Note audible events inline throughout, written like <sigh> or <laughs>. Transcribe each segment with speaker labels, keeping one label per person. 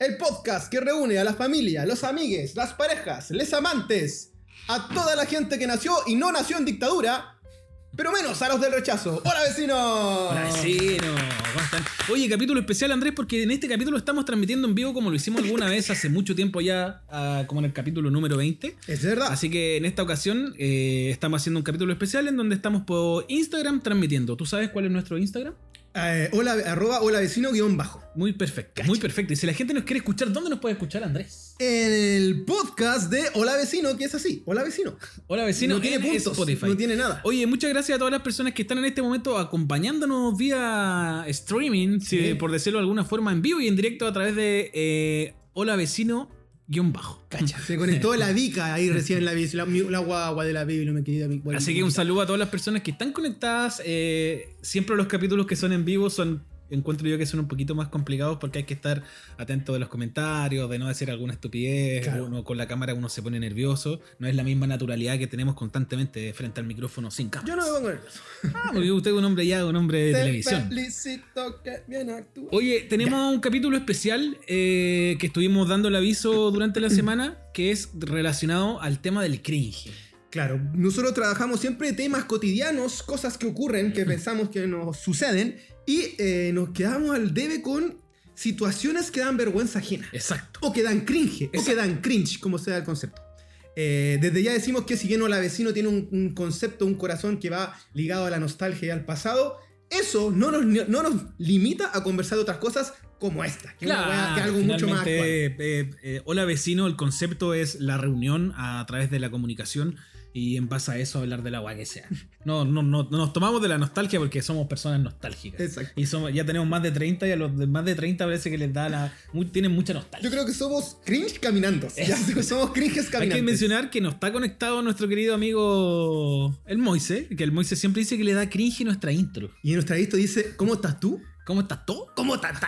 Speaker 1: El podcast que reúne a las familias, los amigues, las parejas, les amantes, a toda la gente que nació y no nació en dictadura, pero menos a los del rechazo. ¡Hola vecinos!
Speaker 2: Hola, vecino. ¿Cómo están? Oye, capítulo especial, Andrés, porque en este capítulo estamos transmitiendo en vivo como lo hicimos alguna vez hace mucho tiempo ya, ah, como en el capítulo número 20.
Speaker 1: Es verdad.
Speaker 2: Así que en esta ocasión eh, estamos haciendo un capítulo especial en donde estamos por Instagram transmitiendo. ¿Tú sabes cuál es nuestro Instagram?
Speaker 1: Eh, hola, arroba hola vecino guión bajo.
Speaker 2: Muy perfecto, muy perfecto. Y si la gente nos quiere escuchar, ¿dónde nos puede escuchar, Andrés?
Speaker 1: El podcast de Hola vecino, que es así. Hola vecino.
Speaker 2: Hola, vecino.
Speaker 1: no tiene
Speaker 2: en
Speaker 1: puntos,
Speaker 2: Spotify. Oh,
Speaker 1: no tiene nada.
Speaker 2: Oye, muchas gracias a todas las personas que están en este momento acompañándonos vía streaming, si-
Speaker 1: Sí.
Speaker 2: por decirlo de alguna forma, en vivo y en directo a través de eh, Hola Vecino guión bajo.
Speaker 1: Cacha, se conectó la dica ahí recién la, la, la guagua de la Biblia, mi querida. mi- <laughs> bueno,
Speaker 2: Así que un saludo a todas las personas que están conectadas. eh, siempre los capítulos que son en vivo son, encuentro yo que son un poquito más complicados porque hay que estar atento de los comentarios, de no decir alguna estupidez.
Speaker 1: Claro.
Speaker 2: Uno con la cámara uno se pone nervioso. No es la misma naturalidad que tenemos constantemente frente al micrófono sin cámara.
Speaker 1: Yo no me pongo nervioso.
Speaker 2: Ah, porque usted es un hombre ya, un hombre de
Speaker 1: Te
Speaker 2: televisión.
Speaker 1: felicito que bien actúas.
Speaker 2: Oye, tenemos un capítulo especial eh, que estuvimos dando el aviso durante la semana, que es relacionado al tema del cringe.
Speaker 1: Claro, nosotros trabajamos siempre temas cotidianos, cosas que ocurren, que pensamos que nos suceden, y eh, nos quedamos al debe con situaciones que dan vergüenza ajena,
Speaker 2: Exacto.
Speaker 1: o que dan cringe, o que dan cringe, como sea el concepto. Eh, desde ya decimos que si bien la vecino tiene un, un concepto, un corazón que va ligado a la nostalgia y al pasado, eso no nos, no nos limita a conversar de otras cosas como esta, que, es una weá- que es algo mucho más actual.
Speaker 2: finalmente, eh, eh, hola vecino, el concepto es la reunión a través de la comunicación y en base a eso hablar de la agua que sea. No, no, no, no nos tomamos de la nostalgia porque somos personas nostálgicas.
Speaker 1: Exacto.
Speaker 2: Y somos, ya tenemos más de 30 y a los de más de 30 parece que les da la... mu- tienen mucha nostalgia.
Speaker 1: Yo creo que somos cringe caminando. Ya <laughs> somos cringes
Speaker 2: Hay
Speaker 1: caminantes.
Speaker 2: que mencionar que nos está conectado nuestro querido amigo el Moise, que el Moise siempre dice que le da cringe nuestra intro.
Speaker 1: Y en nuestra lista dice, ¿cómo estás tú? <laughs>
Speaker 2: ¿Cómo estás tú?
Speaker 1: ¿Cómo estás?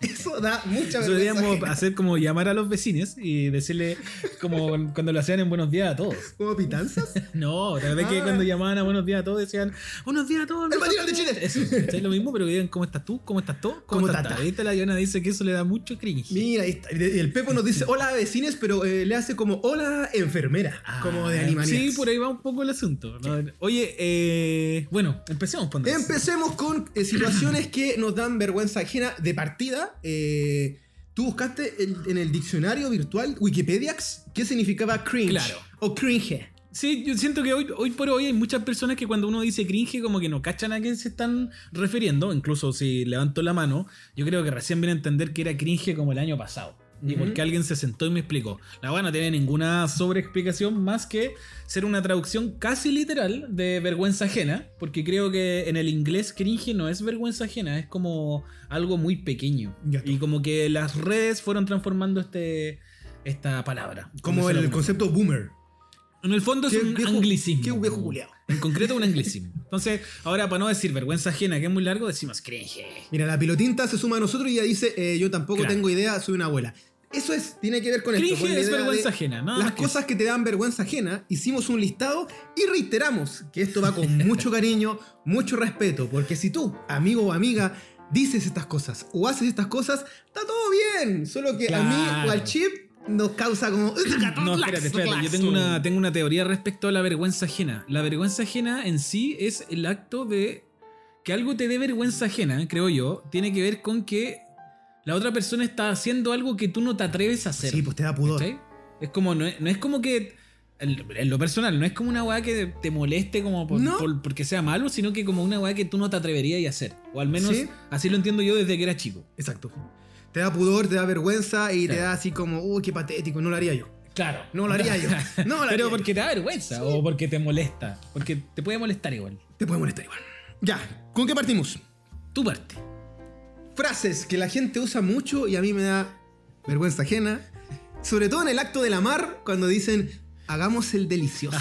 Speaker 1: Eso da mucha
Speaker 2: Eso
Speaker 1: vergüenza.
Speaker 2: Deberíamos
Speaker 1: ajena.
Speaker 2: hacer como llamar a los vecinos y decirle como cuando lo hacían en Buenos Días a todos.
Speaker 1: <laughs> ¿Cómo
Speaker 2: <laughs>
Speaker 1: pitanzas?
Speaker 2: No, la verdad
Speaker 1: Ah.
Speaker 2: que cuando llamaban a Buenos Días a todos decían Buenos días a todos.
Speaker 1: ¡El
Speaker 2: ¿cómo
Speaker 1: matinal de
Speaker 2: estás tú?".
Speaker 1: Chile!
Speaker 2: Eso, es lo mismo, pero que digan ¿Cómo estás tú? ¿Cómo estás tú? ¿Cómo,
Speaker 1: ¿Cómo
Speaker 2: estás
Speaker 1: estás?
Speaker 2: tú? Ahorita la Diana dice que eso le da mucho cringe.
Speaker 1: Mira, ahí está. Y el Pepo nos dice, hola vecines, pero eh, le hace como, hola enfermera.
Speaker 2: Ah,
Speaker 1: como de
Speaker 2: Sí,
Speaker 1: Animaniacs.
Speaker 2: por ahí va un poco el asunto. ¿no? Oye, eh, bueno, empecemos, Pondrés.
Speaker 1: Empecemos con eh, situaciones que nos dan vergüenza ajena de partida. Eh, Tú buscaste el- en el diccionario virtual Wikipediax qué significaba cringe
Speaker 2: Claro.
Speaker 1: o cringe.
Speaker 2: Sí, yo siento que hoy, hoy por hoy hay muchas personas que cuando uno dice cringe como que no cachan a qué se están refiriendo, incluso si levanto la mano, yo creo que recién viene a entender que era cringe como el año pasado. Y
Speaker 1: Ujú.
Speaker 2: porque alguien se sentó y me explicó. La verdad no tiene ninguna sobreexplicación más que ser una traducción casi literal de vergüenza ajena, porque creo que en el inglés cringe no es vergüenza ajena, es como algo muy pequeño.
Speaker 1: Ya.
Speaker 2: Y como que las redes fueron transformando este, esta palabra.
Speaker 1: Como el
Speaker 2: Entonces,
Speaker 1: concepto boomer.
Speaker 2: en el fondo es
Speaker 1: Qué
Speaker 2: un
Speaker 1: viejo-
Speaker 2: anglicismo.
Speaker 1: qué viejo culiao.
Speaker 2: En concreto, un anglicismo. Entonces, ahora, para no decir vergüenza ajena, que es muy largo, decimos cringe.
Speaker 1: Mira, la pilotinta se suma a nosotros y ya dice, eh, yo tampoco
Speaker 2: Claro.
Speaker 1: tengo idea, soy una abuela. Eso es, tiene que ver con esto.
Speaker 2: Cringe
Speaker 1: con pues, la
Speaker 2: es
Speaker 1: idea
Speaker 2: vergüenza
Speaker 1: de
Speaker 2: ajena, nada
Speaker 1: Las
Speaker 2: más que
Speaker 1: cosas que te dan vergüenza ajena, hicimos un listado y reiteramos que esto va
Speaker 2: <laughs>
Speaker 1: con mucho cariño, mucho respeto, porque si tú, amigo o amiga, dices estas cosas o haces estas cosas, está todo bien, solo que a mí
Speaker 2: Claro.
Speaker 1: o al chip nos causa como...
Speaker 2: No, espérate, espérate. Yo tengo una, tengo una teoría respecto a la vergüenza ajena. La vergüenza ajena en sí es el acto de que algo te dé vergüenza ajena, creo yo, tiene que ver con que la otra persona está haciendo algo que tú no te atreves a hacer.
Speaker 1: Sí, pues te da pudor.
Speaker 2: ¿Cachai? Es como, no es, no es como que. En en lo personal, no es como una weá que te moleste como por-
Speaker 1: No.
Speaker 2: por- porque sea malo, sino que como una weá que tú no te atreverías a hacer. O al menos
Speaker 1: Sí.
Speaker 2: así lo entiendo yo desde que era chico.
Speaker 1: Exacto. Te da pudor, te da vergüenza y te
Speaker 2: Claro.
Speaker 1: da así como, uy, qué patético, no lo haría yo.
Speaker 2: Claro.
Speaker 1: No lo
Speaker 2: <laughs>
Speaker 1: haría yo. No lo haría
Speaker 2: Pero
Speaker 1: yo.
Speaker 2: porque te da vergüenza o porque te molesta. Porque te puede molestar igual.
Speaker 1: Te puede molestar igual. Ya, ¿con qué partimos?
Speaker 2: Tu parte.
Speaker 1: Frases que la gente usa mucho y a mí me da vergüenza ajena. Sobre todo en el acto de la mar, cuando dicen, hagamos
Speaker 2: <laughs>
Speaker 1: el delicioso.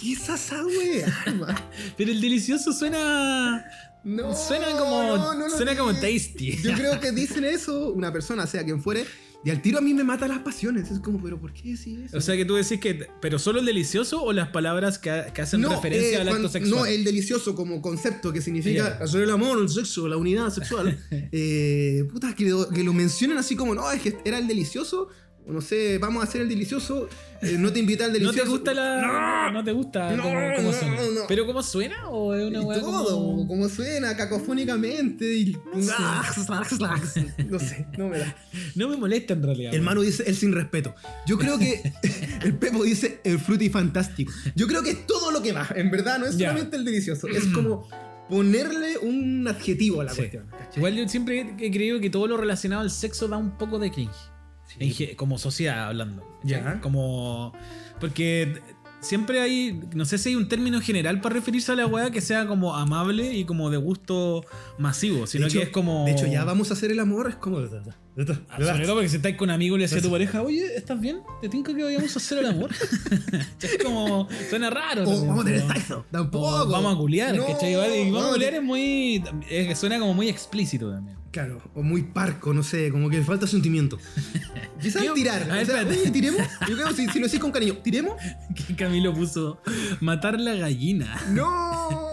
Speaker 1: ¿Qué es esa wea, hermano?
Speaker 2: Pero el delicioso suena
Speaker 1: No,
Speaker 2: suena como,
Speaker 1: no, no lo
Speaker 2: suena como
Speaker 1: dije.
Speaker 2: tasty.
Speaker 1: Yo creo que dicen eso una persona, sea quien fuere, y al tiro a mí me mata las pasiones. Es como, pero ¿por qué decís eso?
Speaker 2: O sea que tú decís que, pero solo el delicioso o las palabras que, que hacen referencia
Speaker 1: eh,
Speaker 2: al
Speaker 1: cuan-
Speaker 2: acto sexual.
Speaker 1: No, el delicioso como concepto que significa
Speaker 2: Ya.
Speaker 1: hacer el amor, el sexo, la
Speaker 2: <laughs>
Speaker 1: unidad sexual. eh, puta, que lo, que lo mencionan así como, no, es que era el delicioso, o no sé, vamos a hacer el delicioso, eh, no te invita al
Speaker 2: <laughs> ¿No te
Speaker 1: delicioso.
Speaker 2: gusta la.? No, te gusta
Speaker 1: No,
Speaker 2: cómo, cómo
Speaker 1: no,
Speaker 2: suena.
Speaker 1: no.
Speaker 2: ¿Pero cómo suena? ¿O es
Speaker 1: Y
Speaker 2: una weá
Speaker 1: todo, como...
Speaker 2: como...
Speaker 1: suena, cacofónicamente. y- <laughs> no sé, no me da.
Speaker 2: <laughs> No me molesta en realidad.
Speaker 1: El
Speaker 2: weón.
Speaker 1: Manu dice el sin respeto. Yo
Speaker 2: <laughs>
Speaker 1: creo que el Pepo dice el fruity fantástico. Yo creo que es todo lo que va. En verdad, no es
Speaker 2: Ya.
Speaker 1: solamente el delicioso. Es como ponerle un adjetivo a la
Speaker 2: Sí.
Speaker 1: cuestión. ¿cachai?
Speaker 2: Igual yo siempre he creído que todo lo relacionado al sexo da un poco de cringe. En ge- como sociedad hablando.
Speaker 1: Ya.
Speaker 2: Como. Porque siempre hay. No sé si hay un término general para referirse a la weá que sea como amable y como de gusto masivo. Sino
Speaker 1: hecho-
Speaker 2: que es como.
Speaker 1: De hecho, ya vamos a hacer el amor. Es como.
Speaker 2: Ah, Sobre todo porque si estáis con amigos y le decís a tu pareja, oye, ¿estás bien? Te tengo que vayamos a hacer el
Speaker 1: <laughs>
Speaker 2: amor. <laughs> es como. Suena raro.
Speaker 1: O
Speaker 2: también,
Speaker 1: Oh, vamos a tener
Speaker 2: como-
Speaker 1: sexo.
Speaker 2: o
Speaker 1: Tampoco.
Speaker 2: Vamos a culiar,
Speaker 1: No,
Speaker 2: ¿cachai? Y vamos
Speaker 1: no,
Speaker 2: a culiar es muy. es- suena como muy explícito también. <laughs>
Speaker 1: Claro, o muy parco, no sé, como que le falta sentimiento. Quizás
Speaker 2: Yo-
Speaker 1: tirar.
Speaker 2: A ver,
Speaker 1: o sea,
Speaker 2: espérate. <laughs>
Speaker 1: oye, tiremos. Yo creo que si, si lo decís con cariño, ¿tiremos?
Speaker 2: Que Camilo puso matar la gallina. <laughs>
Speaker 1: ¡No!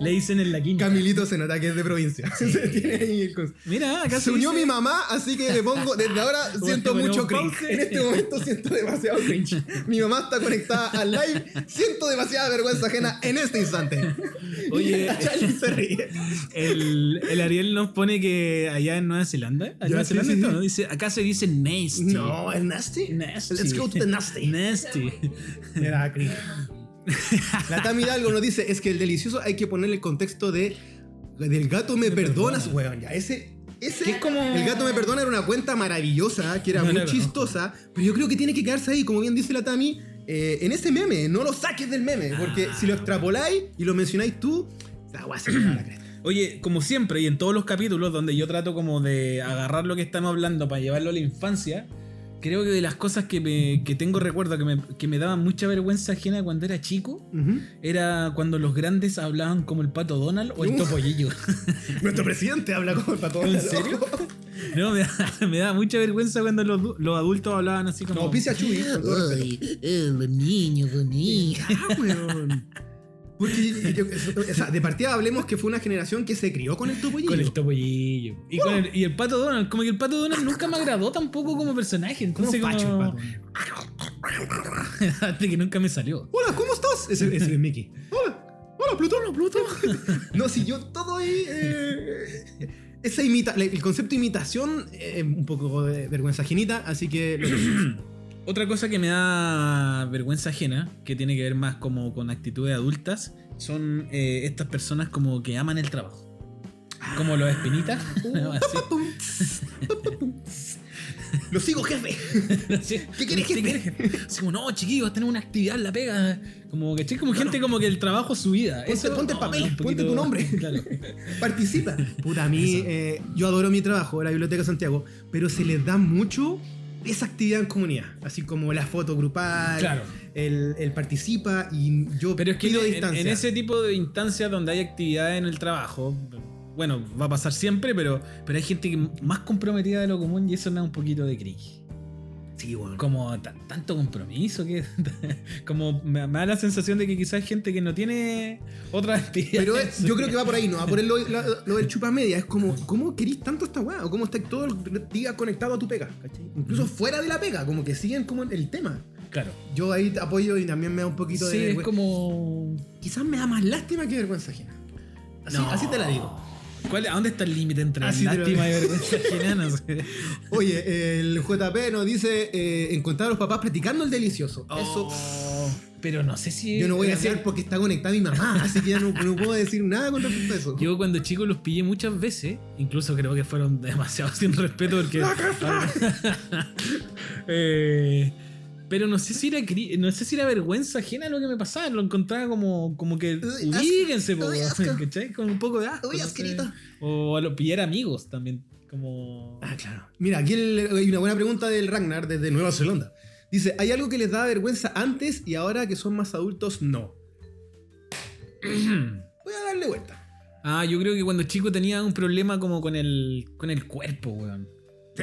Speaker 2: Le dicen en la quinta.
Speaker 1: Camilito se nota que es de provincia. Tiene ahí el cons-
Speaker 2: Mira, acá
Speaker 1: Se unió
Speaker 2: dice-
Speaker 1: mi mamá, así que le pongo. Desde
Speaker 2: <laughs>
Speaker 1: ahora
Speaker 2: Bueno,
Speaker 1: siento
Speaker 2: bueno,
Speaker 1: mucho cringe.
Speaker 2: pause.
Speaker 1: En este momento siento demasiado cringe. Mi mamá está conectada al live. Siento demasiada vergüenza ajena en este instante. <laughs>
Speaker 2: Oye,
Speaker 1: Charlie se ríe.
Speaker 2: el, el Ariel nos pone que allá en Nueva Zelanda. allá en Nueva
Speaker 1: sí,
Speaker 2: Zelanda
Speaker 1: sí,
Speaker 2: esto,
Speaker 1: sí.
Speaker 2: ¿no? Dice, acá se dice nasty.
Speaker 1: No, el nasty.
Speaker 2: Nasty.
Speaker 1: Let's go to the nasty.
Speaker 2: Nasty.
Speaker 1: Me da cringe. <laughs> La Tami Hidalgo nos dice: es que el delicioso hay que ponerle el contexto de. Del gato me,
Speaker 2: Me
Speaker 1: perdonas,
Speaker 2: perdona.
Speaker 1: weón. Ya, ese. Ese,
Speaker 2: Que es como-
Speaker 1: El gato me perdona era una cuenta maravillosa, que era
Speaker 2: No la
Speaker 1: muy
Speaker 2: conozco.
Speaker 1: chistosa, pero yo creo que tiene que quedarse ahí, como bien dice la Tami, eh, en ese meme, no lo saques del meme, porque
Speaker 2: Ah.
Speaker 1: si lo extrapoláis y lo mencionáis tú, la weá se te va a la cresta.
Speaker 2: Oye, como siempre, y en todos los capítulos donde yo trato como de agarrar lo que estamos hablando para llevarlo a la infancia, creo que de las cosas que, me- que tengo recuerdo que me, que me daban mucha vergüenza ajena cuando era chico,
Speaker 1: Ujú.
Speaker 2: era cuando los grandes hablaban como el pato Donald o el
Speaker 1: Uh.
Speaker 2: topollillo.
Speaker 1: Nuestro presidente habla como el pato.
Speaker 2: ¿En serio? <laughs> No, me da, me da mucha vergüenza cuando los, du- los adultos hablaban así como. eh,
Speaker 1: No, pise a Chuy. con todo respeto.
Speaker 3: los niños, los niños.
Speaker 1: Ya, weón. Porque yo- yo- o sea, de partida hablemos que fue una generación que se crió con el topollillo.
Speaker 2: Con el topollillo. Y, con el, y el pato Donald. Como que el pato Donald nunca me agradó tampoco como personaje.
Speaker 1: ¿Cómo
Speaker 2: Entonces,
Speaker 1: facho el
Speaker 2: como.
Speaker 1: pato?
Speaker 2: <laughs> Hasta que nunca me salió.
Speaker 1: Hola, ¿cómo estás? Ese, ese es Mickey. Hola, hola, Plutón, hola, Plutón. <laughs> no, si yo todo ahí. eh, esa imita, la- el concepto de imitación eh, un poco de vergüenza genita, así que. <laughs>
Speaker 2: Otra cosa que me da vergüenza ajena, que tiene que ver más como con actitudes adultas, son eh, estas personas como que aman el trabajo. Como los espinitas.
Speaker 1: Ah.
Speaker 2: Así.
Speaker 1: Lo sigo, jefe.
Speaker 2: <laughs> Así,
Speaker 1: <laughs> ¿Qué querés,
Speaker 2: ¿qué
Speaker 1: jefe?
Speaker 2: querés? Así como, no, chiquillos, tenemos una actividad en la pega. Como que, como gente como que el trabajo es su vida.
Speaker 1: Ponte- ponte el
Speaker 2: no,
Speaker 1: papel,
Speaker 2: me da un
Speaker 1: ponte tu nombre.
Speaker 2: <laughs> Claro.
Speaker 1: Participa. Puta, a mí, eh, yo adoro mi trabajo, la Biblioteca Santiago, pero se les da mucho esa actividad en comunidad, así como la foto grupal,
Speaker 2: Claro.
Speaker 1: el, el participa y yo
Speaker 2: Pero es que
Speaker 1: pido
Speaker 2: en,
Speaker 1: distancia.
Speaker 2: en ese tipo de instancias donde hay actividad en el trabajo, bueno, va a pasar siempre, pero, pero hay gente que más comprometida de lo común y eso me da un poquito de cringe.
Speaker 1: Sí, weón.
Speaker 2: Como ta- tanto compromiso que. <laughs> como me, me da la sensación de que quizás hay gente que no tiene otra actividad. <laughs>
Speaker 1: Pero
Speaker 2: en
Speaker 1: es-
Speaker 2: su
Speaker 1: yo creo que va por ahí, no va por el, lo, lo- lo del chupa media. Es como, ¿cómo querís tanto esta weá? O cómo estáis todo el día conectado a tu pega, ¿cachai? Incluso
Speaker 2: Mm.
Speaker 1: fuera de la pega, como que siguen como el tema.
Speaker 2: Claro.
Speaker 1: Yo ahí te apoyo y también me da un poquito
Speaker 2: Sí,
Speaker 1: de
Speaker 2: es
Speaker 1: vergüenza.
Speaker 2: como.
Speaker 1: Quizás me da más lástima que vergüenza ajena. Así,
Speaker 2: No.
Speaker 1: así te la digo.
Speaker 2: ¿Cuál- ¿A dónde está el límite entre
Speaker 1: Así te lo
Speaker 2: lástima y vergüenza ajena? No
Speaker 1: <laughs>
Speaker 2: sé.
Speaker 1: Oye, el JP nos dice eh, encontrar a los papás practicando el delicioso. Eso
Speaker 2: Oh, pero no sé si.
Speaker 1: yo no voy a decir
Speaker 2: decir
Speaker 1: porque está conectada mi mamá, así que ya no, no puedo decir nada con respecto a eso. <laughs>
Speaker 2: Yo cuando chico los pillé muchas veces, incluso creo que fueron demasiado <laughs> sin respeto porque. Ah, Eh, pero no sé si era cri- no sé si era vergüenza ajena lo que me pasaba, lo encontraba como, como que
Speaker 1: Uy,
Speaker 2: ubíquense,
Speaker 1: asco,
Speaker 2: po,
Speaker 1: uy, asco.
Speaker 2: ¿cachai? Con un poco de asco.
Speaker 1: Uy,
Speaker 2: no sé.
Speaker 1: asquerito.
Speaker 2: O a los pillar amigos también. Como.
Speaker 1: Ah, claro. Mira, aquí el- hay una buena pregunta del Ragnar desde Nueva Zelanda. Dice, ¿hay algo que les da vergüenza antes
Speaker 2: <clears throat>
Speaker 1: y ahora que son más adultos no? Voy a darle vuelta.
Speaker 2: Ah, yo creo que cuando chico tenía un problema como con el, con el cuerpo, weón.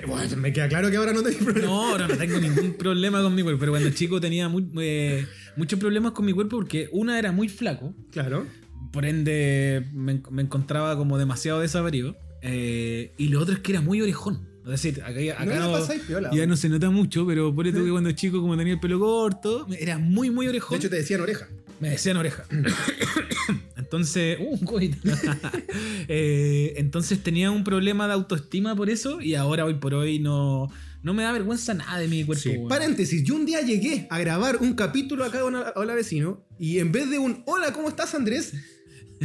Speaker 1: Bueno, me queda claro que ahora no tengo problema.
Speaker 2: No, ahora no tengo ningún problema con mi cuerpo, pero cuando chico tenía muy- eh, muchos problemas con mi cuerpo porque una era muy flaco,
Speaker 1: Claro.
Speaker 2: por ende me, en- me encontraba como demasiado desaverido, eh, y lo otro es que era muy orejón. Es decir, acá, acá
Speaker 1: no
Speaker 2: no-
Speaker 1: la pasáis piola.
Speaker 2: ya no se nota mucho, pero por eso que cuando chico, como tenía el pelo corto, era muy, muy
Speaker 1: De
Speaker 2: orejón.
Speaker 1: hecho, te decían oreja.
Speaker 2: Me decían oreja. <coughs> entonces, uh, un COVID. <laughs> Eh, entonces tenía un problema de autoestima por eso y ahora hoy por hoy no, no me da vergüenza nada de mi cuerpo.
Speaker 1: Sí.
Speaker 2: weón.
Speaker 1: Paréntesis, yo un día llegué a grabar un capítulo acá de Hola- Hola Vecino y en vez de un Hola, ¿cómo estás Andrés?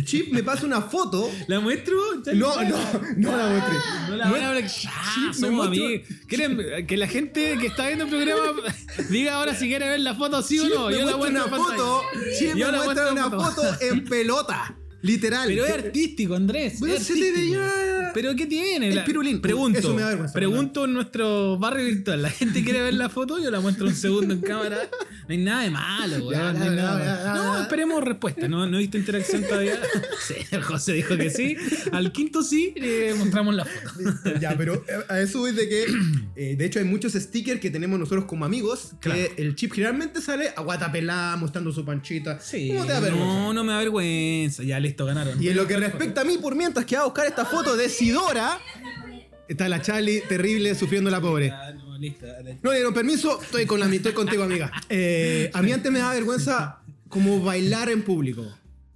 Speaker 1: Chip me pasa una foto.
Speaker 2: <laughs> ¿La muestro?
Speaker 1: No, no, no la mostré.
Speaker 2: No la van a hablar. Ya,
Speaker 1: me
Speaker 2: somos
Speaker 1: muestro-
Speaker 2: amigos. ¿Quieren que la gente que está viendo el
Speaker 1: <laughs>
Speaker 2: programa diga ahora si quiere ver la foto sí o
Speaker 1: Chip
Speaker 2: no?
Speaker 1: me
Speaker 2: la
Speaker 1: muestra una
Speaker 2: en pantalla.
Speaker 1: foto. Chip
Speaker 2: Yo
Speaker 1: me
Speaker 2: la
Speaker 1: muestra
Speaker 2: muestro en
Speaker 1: una
Speaker 2: foto.
Speaker 1: foto en pelota. Literal.
Speaker 2: Pero es artístico, Andrés.
Speaker 1: Bueno,
Speaker 2: es
Speaker 1: se te
Speaker 2: artístico.
Speaker 1: veía-
Speaker 2: ¿Pero qué tiene?
Speaker 1: El
Speaker 2: La-
Speaker 1: pirulín.
Speaker 2: Pregunto.
Speaker 1: Eso me da vergüenza,
Speaker 2: pregunto en nuestro barrio virtual. La gente quiere ver la foto, yo la muestro un segundo en cámara. No hay nada de malo, weón.
Speaker 1: Ya,
Speaker 2: no,
Speaker 1: ya,
Speaker 2: hay nada
Speaker 1: ya,
Speaker 2: malo.
Speaker 1: ya,
Speaker 2: No,
Speaker 1: ya.
Speaker 2: esperemos respuesta. No, no he visto interacción todavía. <laughs> Sí, el José dijo que sí. Al quinto sí, eh, mostramos la foto.
Speaker 1: Ya, pero a eso es de que, eh, de hecho, hay muchos stickers que tenemos nosotros como amigos.
Speaker 2: Claro.
Speaker 1: Que el chip generalmente sale a guatapelá, mostrando su panchita.
Speaker 2: Sí.
Speaker 1: ¿Cómo te da vergüenza?
Speaker 2: no, no me da vergüenza. Ya listo, ganaron.
Speaker 1: Y en lo que respecta a mí, por mientras que va a buscar esta foto de Sidora, está la Charlie terrible sufriendo la pobre.
Speaker 2: Ah, no, listo. dale.
Speaker 1: No le dieron permiso, estoy, con la, estoy contigo, amiga. Eh, a mí antes me daba vergüenza como bailar en público.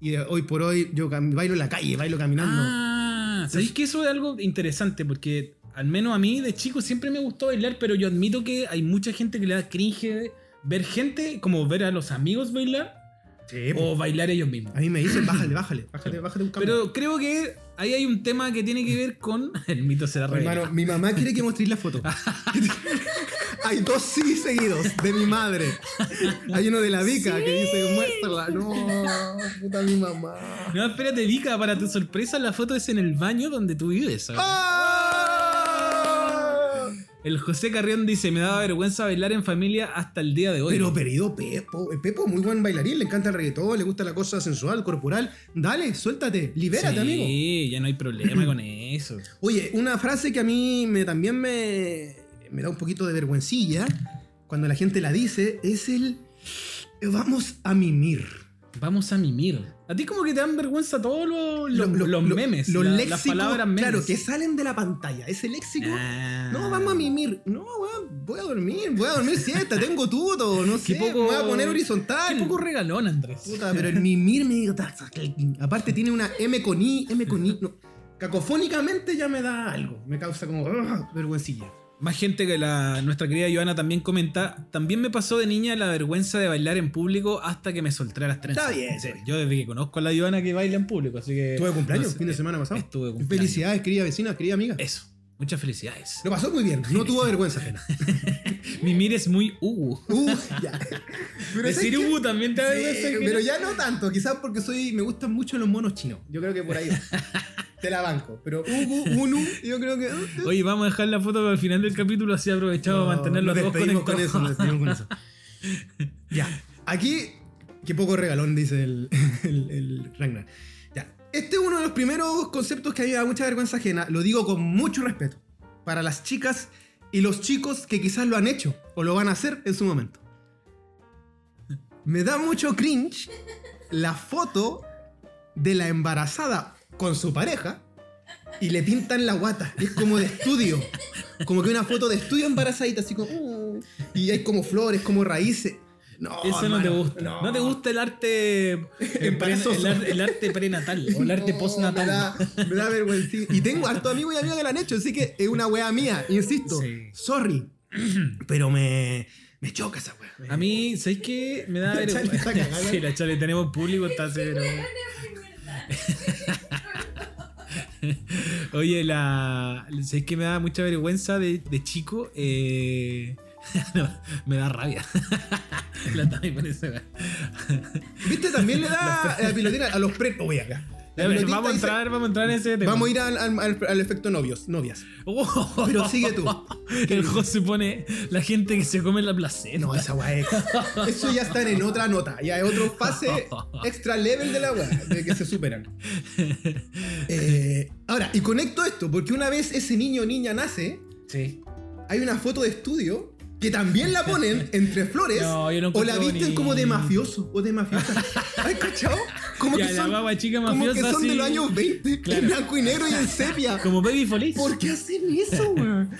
Speaker 1: Y eh, hoy por hoy yo cam- bailo en la calle, bailo caminando.
Speaker 2: Ah, ¿sabéis que eso es algo interesante? Porque al menos a mí de chico siempre me gustó bailar, pero yo admito que hay mucha gente que le da cringe ver gente, como ver a los amigos bailar
Speaker 1: Sí, po. Ah,
Speaker 2: o bailar ellos mismos.
Speaker 1: a mí me dicen, bájale, bájale, bájale, bájale un cambio.
Speaker 2: Pero creo que ahí hay un tema que tiene que ver con <laughs> el mito será
Speaker 1: Hermano,
Speaker 2: revelado.
Speaker 1: mi mamá quiere que mostréis la <laughs> foto. Hay dos sí seguidos de mi madre. Hay uno de la Vica que dice, muéstrala. No, puta mi mamá.
Speaker 2: No, espérate, Vika, para tu sorpresa la foto es en el baño donde tú vives. ¿sabes?
Speaker 1: ¡Ah!
Speaker 2: El José Carrión dice, me daba vergüenza bailar en familia hasta el día de hoy.
Speaker 1: Pero perdido Pepo. El Pepo es muy buen bailarín, le encanta el reggaetón, le gusta la cosa sensual, corporal. Dale, suéltate, libérate,
Speaker 2: sí,
Speaker 1: amigo.
Speaker 2: ya no hay problema con eso.
Speaker 1: Oye, una frase que a mí me, también me, me da un poquito de vergüencilla cuando la gente la dice es el vamos a mimir.
Speaker 2: Vamos a mimir. A ti como que te dan vergüenza todos los, los-
Speaker 1: Lo- lo-
Speaker 2: los
Speaker 1: lo-
Speaker 2: memes.
Speaker 1: los
Speaker 2: la- las
Speaker 1: léxicos,
Speaker 2: palabras memes.
Speaker 1: Claro, que salen de la pantalla. Ese léxico.
Speaker 2: Ah.
Speaker 1: No, vamos a mimir. No, weón, voy a dormir, voy a dormir siesta, tengo tuto, no sé,
Speaker 2: poco-
Speaker 1: me voy a poner horizontal.
Speaker 2: Qué poco regalón, Andrés.
Speaker 1: Puta, pero el mimir me Aparte tiene una M con I, M con I. no. Cacofónicamente ya me da algo. Me causa como ah, vergüencilla.
Speaker 2: Más gente que la, nuestra querida Joana también comenta. También me pasó de niña la vergüenza de bailar en público hasta que me solté a las trenzas.
Speaker 1: Está bien, sí.
Speaker 2: Yo desde que conozco a la Joana que baila en público, así que.
Speaker 1: Tuve
Speaker 2: Eh, no
Speaker 1: cumpleaños el
Speaker 2: sé,
Speaker 1: fin de semana pasado.
Speaker 2: Estuve de cumpleaños. Eh.
Speaker 1: Felicidades, querida vecina, querida amiga.
Speaker 2: Eso. Muchas felicidades.
Speaker 1: Lo pasó muy bien, no tuvo vergüenza.
Speaker 2: <laughs> Mimir es muy Ubu.
Speaker 1: Uh, ya. Pero ¿sabes
Speaker 2: Decir
Speaker 1: qué?
Speaker 2: Ubu también te da
Speaker 1: Sí,
Speaker 2: vergüenza.
Speaker 1: pero ya no tanto, quizás porque soy me gustan mucho los monos chinos. Yo creo que por
Speaker 2: <laughs>
Speaker 1: ahí va. te la banco, pero Ubu, Unu, yo creo que uh,
Speaker 2: Oye, vamos a dejar la foto para el final del capítulo, así aprovechamos para mantener los
Speaker 1: nos
Speaker 2: dos
Speaker 1: despedimos con
Speaker 2: conectados.
Speaker 1: eso, nos despedimos con eso. Ya, aquí, qué poco regalón dice el, <laughs> el, el Ragnar. Ya, este es uno de los primeros conceptos que a mí me da mucha vergüenza ajena, lo digo con mucho respeto, para las chicas y los chicos que quizás lo han hecho o lo van a hacer en su momento. Me da mucho cringe la foto de la embarazada con su pareja y le pintan la guata. Y es como de estudio. Como que una foto de estudio embarazadita, así como. "Mm". Y hay como flores, como raíces. No,
Speaker 2: <laughs> Eso no te
Speaker 1: hermano,
Speaker 2: gusta. No. te gusta el
Speaker 1: <laughs>
Speaker 2: arte. el, pre-
Speaker 1: Embarazoso.
Speaker 2: el ar- el arte prenatal o el arte
Speaker 1: No,
Speaker 2: postnatal.
Speaker 1: Me da, me da vergüenza. Y tengo harto amigos y amigas que lo han hecho, así que es una wea mía, insisto.
Speaker 2: Sí.
Speaker 1: Sorry. Pero me, me choca esa wea.
Speaker 2: A mí, ¿sabéis qué? Me da
Speaker 1: La Chale
Speaker 2: vergüenza.
Speaker 1: está
Speaker 2: <laughs>
Speaker 1: cagada.
Speaker 2: Sí, la chale, tenemos público, está severo. <laughs> Oye, la. ¿Sabéis qué me da mucha vergüenza de, de chico? Eh, <laughs> no, me da rabia. <laughs> la Tami parece.
Speaker 1: ¿Viste? También
Speaker 2: <laughs>
Speaker 1: le da la pilotera a los pre. Voy acá.
Speaker 2: A
Speaker 1: La
Speaker 2: ver,
Speaker 1: pilotita
Speaker 2: vamos a
Speaker 1: dice-
Speaker 2: entrar, vamos a entrar en ese tema.
Speaker 1: Vamos a ir al, al- al- al efecto novios, novias.
Speaker 2: Oh.
Speaker 1: Pero sigue <laughs> tú.
Speaker 2: El José pone la gente que se come la placenta. <laughs>
Speaker 1: No, esa weá es. Eso ya están en
Speaker 2: <laughs>
Speaker 1: otra nota. Ya es otro pase extra level de la weá, de que se superan. Eh, Ahora, y conecto esto, porque una vez ese niño o niña nace,
Speaker 2: Sí.
Speaker 1: hay una foto de estudio que también la ponen entre flores
Speaker 2: <laughs> No, yo no
Speaker 1: o la
Speaker 2: encuentro
Speaker 1: visten como de
Speaker 2: bonito.
Speaker 1: mafioso o de mafiosa. ¿Has cachado? Como
Speaker 2: Ya,
Speaker 1: que
Speaker 2: la
Speaker 1: son,
Speaker 2: guagua chica
Speaker 1: como que
Speaker 2: mafiosa,
Speaker 1: son de
Speaker 2: sí.
Speaker 1: los años 20,
Speaker 2: Claro.
Speaker 1: en blanco y negro y en sepia.
Speaker 2: Como Baby Feliz.
Speaker 1: ¿Por qué hacen
Speaker 2: <laughs>
Speaker 1: eso, weón?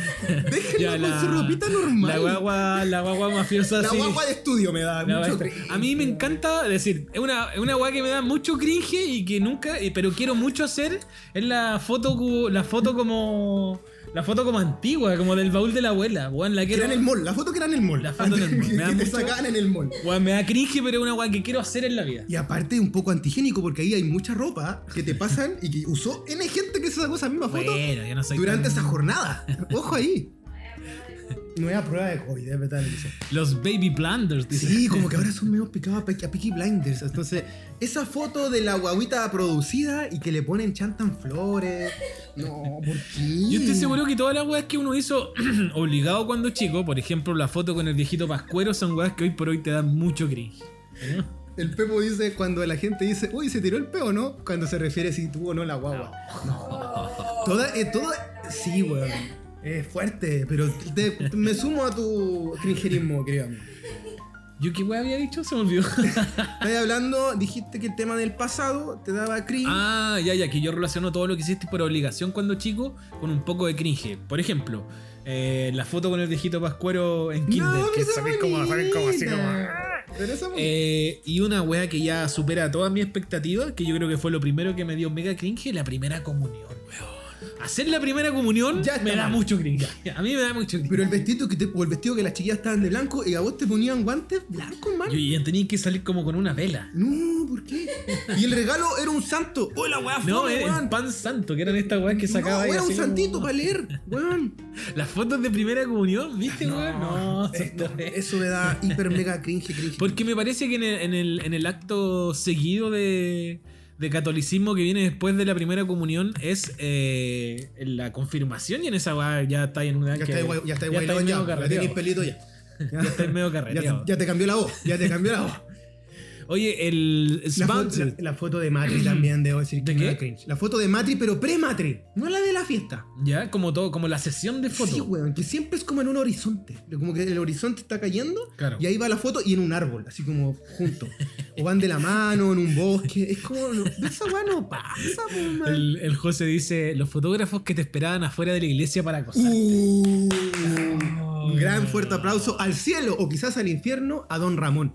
Speaker 2: Ya,
Speaker 1: Déjenlo con su ropita normal.
Speaker 2: La guagua, la guagua mafiosa.
Speaker 1: La
Speaker 2: sí.
Speaker 1: guagua de estudio me da
Speaker 2: La
Speaker 1: mucho
Speaker 2: guagua-
Speaker 1: cringe.
Speaker 2: a mí me encanta decir, es una, es una guagua que me da mucho cringe y que nunca, y- pero quiero mucho hacer, es la foto, cu- la foto como, la foto como antigua, como del baúl de la abuela, weón, la
Speaker 1: Que era
Speaker 2: quiero,
Speaker 1: en el mall, la foto que era en el mall.
Speaker 2: La foto en
Speaker 1: <laughs>
Speaker 2: el mall, me da
Speaker 1: que te
Speaker 2: mucho-
Speaker 1: sacaban en el mall.
Speaker 2: weón, me da cringe, pero es una guagua que quiero hacer en la vida.
Speaker 1: Y aparte un poco antigénico porque ahí hay mucha ropa que te pasan y que usó N gente que se sacó esa misma foto
Speaker 2: Bueno, yo no soy
Speaker 1: durante
Speaker 2: tan- <laughs>
Speaker 1: esa jornada. Ojo ahí. Nueva prueba de COVID, es verdad. lo que sea.
Speaker 2: Los baby blunders, dice.
Speaker 1: Sí, como que ahora son medio picados a Pe- a Peaky Blinders. Entonces, esa foto de la guaguita producida y que le ponen chantan flores. No, ¿por
Speaker 2: <laughs>
Speaker 1: qué?
Speaker 2: Yo estoy seguro que todas las weas que uno hizo <clears throat> obligado cuando chico, por ejemplo, la foto con el viejito Pascuero, son weas que hoy por hoy te dan mucho cringe.
Speaker 1: ¿Eh? El Pepo dice cuando la gente dice, uy, se tiró el peo, ¿no? Cuando se refiere si tuvo o no la guagua. No. Toda, eh, toda- sí, weón. Es fuerte, pero te- me sumo a tu cringerismo, créame.
Speaker 2: ¿Yo qué wea había dicho? Se me olvidó.
Speaker 1: Estás hablando, dijiste que el tema del pasado te daba cringe.
Speaker 2: <laughs> Ah, ya, ya, que yo relaciono todo lo que hiciste por obligación cuando chico con un poco de cringe. Por ejemplo, eh, la foto con el viejito Pascuero en Kinder. que
Speaker 1: esa
Speaker 4: saqué como- saqué como así,
Speaker 1: bonita.
Speaker 4: como-
Speaker 1: Pero esa bonita.
Speaker 2: Eh, y una wea que ya supera todas mis expectativas, que yo creo que fue lo primero que me dio mega cringe, la primera comunión, weón. Hacer la primera comunión
Speaker 1: Ya está
Speaker 2: me da
Speaker 1: mal.
Speaker 2: mucho cringe. A mí me da mucho cringe.
Speaker 1: Pero el vestido que te, o el vestido que las chiquillas estaban de blanco y a vos te ponían guantes blancos, man.
Speaker 2: Yo ya tenía que salir como con una vela.
Speaker 1: No, ¿por qué? y el regalo era un santo. ¡Oh, la weá
Speaker 2: No,
Speaker 1: fome,
Speaker 2: el
Speaker 1: weón!
Speaker 2: pan santo, que eran estas weas que sacaba
Speaker 1: No,
Speaker 2: ahí
Speaker 1: era un
Speaker 2: así como-
Speaker 1: santito para leer, weón.
Speaker 2: Las fotos de primera comunión, ¿viste, weón? No, son
Speaker 1: Esto-
Speaker 2: terribles.
Speaker 1: eso me da hiper mega cringe, cringe.
Speaker 2: Porque me parece que en el, en el- en el acto seguido de, de catolicismo que viene después de la primera comunión es eh, en la confirmación y en esa weá ya está en una
Speaker 1: ya
Speaker 2: que-
Speaker 1: está igual, ya está
Speaker 2: ya
Speaker 1: igual,
Speaker 2: estáis medio
Speaker 1: ya, ya
Speaker 2: carreteado.
Speaker 1: tenéis pelito ya.
Speaker 2: Ya estáis medio
Speaker 1: Ya,
Speaker 2: carreteado.
Speaker 1: te- ya te cambió la voz, ya te cambió la voz.
Speaker 2: Oye, el
Speaker 1: La, foto,
Speaker 2: Spansuit.
Speaker 1: la- la foto de Matri también, debo decir
Speaker 2: ¿De
Speaker 1: que me
Speaker 2: qué?
Speaker 1: da cringe. La foto de Matri, pero pre-Matri, no la de la fiesta.
Speaker 2: ya como todo, como la sesión de fotos.
Speaker 1: Sí, weón, que siempre es como en un horizonte. Como que el horizonte está cayendo
Speaker 2: Claro.
Speaker 1: y ahí va la foto y en un árbol, así como juntos. O van de la mano, en un bosque. Es como, no- de esa weá no pasa, po, man.
Speaker 2: el, el José dice, los fotógrafos que te esperaban afuera de la iglesia para acosar.
Speaker 1: Uh, un gran fuerte aplauso al cielo o quizás al infierno a Don Ramón.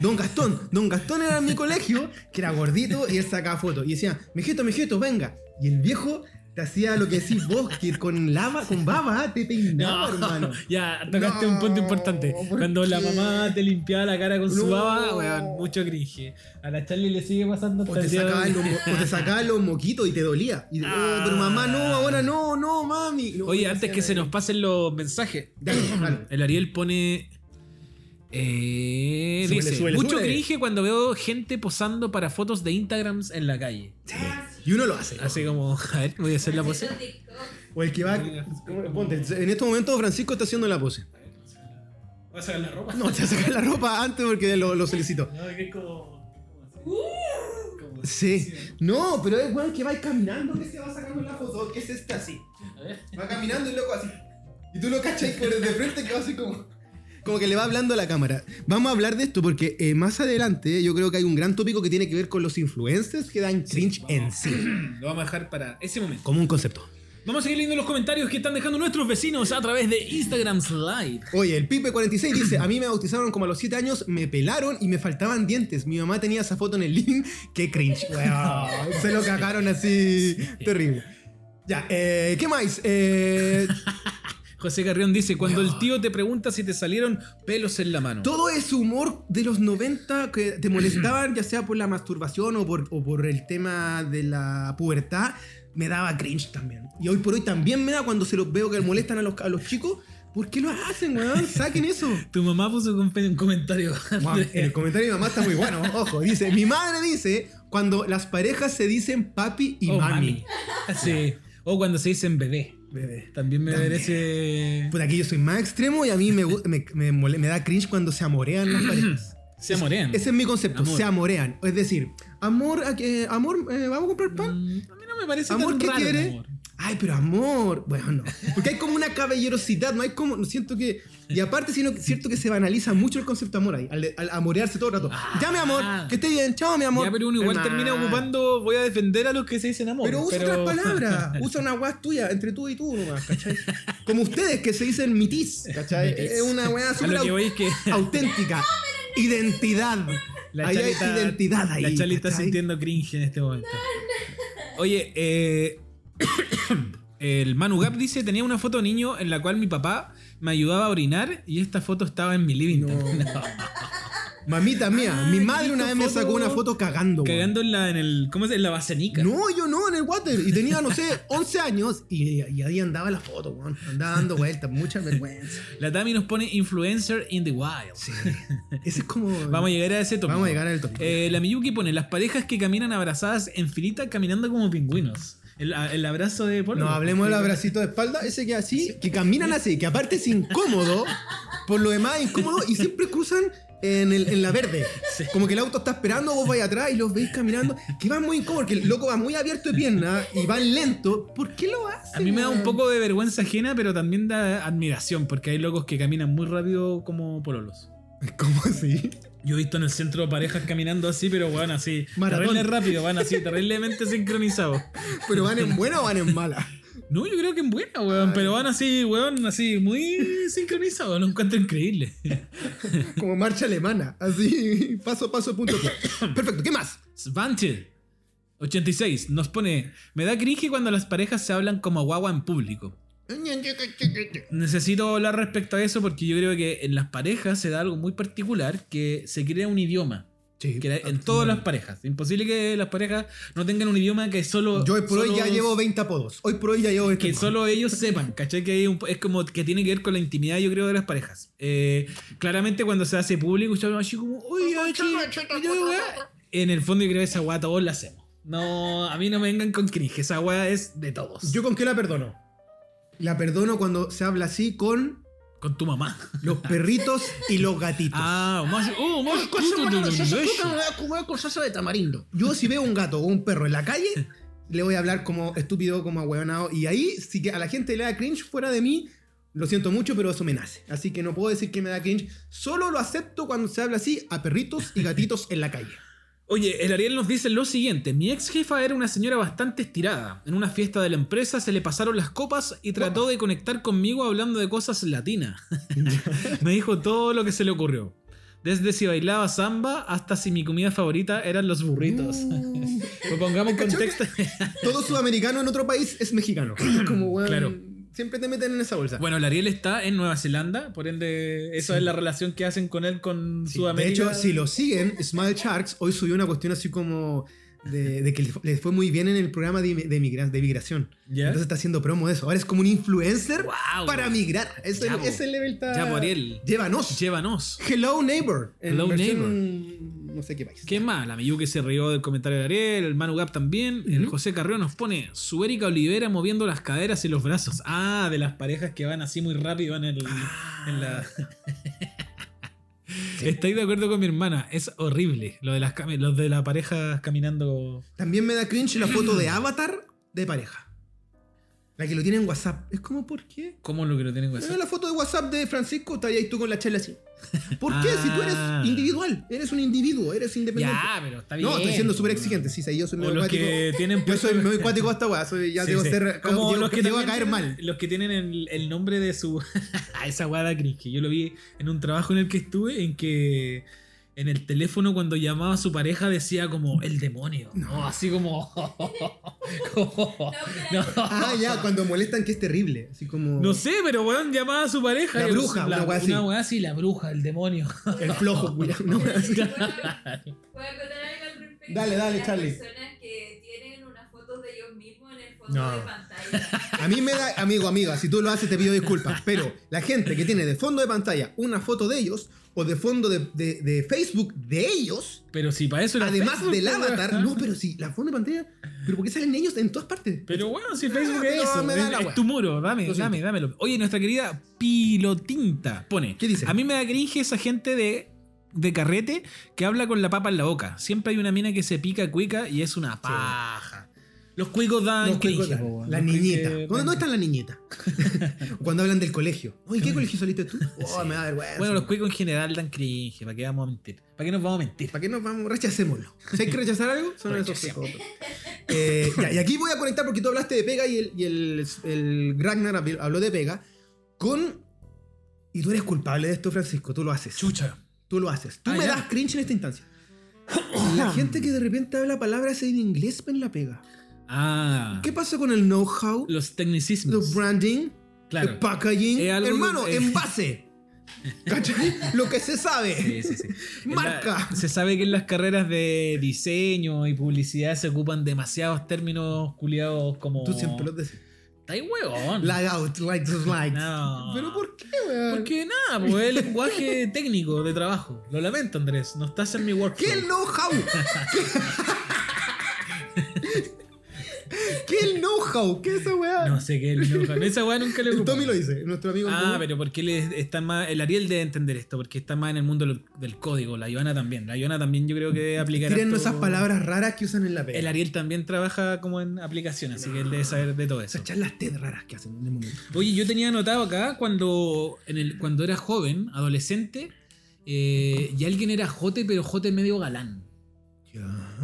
Speaker 1: Don Gastón, Don Gastón era en mi colegio, que era gordito y él sacaba fotos. Y decía, mijito, mijito, venga. Y el viejo te hacía lo que decís vos, que con lava, con baba te peinaba, hermano.
Speaker 2: <laughs> ya tocaste
Speaker 1: No,
Speaker 2: un punto importante.
Speaker 1: ¿por
Speaker 2: Cuando la
Speaker 1: qué?
Speaker 2: mamá te limpiaba la cara con su
Speaker 1: No.
Speaker 2: baba, weón, mucho cringe. A la Charlie le sigue pasando
Speaker 1: O
Speaker 2: hasta
Speaker 1: te,
Speaker 2: el día de
Speaker 1: sacaba
Speaker 2: hoy.
Speaker 1: los, mo- o te sacaba los moquitos y te dolía. Y, oh, pero mamá, no, ahora no, no, mami. No,
Speaker 2: Ah. Oye,
Speaker 1: no
Speaker 2: antes
Speaker 1: hacía
Speaker 2: que se
Speaker 1: nada.
Speaker 2: nos pasen los mensajes,
Speaker 1: Dale, dale.
Speaker 2: el Ariel pone. eh,
Speaker 1: Súbele,
Speaker 2: dice,
Speaker 1: súbele,
Speaker 2: mucho
Speaker 1: súbele".
Speaker 2: cringe cuando veo gente posando para fotos de Instagrams en la calle.
Speaker 1: Y uno lo hace.
Speaker 2: Así como, <laughs> a ver, voy a hacer la pose.
Speaker 1: O el que va. Ponte, en estos momentos Francisco está haciendo la pose.
Speaker 2: Voy a sacar la ropa.
Speaker 1: No, te sacar la ropa antes porque lo, lo solicito.
Speaker 2: que es como.
Speaker 1: Sí. No, pero es weón que va caminando que se va sacando la foto, que es esta así. Va caminando y loco así. Y tú lo cachas por de frente que va así como. Como que le va hablando a la cámara. Vamos a hablar de esto porque eh, más adelante yo creo que hay un gran tópico que tiene que ver con los influencers que dan cringe en sí.
Speaker 2: Lo vamos a dejar para ese momento.
Speaker 1: Como un concepto.
Speaker 2: Vamos a seguir leyendo los comentarios que están dejando nuestros vecinos a través de Instagram Live.
Speaker 1: Oye, el Pipe46 dice: A mí me bautizaron como a los 7 años, me pelaron y me faltaban dientes. Mi mamá tenía esa foto en el link. Qué cringe. Weón, se lo cagaron así. Terrible. Ya, eh, ¿qué más? Eh,
Speaker 2: José Carrión dice, cuando el tío te pregunta si te salieron pelos en la mano.
Speaker 1: todo ese humor de los 90 que te molestaban, ya sea por la masturbación o por, o por el tema de la pubertad, me daba cringe también. Y hoy por hoy también me da cuando se los veo que molestan a los, a los chicos. ¿Por qué lo hacen, weón? Saquen eso.
Speaker 2: Tu mamá puso un un comentario.
Speaker 1: Wow,
Speaker 2: <laughs>
Speaker 1: el comentario de mi mamá está muy bueno, ojo. Dice, mi madre dice cuando las parejas se dicen papi y
Speaker 2: Oh,
Speaker 1: mami.
Speaker 2: Sí. O cuando se dicen bebé.
Speaker 1: Bebé.
Speaker 2: También me
Speaker 1: También.
Speaker 2: merece...
Speaker 1: Pues aquí yo soy más extremo y a mí me, gu- me, me mole- me da cringe cuando se amorean las parejas.
Speaker 2: Se amorean.
Speaker 1: Ese es mi concepto,
Speaker 2: Amor.
Speaker 1: se amorean. Es decir, amor, a que- amor eh, ¿vamos a comprar pan?
Speaker 2: Mm, A mí no me me parece
Speaker 1: Amor,
Speaker 2: tan
Speaker 1: ¿qué
Speaker 2: raro,
Speaker 1: quiere?
Speaker 2: amor.
Speaker 1: Ay, pero amor. Bueno, no. Porque hay como una caballerosidad, no hay como. Siento que. Y aparte, sino, siento que se banaliza mucho el concepto de amor ahí, al, al amorearse todo el rato. ya, mi amor,
Speaker 2: Ah.
Speaker 1: que esté bien. Chao, mi amor.
Speaker 2: Ya, pero uno igual
Speaker 1: Hermano.
Speaker 2: termina ocupando. Voy a defender a los que se dicen amor.
Speaker 1: Pero usa
Speaker 2: <laughs>
Speaker 1: otras palabras. Usa una weá tuya, entre tú y tú nomás, ¿cachai? Como ustedes que se dicen mitis, ¿cachai?
Speaker 2: Mitis.
Speaker 1: Es una
Speaker 2: <laughs>
Speaker 1: weá
Speaker 2: A
Speaker 1: súper
Speaker 2: lo que voy es que.
Speaker 1: au- <laughs> auténtica. Identidad.
Speaker 2: La
Speaker 1: ahí
Speaker 2: Charlie
Speaker 1: hay
Speaker 2: está-
Speaker 1: identidad ahí.
Speaker 2: La Charlie está
Speaker 1: ¿cachai?
Speaker 2: sintiendo cringe en este momento. Oye, eh, <coughs> el Manu Gap dice: Tenía una foto niño en la cual mi papá me ayudaba a orinar y esta foto estaba en mi living.
Speaker 1: No.
Speaker 2: <laughs> No.
Speaker 1: Mamita mía, mi
Speaker 2: Ay,
Speaker 1: madre una vez
Speaker 2: listo,
Speaker 1: me
Speaker 2: foto.
Speaker 1: sacó una foto cagando. weón.
Speaker 2: Cagando en la, en el, ¿cómo se En la basenica.
Speaker 1: No, yo no, en el water. Y tenía, no sé, <laughs> 11 años y, y ahí andaba la foto, weón. Andaba dando vueltas, mucha vergüenza.
Speaker 2: La Tami nos pone influencer in the wild.
Speaker 1: Ese es como.
Speaker 2: <laughs> Vamos a llegar a ese tópico.
Speaker 1: Vamos a llegar al tópico.
Speaker 2: Eh, la Miyuki pone las parejas que caminan abrazadas en filita caminando como pingüinos. El, el abrazo de Polo.
Speaker 1: No, hablemos del abracito de espalda, ese que así, que caminan así, que aparte es incómodo, por lo demás es incómodo y siempre cruzan en, el- en la verde. Como que el auto está esperando, vos vais atrás y los veis caminando, que van muy incómodos, que el loco va muy abierto de pierna y van lento. ¿Por qué lo hacen?
Speaker 2: A mí me da un
Speaker 1: weón?
Speaker 2: poco de vergüenza ajena, pero también da admiración, porque hay locos que caminan muy rápido como pololos.
Speaker 1: ¿Cómo así?
Speaker 2: Yo he visto en el centro parejas caminando así, pero van así,
Speaker 1: Maratón.
Speaker 2: terrible rápido, van así, terriblemente sincronizados.
Speaker 1: ¿Pero van en buena o van en mala?
Speaker 2: No, yo creo que en buena, weón,
Speaker 1: Ay.
Speaker 2: pero van así, weón, así, muy sincronizados, lo encuentro increíble.
Speaker 1: Como marcha alemana, así, paso a paso, punto. Perfecto, ¿qué más?
Speaker 2: Svante 86 nos pone, me da cringe cuando las parejas se hablan como guagua en público. Necesito hablar respecto a eso porque yo creo que en las parejas se da algo muy particular que se crea un idioma.
Speaker 1: Sí,
Speaker 2: Que en todas las parejas. Imposible que las parejas no tengan un idioma que solo.
Speaker 1: Yo hoy por hoy
Speaker 2: solo-
Speaker 1: ya llevo 20 apodos. Hoy por hoy ya llevo 20
Speaker 2: Que solo ellos sepan, ¿cachai? Que hay un- es como que tiene que ver con la intimidad, yo creo, de las parejas. Eh, claramente cuando se hace público, yo así como, uy, ay, qué- qué weá". En el fondo, yo creo que esa weá todos la hacemos. No, a mí no me vengan con cringe, esa weá es de todos.
Speaker 1: ¿Yo con qué la perdono? La perdono cuando se habla así con
Speaker 2: Con tu mamá. <laughs>
Speaker 1: los perritos y los gatitos.
Speaker 2: Ah, más. Oh, más. puto de los besos.
Speaker 3: con salsa de tamarindo.
Speaker 1: Yo si veo un gato o un perro en la calle, le voy a hablar como estúpido, como ahueonado. Y ahí, si que a la gente le da cringe fuera de mí, lo siento mucho, pero eso me nace. Así que no puedo decir que me da cringe. Solo lo acepto cuando se habla así a perritos y gatitos en la calle.
Speaker 2: Oye, el Ariel nos dice lo siguiente: Mi ex jefa era una señora bastante estirada. En una fiesta de la empresa se le pasaron las copas y trató de conectar conmigo hablando de cosas latinas.
Speaker 1: <laughs>
Speaker 2: Me dijo todo lo que se le ocurrió. Desde si bailaba samba hasta si mi comida favorita eran los burritos.
Speaker 1: Uh.
Speaker 2: Pues pongamos contexto.
Speaker 1: Todo sudamericano en otro país es
Speaker 2: <coughs>
Speaker 1: mexicano. Es como, weón,
Speaker 2: Claro.
Speaker 1: siempre te meten en esa bolsa.
Speaker 2: Bueno, el Ariel está en Nueva Zelanda, por ende, esa es la relación que hacen con él con
Speaker 1: Sí, De
Speaker 2: Sudamérica.
Speaker 1: hecho, si lo siguen, Smile Sharks hoy subió una cuestión así como de, de que les fue muy bien en el programa de, de, migra- de migración.
Speaker 2: ¿Ya?
Speaker 1: Entonces está haciendo promo de eso. Ahora es como un influencer
Speaker 2: Guau,
Speaker 1: para
Speaker 2: güey.
Speaker 1: migrar. Es
Speaker 2: Ya,
Speaker 1: el,
Speaker 2: po.
Speaker 1: ese level está.
Speaker 2: Ya, po, Ariel.
Speaker 1: Llévanos.
Speaker 2: Llévanos.
Speaker 1: Hello Neighbor. en
Speaker 2: Hello
Speaker 1: No sé qué país.
Speaker 2: ¿Qué más? La Miyu que se rió del comentario de Ariel, el Manu Gap también, el José Carrión nos pone su Erika Olivera moviendo las caderas y los brazos. Ah, de las parejas que van así muy rápido en, el, en <laughs> la... Estoy de acuerdo con mi hermana, es horrible lo de las cami- los de las parejas caminando.
Speaker 1: También me da cringe la foto
Speaker 2: <clears throat>
Speaker 1: de Avatar de pareja. La que lo tiene en WhatsApp. Es como, ¿por qué?
Speaker 2: ¿Cómo lo que lo tienen que
Speaker 1: Mira
Speaker 2: hacer?
Speaker 1: la foto de WhatsApp de Francisco, está ahí tú con la chela así. ¿Por qué? Si tú eres
Speaker 2: Ah.
Speaker 1: individual, eres un individuo, eres independiente.
Speaker 2: Ya, pero está bien.
Speaker 1: No, estoy siendo súper exigente. Sí, sí, yo soy
Speaker 2: O
Speaker 1: medio
Speaker 2: los
Speaker 1: acuático.
Speaker 2: que tienen
Speaker 1: Yo soy medio acuático hasta weá. soy- Ya
Speaker 2: Sí,
Speaker 1: debo
Speaker 2: sí.
Speaker 1: ser.
Speaker 2: Como
Speaker 1: llego-
Speaker 2: los que
Speaker 1: llego a
Speaker 2: también
Speaker 1: caer mal.
Speaker 2: <laughs> tienen- Los que tienen el, el nombre de su. <laughs> a esa guada cringe. Yo lo vi en un trabajo en el que estuve, en que en el teléfono cuando llamaba a su pareja decía como el demonio. No, así como. <laughs> como- no.
Speaker 1: Ah, ya, cuando molestan que es terrible. Así como.
Speaker 2: No sé, pero weón llamaba a su pareja.
Speaker 1: La
Speaker 2: y-
Speaker 1: bruja, una weá así.
Speaker 2: Una weá así, la bruja, el demonio. <laughs>
Speaker 1: El flojo, culiao. <laughs> No, así.
Speaker 4: Voy a contar algo al respecto.
Speaker 1: Dale, dale,
Speaker 4: Las
Speaker 1: Charlie.
Speaker 4: personas que tienen unas fotos de ellos mismos en el fondo
Speaker 1: No.
Speaker 4: de pantalla.
Speaker 1: A mí me da, amigo, amiga, si tú lo haces te pido disculpas, pero la gente que tiene de fondo de pantalla una foto de ellos o de fondo de, de- de Facebook de ellos,
Speaker 2: Pero si para eso era
Speaker 1: además
Speaker 2: Facebook,
Speaker 1: del
Speaker 2: weón.
Speaker 1: avatar,
Speaker 2: <laughs>
Speaker 1: no, pero sí, la fondo de pantalla, pero ¿por qué salen ellos en todas partes?
Speaker 2: Pero bueno, si Facebook es
Speaker 1: No,
Speaker 2: eso,
Speaker 1: Ah, me da la
Speaker 2: es,
Speaker 1: wea.
Speaker 2: tu muro, dame,
Speaker 1: Lo siento.
Speaker 2: dame, dámelo. Oye, nuestra querida Pilotinta pone,
Speaker 1: ¿Qué dice?
Speaker 2: A mí me da cringe esa gente de, de Ah. carrete que habla con la papa en la boca. Siempre hay una mina que se pica cuica y es una paja. Los cuicos dan
Speaker 1: Los
Speaker 2: cringe,
Speaker 1: cuicos dan-
Speaker 2: po, weón.
Speaker 1: la
Speaker 2: Los cringe
Speaker 1: niñeta.
Speaker 2: dan-
Speaker 1: ¿Dónde, dónde están las niñetas? <laughs> Cuando hablan del colegio. Oye, ¿qué colegio
Speaker 2: <laughs>
Speaker 1: saliste tú? Oh, me da vergüenza.
Speaker 2: Bueno, los cuicos en general dan cringe, ¿para qué vamos a mentir? ¿Para qué nos vamos a mentir?
Speaker 1: ¿Para qué nos vamos? Rechacémoslo. Si hay que rechazar algo, son esos
Speaker 2: Rechacemos.
Speaker 1: cuicos. Eh, ya, y aquí voy a conectar porque tú hablaste de Pega y el, y el, el Ragnar habil- habló de Pega. Con. Y tú eres culpable de esto, Francisco. Tú lo haces.
Speaker 2: Chucha.
Speaker 1: Tú lo haces. Tú
Speaker 2: Ah,
Speaker 1: me
Speaker 2: ya.
Speaker 1: das cringe en esta instancia.
Speaker 2: <coughs>
Speaker 1: La gente que de repente habla palabras en inglés en la pega.
Speaker 2: Ah.
Speaker 1: ¿Qué pasa con el know-how?
Speaker 2: Los
Speaker 1: El
Speaker 2: tecnicismos.
Speaker 1: branding,
Speaker 2: Claro.
Speaker 1: el packaging.
Speaker 2: Es algo
Speaker 1: Hermano,
Speaker 2: que- <laughs>
Speaker 1: envase. ¿Cachai? Lo que se sabe.
Speaker 2: Sí,
Speaker 1: <laughs>
Speaker 2: sí, sí. En la-
Speaker 1: Marca.
Speaker 2: se sabe que en las carreras de diseño y publicidad se ocupan demasiados términos culiados como.
Speaker 1: Tú siempre lo decís.
Speaker 2: ¡Está ahí, huevón!
Speaker 1: Light out, light to light.
Speaker 2: No.
Speaker 1: ¿Pero por qué, weón?
Speaker 2: Porque nada, pues es
Speaker 1: <laughs>
Speaker 2: lenguaje técnico de trabajo. Lo lamento, Andrés. No estás en mi workshop.
Speaker 1: ¿Qué el know-how?
Speaker 2: <laughs>
Speaker 1: ¿Qué el know-how? ¿Qué es esa weá?
Speaker 2: No sé qué es el know-how. Esa weá nunca le
Speaker 1: <laughs> el
Speaker 2: ocupo.
Speaker 1: Tommy lo dice, nuestro amigo. en
Speaker 2: Ah,
Speaker 1: común.
Speaker 2: pero porque él es- está más. El Ariel debe entender esto, porque está más en el mundo del- del código. La Ivana también. La Ivana también yo creo que debe aplicar.
Speaker 1: Tírennos
Speaker 2: harto-
Speaker 1: esas palabras raras que usan en la pega.
Speaker 2: El Ariel también trabaja como en aplicación, así que él debe saber de todo eso.
Speaker 1: Esas charlas TED raras que hacen en el momento.
Speaker 2: Oye, yo tenía anotado acá cuando, en el, cuando era joven, adolescente, eh, y alguien era jote, pero jote medio galán.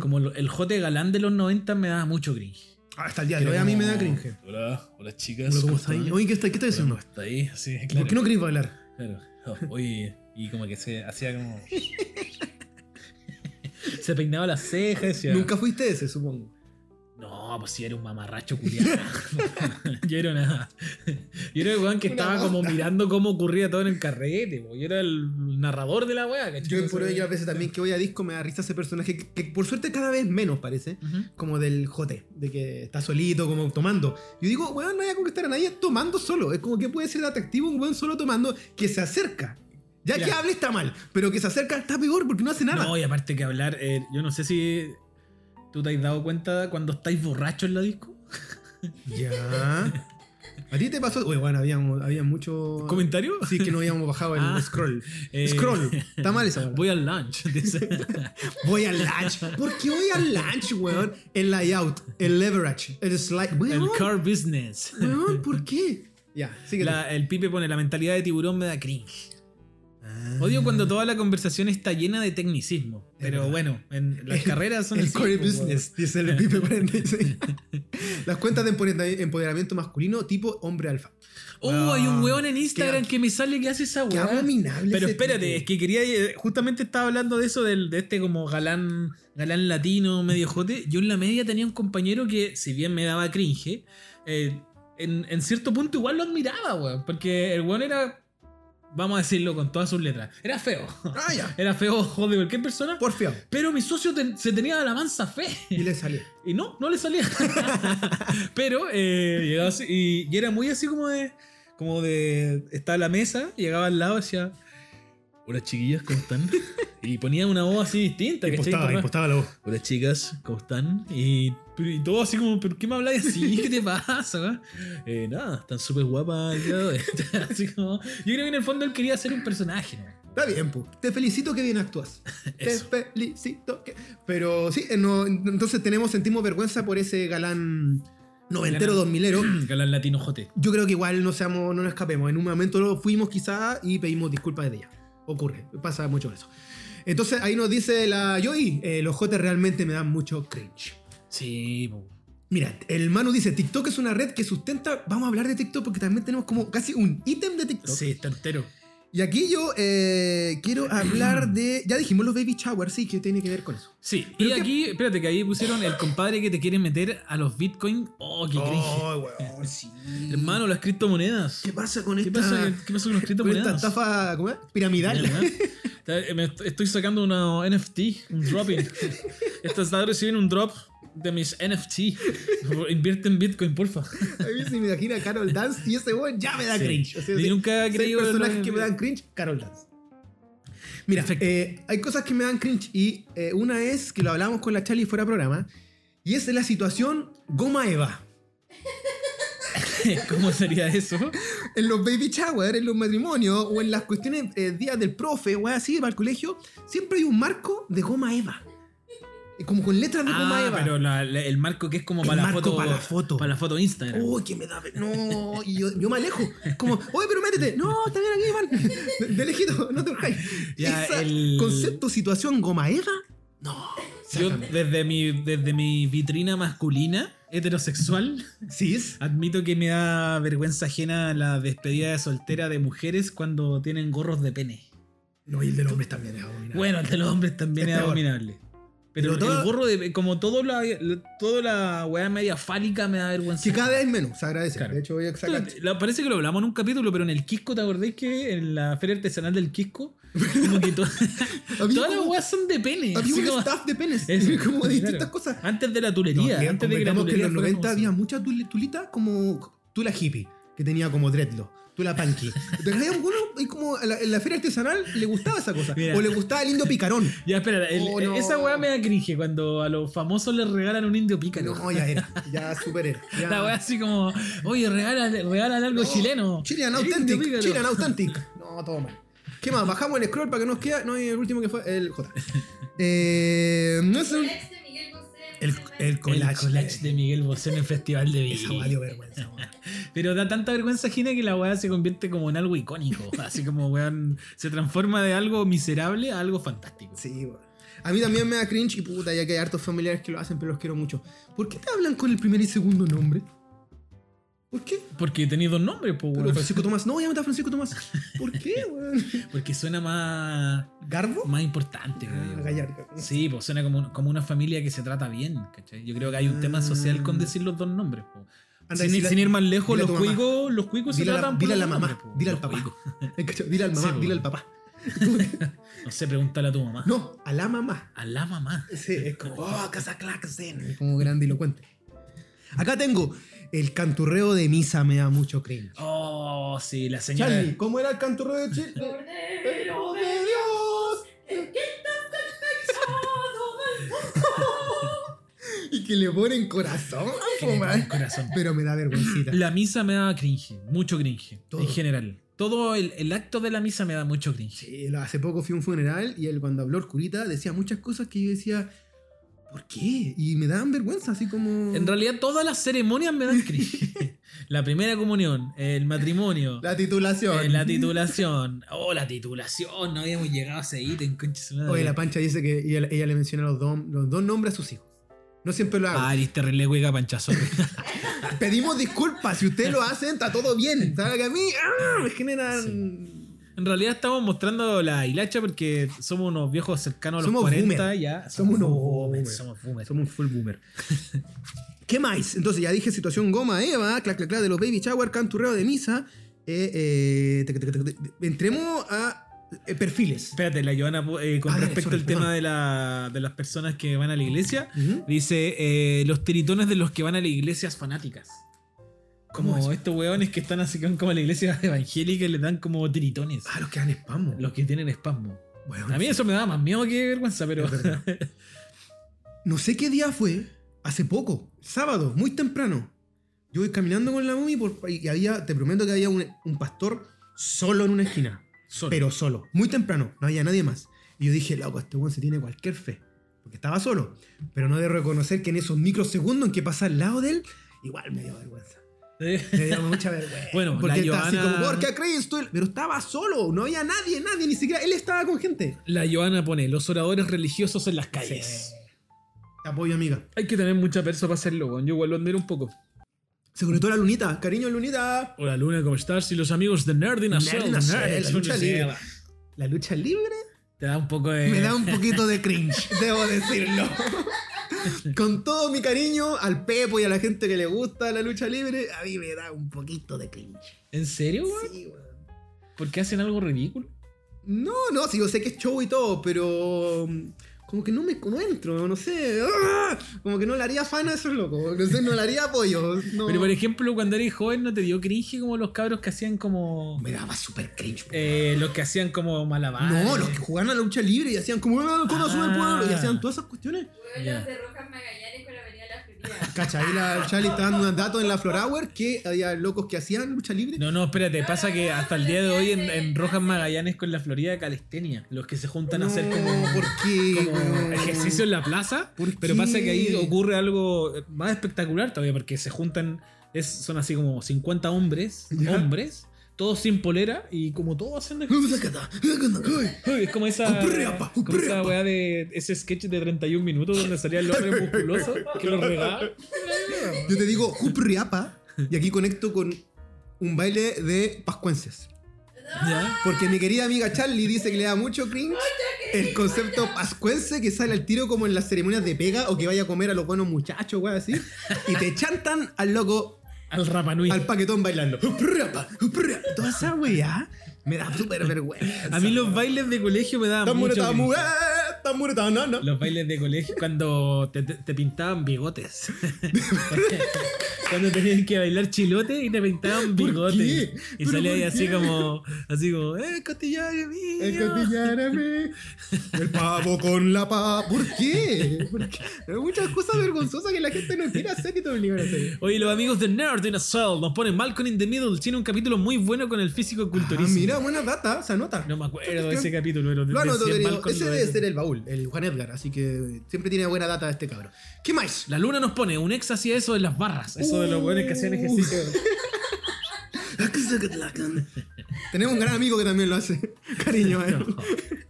Speaker 2: Como lo- el jote galán de los 90 me daba mucho cringe.
Speaker 1: Ah, hasta el día de hoy a mí me da cringe.
Speaker 2: Hola, hola chicas.
Speaker 1: Bueno, ¿cómo está ahí? Oye, ¿qué está, qué está diciendo?
Speaker 2: Está ahí, así,
Speaker 1: ¿Por qué no querés bailar?
Speaker 2: Claro. Oh, oye, y como que se hacía
Speaker 1: <laughs>
Speaker 2: como. se peinaba las cejas. decía,
Speaker 1: Nunca fuiste ese, supongo.
Speaker 2: No, pues si era un mamarracho culiado. <laughs> yo era una. Yo era el weón que
Speaker 1: Una
Speaker 2: estaba como
Speaker 1: bosta.
Speaker 2: mirando cómo ocurría todo en el carrete, po. Yo era el narrador de la weá, ¿cachai?
Speaker 1: Yo por
Speaker 2: Entonces-
Speaker 1: ello a veces también que voy a disco me da risa ese personaje que, que por suerte cada vez menos parece.
Speaker 2: Ujú.
Speaker 1: Como del jote, de que está solito, como tomando. Yo digo, weón, no hay a conquistar a nadie tomando solo. Es como que puede ser atractivo un weón solo tomando que se acerca. Ya que
Speaker 2: Mira.
Speaker 1: hable está mal, pero que se acerca está peor porque no hace nada.
Speaker 2: No, y aparte que hablar, eh, yo no sé si tú te has dado cuenta cuando estáis borrachos en la disco.
Speaker 1: Ya. ¿A ti te pasó? Uy, bueno, había, había mucho.
Speaker 2: ¿Comentario?
Speaker 1: Sí, que no habíamos bajado el
Speaker 2: <laughs> Ah.
Speaker 1: scroll.
Speaker 2: Eh,
Speaker 1: Scroll. Está mal esa
Speaker 2: <laughs>
Speaker 1: palabra.
Speaker 2: Voy al lunch.
Speaker 1: <laughs>
Speaker 2: dice.
Speaker 1: Voy al lunch. ¿Por qué voy al lunch, weón? El layout, el leverage, el slide.
Speaker 2: el
Speaker 1: Weón,
Speaker 2: car business.
Speaker 1: <laughs> weón, ¿por qué? Ya, sigue.
Speaker 2: Ah, La- el pipe pone la mentalidad de tiburón me da cringe.
Speaker 1: Ah,
Speaker 2: Odio cuando toda la conversación está llena de tecnicismo. Pero
Speaker 1: Mm. verdad.
Speaker 2: bueno, en las
Speaker 1: El-
Speaker 2: carreras son
Speaker 1: <laughs> el
Speaker 2: así,
Speaker 1: core
Speaker 2: po, weón. <laughs>
Speaker 1: business, dice el Pipe 46. Las cuentas de empoderami- empoderamiento masculino tipo hombre alfa.
Speaker 2: Oh,
Speaker 1: Weón,
Speaker 2: hay un weón en
Speaker 1: qué-
Speaker 2: Instagram que me sale que hace esa
Speaker 1: Qué
Speaker 2: weá.
Speaker 1: abominable.
Speaker 2: Pero
Speaker 1: ese
Speaker 2: espérate,
Speaker 1: tipo.
Speaker 2: es que quería. eh, Justamente estaba hablando de eso, del, de este como galán, galán latino, medio jote. Yo en la media tenía un compañero que, si bien me daba cringe, eh, en, en cierto punto igual lo admiraba, weón. Porque el weón era. Vamos a decirlo con todas sus letras. Era feo. <laughs>
Speaker 1: Ah, ya.
Speaker 2: Era feo ojo de cualquier persona.
Speaker 1: Porfiado.
Speaker 2: Pero mi socio ten- se tenía la mansa fe.
Speaker 1: Y
Speaker 2: <laughs>
Speaker 1: le salió.
Speaker 2: Y no, no le salía. <laughs> Pero eh, llegaba así, y, y era muy así como de. Como de. Estaba en la mesa, llegaba al lado, decía. Hola chiquillas, ¿cómo están? Y ponía una voz así distinta, ¿cachai? Por más-
Speaker 1: la voz.
Speaker 2: Hola chicas, ¿cómo están? Y, pero- y todo así como, ¿pero qué me habláis así? ¿Qué te pasa? weón? Eh, nada, están súper guapas. el día de hoy. <laughs> Así como- yo creo que en el fondo él quería ser un personaje, ¿no? <clears throat>
Speaker 1: Está bien, pu. Te felicito que
Speaker 2: <laughs>
Speaker 1: bien actúas. Te
Speaker 2: Eso.
Speaker 1: felicito que. Pero sí, eh, no, entonces tenemos, sentimos vergüenza por ese galán noventero,
Speaker 2: Galán.
Speaker 1: dos milero.
Speaker 2: Galán latino jote.
Speaker 1: Yo creo que igual no seamos, no nos escapemos. En un momento lo fuimos quizá y pedimos disculpas desde ya. Ocurre, pasa mucho eso. Entonces ahí nos dice la Joy, eh, los jotes realmente me dan mucho cringe.
Speaker 2: Sí, po.
Speaker 1: Mira, el Manu dice, TikTok es una red que sustenta, vamos a hablar de TikTok porque también tenemos como casi un ítem de TikTok.
Speaker 2: sí, está entero.
Speaker 1: Y aquí yo eh,
Speaker 2: <clears throat>
Speaker 1: quiero hablar de. Ya dijimos los baby showers, sí, que tiene que ver con eso.
Speaker 2: Sí,
Speaker 1: Pero
Speaker 2: y
Speaker 1: qué-
Speaker 2: aquí, espérate, que ahí pusieron el compadre que te quiere meter a los bitcoins. Oh, qué cringe.
Speaker 1: weón, sí.
Speaker 2: Hermano, las criptomonedas.
Speaker 1: ¿Qué
Speaker 2: ¿Qué,
Speaker 1: pasa con esta,
Speaker 2: pasa, ¿Qué pasa con las
Speaker 1: con esta
Speaker 2: criptomonedas?
Speaker 1: estafa ¿cómo es? piramidal?
Speaker 2: Está- eh, me est- estoy sacando una NFT, un
Speaker 1: <laughs>
Speaker 2: dropping. Esta está recibiendo un drop de mis NFT. Invierte en bitcoin, porfa.
Speaker 1: A mí se me imagina a Carol Dance y ese weón ya me da
Speaker 2: Sí.
Speaker 1: cringe. O sea,
Speaker 2: Yo
Speaker 1: sí,
Speaker 2: nunca he
Speaker 1: seis
Speaker 2: creído en
Speaker 1: personajes
Speaker 2: la-
Speaker 1: que me dan cringe, Carol Dance. Mira,
Speaker 2: Perfecto.
Speaker 1: eh, hay cosas que me dan cringe y eh, una es que lo hablamos con la Charlie fuera de programa y es la situación goma Eva.
Speaker 2: <laughs> ¿Cómo sería eso?
Speaker 1: En los baby shower, en los matrimonios o en las cuestiones eh, días del profe o así para el colegio, siempre hay un marco de goma Eva. Como con letras de Puma
Speaker 2: Ah,
Speaker 1: Eva.
Speaker 2: pero la- la- el marco que es como
Speaker 1: El
Speaker 2: para la,
Speaker 1: marco
Speaker 2: foto,
Speaker 1: para la foto.
Speaker 2: Para la foto Instagram.
Speaker 1: Uy, que me da. ver- No, y yo, yo me alejo. Como, oye, pero métete. No, está bien aquí, man. De, de lejito, no te urjáis.
Speaker 2: Ya,
Speaker 1: Esa
Speaker 2: el-
Speaker 1: Concepto, situación, goma Eva. No.
Speaker 2: Yo
Speaker 1: sácame.
Speaker 2: desde mi, desde mi vitrina masculina, heterosexual, <laughs>
Speaker 1: Cis.
Speaker 2: admito que me da vergüenza ajena la despedida de soltera de mujeres cuando tienen gorros de pene.
Speaker 1: No, y el de los hombres también es abominable.
Speaker 2: Bueno, el de los hombres también
Speaker 1: Este Es
Speaker 2: es,
Speaker 1: peor.
Speaker 2: abominable. Pero,
Speaker 1: Pero
Speaker 2: el-
Speaker 1: todo-
Speaker 2: el gorro de como todo la, toda la weá media fálica me da vergüenza.
Speaker 1: Que cada vez menos, se agradece.
Speaker 2: Claro.
Speaker 1: De hecho, voy a sacar.
Speaker 2: Esto, la- parece que lo hablamos en un capítulo, pero en el Quisco, ¿te acordáis que en la feria artesanal del Quisco? Como que to-
Speaker 1: <laughs> Había
Speaker 2: todas las
Speaker 1: como-
Speaker 2: weas son de pene.
Speaker 1: Había
Speaker 2: así
Speaker 1: un
Speaker 2: como-
Speaker 1: staff de penes. <laughs>
Speaker 2: Eso,
Speaker 1: como de distintas
Speaker 2: claro.
Speaker 1: cosas.
Speaker 2: Antes de la
Speaker 1: No,
Speaker 2: tulería.
Speaker 1: que
Speaker 2: antes de que la
Speaker 1: convengamos que en
Speaker 2: tulería
Speaker 1: los
Speaker 2: fuera
Speaker 1: 90
Speaker 2: famosa.
Speaker 1: había mucha tul- tulita como tula hippie, que tenía como dreadlock,
Speaker 2: <laughs>
Speaker 1: tula punky. Entonces había alguno y como a la- en la feria artesanal le gustaba esa cosa.
Speaker 2: Mira.
Speaker 1: O le gustaba el indio
Speaker 2: <laughs>
Speaker 1: picarón.
Speaker 2: Ya, espera, el- eh,
Speaker 1: Oh, no.
Speaker 2: esa weá me da cringe cuando a los famosos les regalan un indio pícaro.
Speaker 1: No, ya era, ya super era. ya.
Speaker 2: La weá así como, oye, regala, regala algo
Speaker 1: No,
Speaker 2: chileno.
Speaker 1: Chilean
Speaker 2: <laughs> El indio
Speaker 1: Authentic,
Speaker 2: pícaro.
Speaker 1: Chilean Authentic. No, todo mal. ¿Qué más? Bajamos el scroll para que nos quede. No, y el último que fue el J. Eh, no es un-
Speaker 4: Collage de Miguel Bosé,
Speaker 1: el, el collage.
Speaker 2: El collage de Miguel Bosé en el Festival de
Speaker 1: Esa
Speaker 2: Villa.
Speaker 1: weá dio vergüenza. weón.
Speaker 2: Pero da tanta vergüenza ajena que la weá se convierte como en algo
Speaker 1: <laughs>
Speaker 2: icónico. Así como weón se transforma de algo miserable a algo fantástico.
Speaker 1: Sí, weón. A mí también me da cringe y puta, ya que hay hartos familiares que lo hacen, pero los quiero mucho. ¿Por qué te hablan con el primer y segundo nombre? ¿Por qué?
Speaker 2: Porque tenéis dos nombres, pues
Speaker 1: Pero Francisco Tomás. No, llámate a Francisco Tomás. ¿Por qué, weón?
Speaker 2: Porque suena más,
Speaker 1: ¿Garbo?
Speaker 2: más importante,
Speaker 1: Ah,
Speaker 2: weón.
Speaker 1: Gallardo.
Speaker 2: Sí, pues suena como, como una familia que se trata bien, ¿cachai? Yo creo que hay un
Speaker 1: Ah.
Speaker 2: tema social con decir los dos nombres, po.
Speaker 1: Anda,
Speaker 2: Sin, ir-
Speaker 1: dile-
Speaker 2: sin ir más lejos,
Speaker 1: dile
Speaker 2: los
Speaker 1: a tu mamá.
Speaker 2: cuicos, los cuicos se
Speaker 1: Dile a la-
Speaker 2: tratan por
Speaker 1: dile a
Speaker 2: los
Speaker 1: la mamá,
Speaker 2: nombres, po.
Speaker 1: dile al
Speaker 2: Los
Speaker 1: papá.
Speaker 2: cuicos.
Speaker 1: Cacho, <laughs> Dile al mamá,
Speaker 2: Sí,
Speaker 1: dile
Speaker 2: weón.
Speaker 1: al papá.
Speaker 2: No sé, pregúntale a tu mamá.
Speaker 1: No, a la mamá.
Speaker 2: A la mamá.
Speaker 1: Sí, es como, oh, casa Claxen. Es como grandilocuente. Acá tengo el canturreo de misa, me da mucho cringe.
Speaker 2: Oh, sí, la señora.
Speaker 1: Charlie, ¿cómo era el canturreo de Chile?
Speaker 4: Cordero
Speaker 1: de Dios!
Speaker 4: el que estás cansado del
Speaker 1: <laughs> Y que le ponen corazón.
Speaker 2: que le
Speaker 1: po,
Speaker 2: pone
Speaker 1: man.
Speaker 2: el corazón.
Speaker 1: Pero me
Speaker 2: <clears throat>
Speaker 1: da vergüencita.
Speaker 2: La misa me da cringe, mucho cringe,
Speaker 1: Todo.
Speaker 2: en general. Todo el, el acto de la misa me da mucho cringe.
Speaker 1: Sí, lo- hace poco fui a un funeral y él cuando habló el curita decía muchas cosas que yo decía, ¿por qué? Y me daban vergüenza, así como...
Speaker 2: En realidad todas las ceremonias me dan
Speaker 1: <laughs>
Speaker 2: cringe. la primera comunión, el matrimonio,
Speaker 1: La titulación.
Speaker 2: eh, la titulación. Oh, la titulación, no habíamos llegado a ese ítem, concha su madre.
Speaker 1: Oye, la pancha dice que ella, ella le menciona los, dos los dos nombres a sus hijos. No siempre lo hago.
Speaker 2: Ah, eres terrible hueca panchazote.
Speaker 1: Pedimos disculpas, si ustedes lo hacen, está todo
Speaker 2: <laughs>
Speaker 1: bien. ¿Sabes que a mí ah, me generan...
Speaker 2: en realidad estamos mostrando la hilacha porque somos unos viejos cercanos a los
Speaker 1: Somos
Speaker 2: 40
Speaker 1: boomer.
Speaker 2: ya.
Speaker 1: Somos unos
Speaker 2: boomer,
Speaker 1: boomer.
Speaker 2: Somos boomer.
Speaker 1: Somos un full boomer. ¿Qué más? Entonces ya dije situación goma Eva, clac clac clac de los baby shower, canturreo de misa. Eh, eh, tec, tec, tec, tec. entremos a eh, perfiles.
Speaker 2: Espérate, la Giovanna, eh, con
Speaker 1: Ah, dale,
Speaker 2: respecto
Speaker 1: sorry,
Speaker 2: al tema
Speaker 1: perdón.
Speaker 2: de, la- de las personas que van a la iglesia,
Speaker 1: Ujú.
Speaker 2: dice eh, los tiritones de los que van a las iglesias fanáticas.
Speaker 1: ¿Cómo
Speaker 2: Como
Speaker 1: eso?
Speaker 2: estos hueones que están así que van como a la iglesia <laughs> evangélica y les dan como tiritones.
Speaker 1: Ah, los que dan espasmo.
Speaker 2: Los que tienen espasmo.
Speaker 1: Weón,
Speaker 2: A mí eso me da más miedo que vergüenza, pero.
Speaker 1: Es verdad.
Speaker 2: <laughs>
Speaker 1: No sé qué día fue, hace poco, sábado, muy temprano. Yo voy caminando con la mami por, y había, te prometo que había un, un pastor solo en una esquina.
Speaker 2: Solo.
Speaker 1: Pero solo, muy temprano, no había nadie más. Y yo dije, loco, este weón se tiene cualquier fe. Porque estaba solo. Pero no he de reconocer que en esos microsegundos en que pasa al lado de él, igual me dio vergüenza. Me dio mucha vergüenza.
Speaker 2: Bueno, la
Speaker 1: porque estaba así
Speaker 2: Johanna-
Speaker 1: como, porque a Cristo. él-". Pero estaba solo, no había nadie, nadie, ni siquiera. Él estaba con gente.
Speaker 2: <laughs> La Joana pone los oradores religiosos en las calles.
Speaker 1: Te apoyo, amiga.
Speaker 2: Hay que tener mucha perso para hacerlo, weón. Yo igual lo admiro un poco.
Speaker 1: Se conectó la lunita. Cariño, lunita.
Speaker 2: Hola Luna, ¿cómo estás? Y los amigos de Nerd in a
Speaker 1: Nerd
Speaker 2: Cell,
Speaker 1: in a Cell,
Speaker 2: Nerd in
Speaker 1: la
Speaker 2: a
Speaker 1: lucha
Speaker 2: Cell.
Speaker 1: libre. La lucha libre
Speaker 2: Te da un poco de.
Speaker 1: me da un poquito
Speaker 2: <laughs>
Speaker 1: de cringe, debo decirlo. Con todo mi cariño al Pepo y a la gente que le gusta la lucha libre, a mí me da un poquito de cringe.
Speaker 2: ¿En serio, weón?
Speaker 1: Sí, weón.
Speaker 2: ¿Por qué hacen algo ridículo?
Speaker 1: No, no, sí, yo sé que es show y todo, pero mm, como que no me encuentro, no sé. ¡Ah! Como que no le haría fan a esos locos, no sé, no le haría apoyo. no.
Speaker 2: Pero por ejemplo, cuando eres joven no te dio cringe como los cabros que hacían como.
Speaker 1: me daba súper cringe. po.
Speaker 2: eh, los que hacían como malabares.
Speaker 1: no, los que jugaban a la lucha libre y
Speaker 2: Ah.
Speaker 1: hacían como, ¡Ah, ¿cómo sube el pueblo? Y hacían todas esas cuestiones.
Speaker 4: pueblo
Speaker 2: Ya.
Speaker 4: de Rojas Magallanes con la avenida La Florida.
Speaker 1: Cacha, ahí la Charlie está dando un dato en la Floor Hour que había locos que hacían lucha libre.
Speaker 2: No, no, espérate, pasa que hasta el día de hoy en, en Rojas Magallanes con la Florida Calistenia, los que se juntan a hacer como,
Speaker 1: ¿por qué?
Speaker 2: como <laughs>
Speaker 1: weón?
Speaker 2: ejercicio en la plaza,
Speaker 1: ¿Por
Speaker 2: pero
Speaker 1: qué?
Speaker 2: pasa que ahí ocurre algo eh, más espectacular todavía, porque se juntan, es, son así como 50 hombres,
Speaker 1: Ya.
Speaker 2: hombres, todos sin polera y como todos hacen...
Speaker 1: Sácata, sácata, uy.
Speaker 2: Uy, <laughs> Es como esa,
Speaker 1: Cupreapa,
Speaker 2: como esa
Speaker 1: cupreapa.
Speaker 2: weá de ese sketch de 31 minutos donde salía el
Speaker 1: <laughs>
Speaker 2: hombre musculoso que lo regaba.
Speaker 1: Yo te digo Jupriapa y aquí conecto con un baile de pascuenses.
Speaker 2: Ya.
Speaker 1: Porque mi querida amiga Charlie dice que le da mucho cringe el concepto pascuense que sale al tiro como en las ceremonias de pega o que vaya a comer a los buenos muchachos, weón, así. Y te chantan al loco,
Speaker 2: Al Rapanui.
Speaker 1: al paquetón bailando. Jupriapa, jupriapa. Toda esa weá me da súper vergüenza.
Speaker 2: A mí los bailes de colegio me daban
Speaker 1: Tambure,
Speaker 2: mucho cringe.
Speaker 1: tambure, tambure, tanana.
Speaker 2: Los bailes de colegio cuando te, te- te pintaban
Speaker 1: <laughs>
Speaker 2: bigotes. cuando tenías que bailar chilote y te pintaban
Speaker 1: ¿Por
Speaker 2: bigotes.
Speaker 1: qué?
Speaker 2: Y
Speaker 1: ¿Pero
Speaker 2: salía
Speaker 1: por
Speaker 2: ahí así
Speaker 1: qué?
Speaker 2: como, así como, ¡eh, cotillario mío!
Speaker 1: El costillar a mí. El pavo con la pava. ¿Por qué? ¿Por qué? Hay muchas cosas vergonzosas que la gente no quiere hacer y te obligan a hacer.
Speaker 2: Oye, los amigos de Nerd in a Cell nos ponen Malcolm in the Middle. Tiene un capítulo muy bueno con el físico
Speaker 1: Ah,
Speaker 2: culturista.
Speaker 1: mira, buena data, se anota.
Speaker 2: No me acuerdo de ese capítulo. Pero
Speaker 1: Lo anoto,
Speaker 2: decía
Speaker 1: querido.
Speaker 2: Malcolm
Speaker 1: Ese
Speaker 2: lo
Speaker 1: debe
Speaker 2: era.
Speaker 1: ser el baúl, el Juan Edgar, así que siempre tiene buena data este cabrón. ¿Qué más?
Speaker 2: La luna nos pone, un ex hacía eso de las barras. Eso de los
Speaker 1: Uh.
Speaker 2: buenos que hacían ejercicio.
Speaker 1: Tenemos un gran amigo que también lo hace. <laughs> Cariño, eh.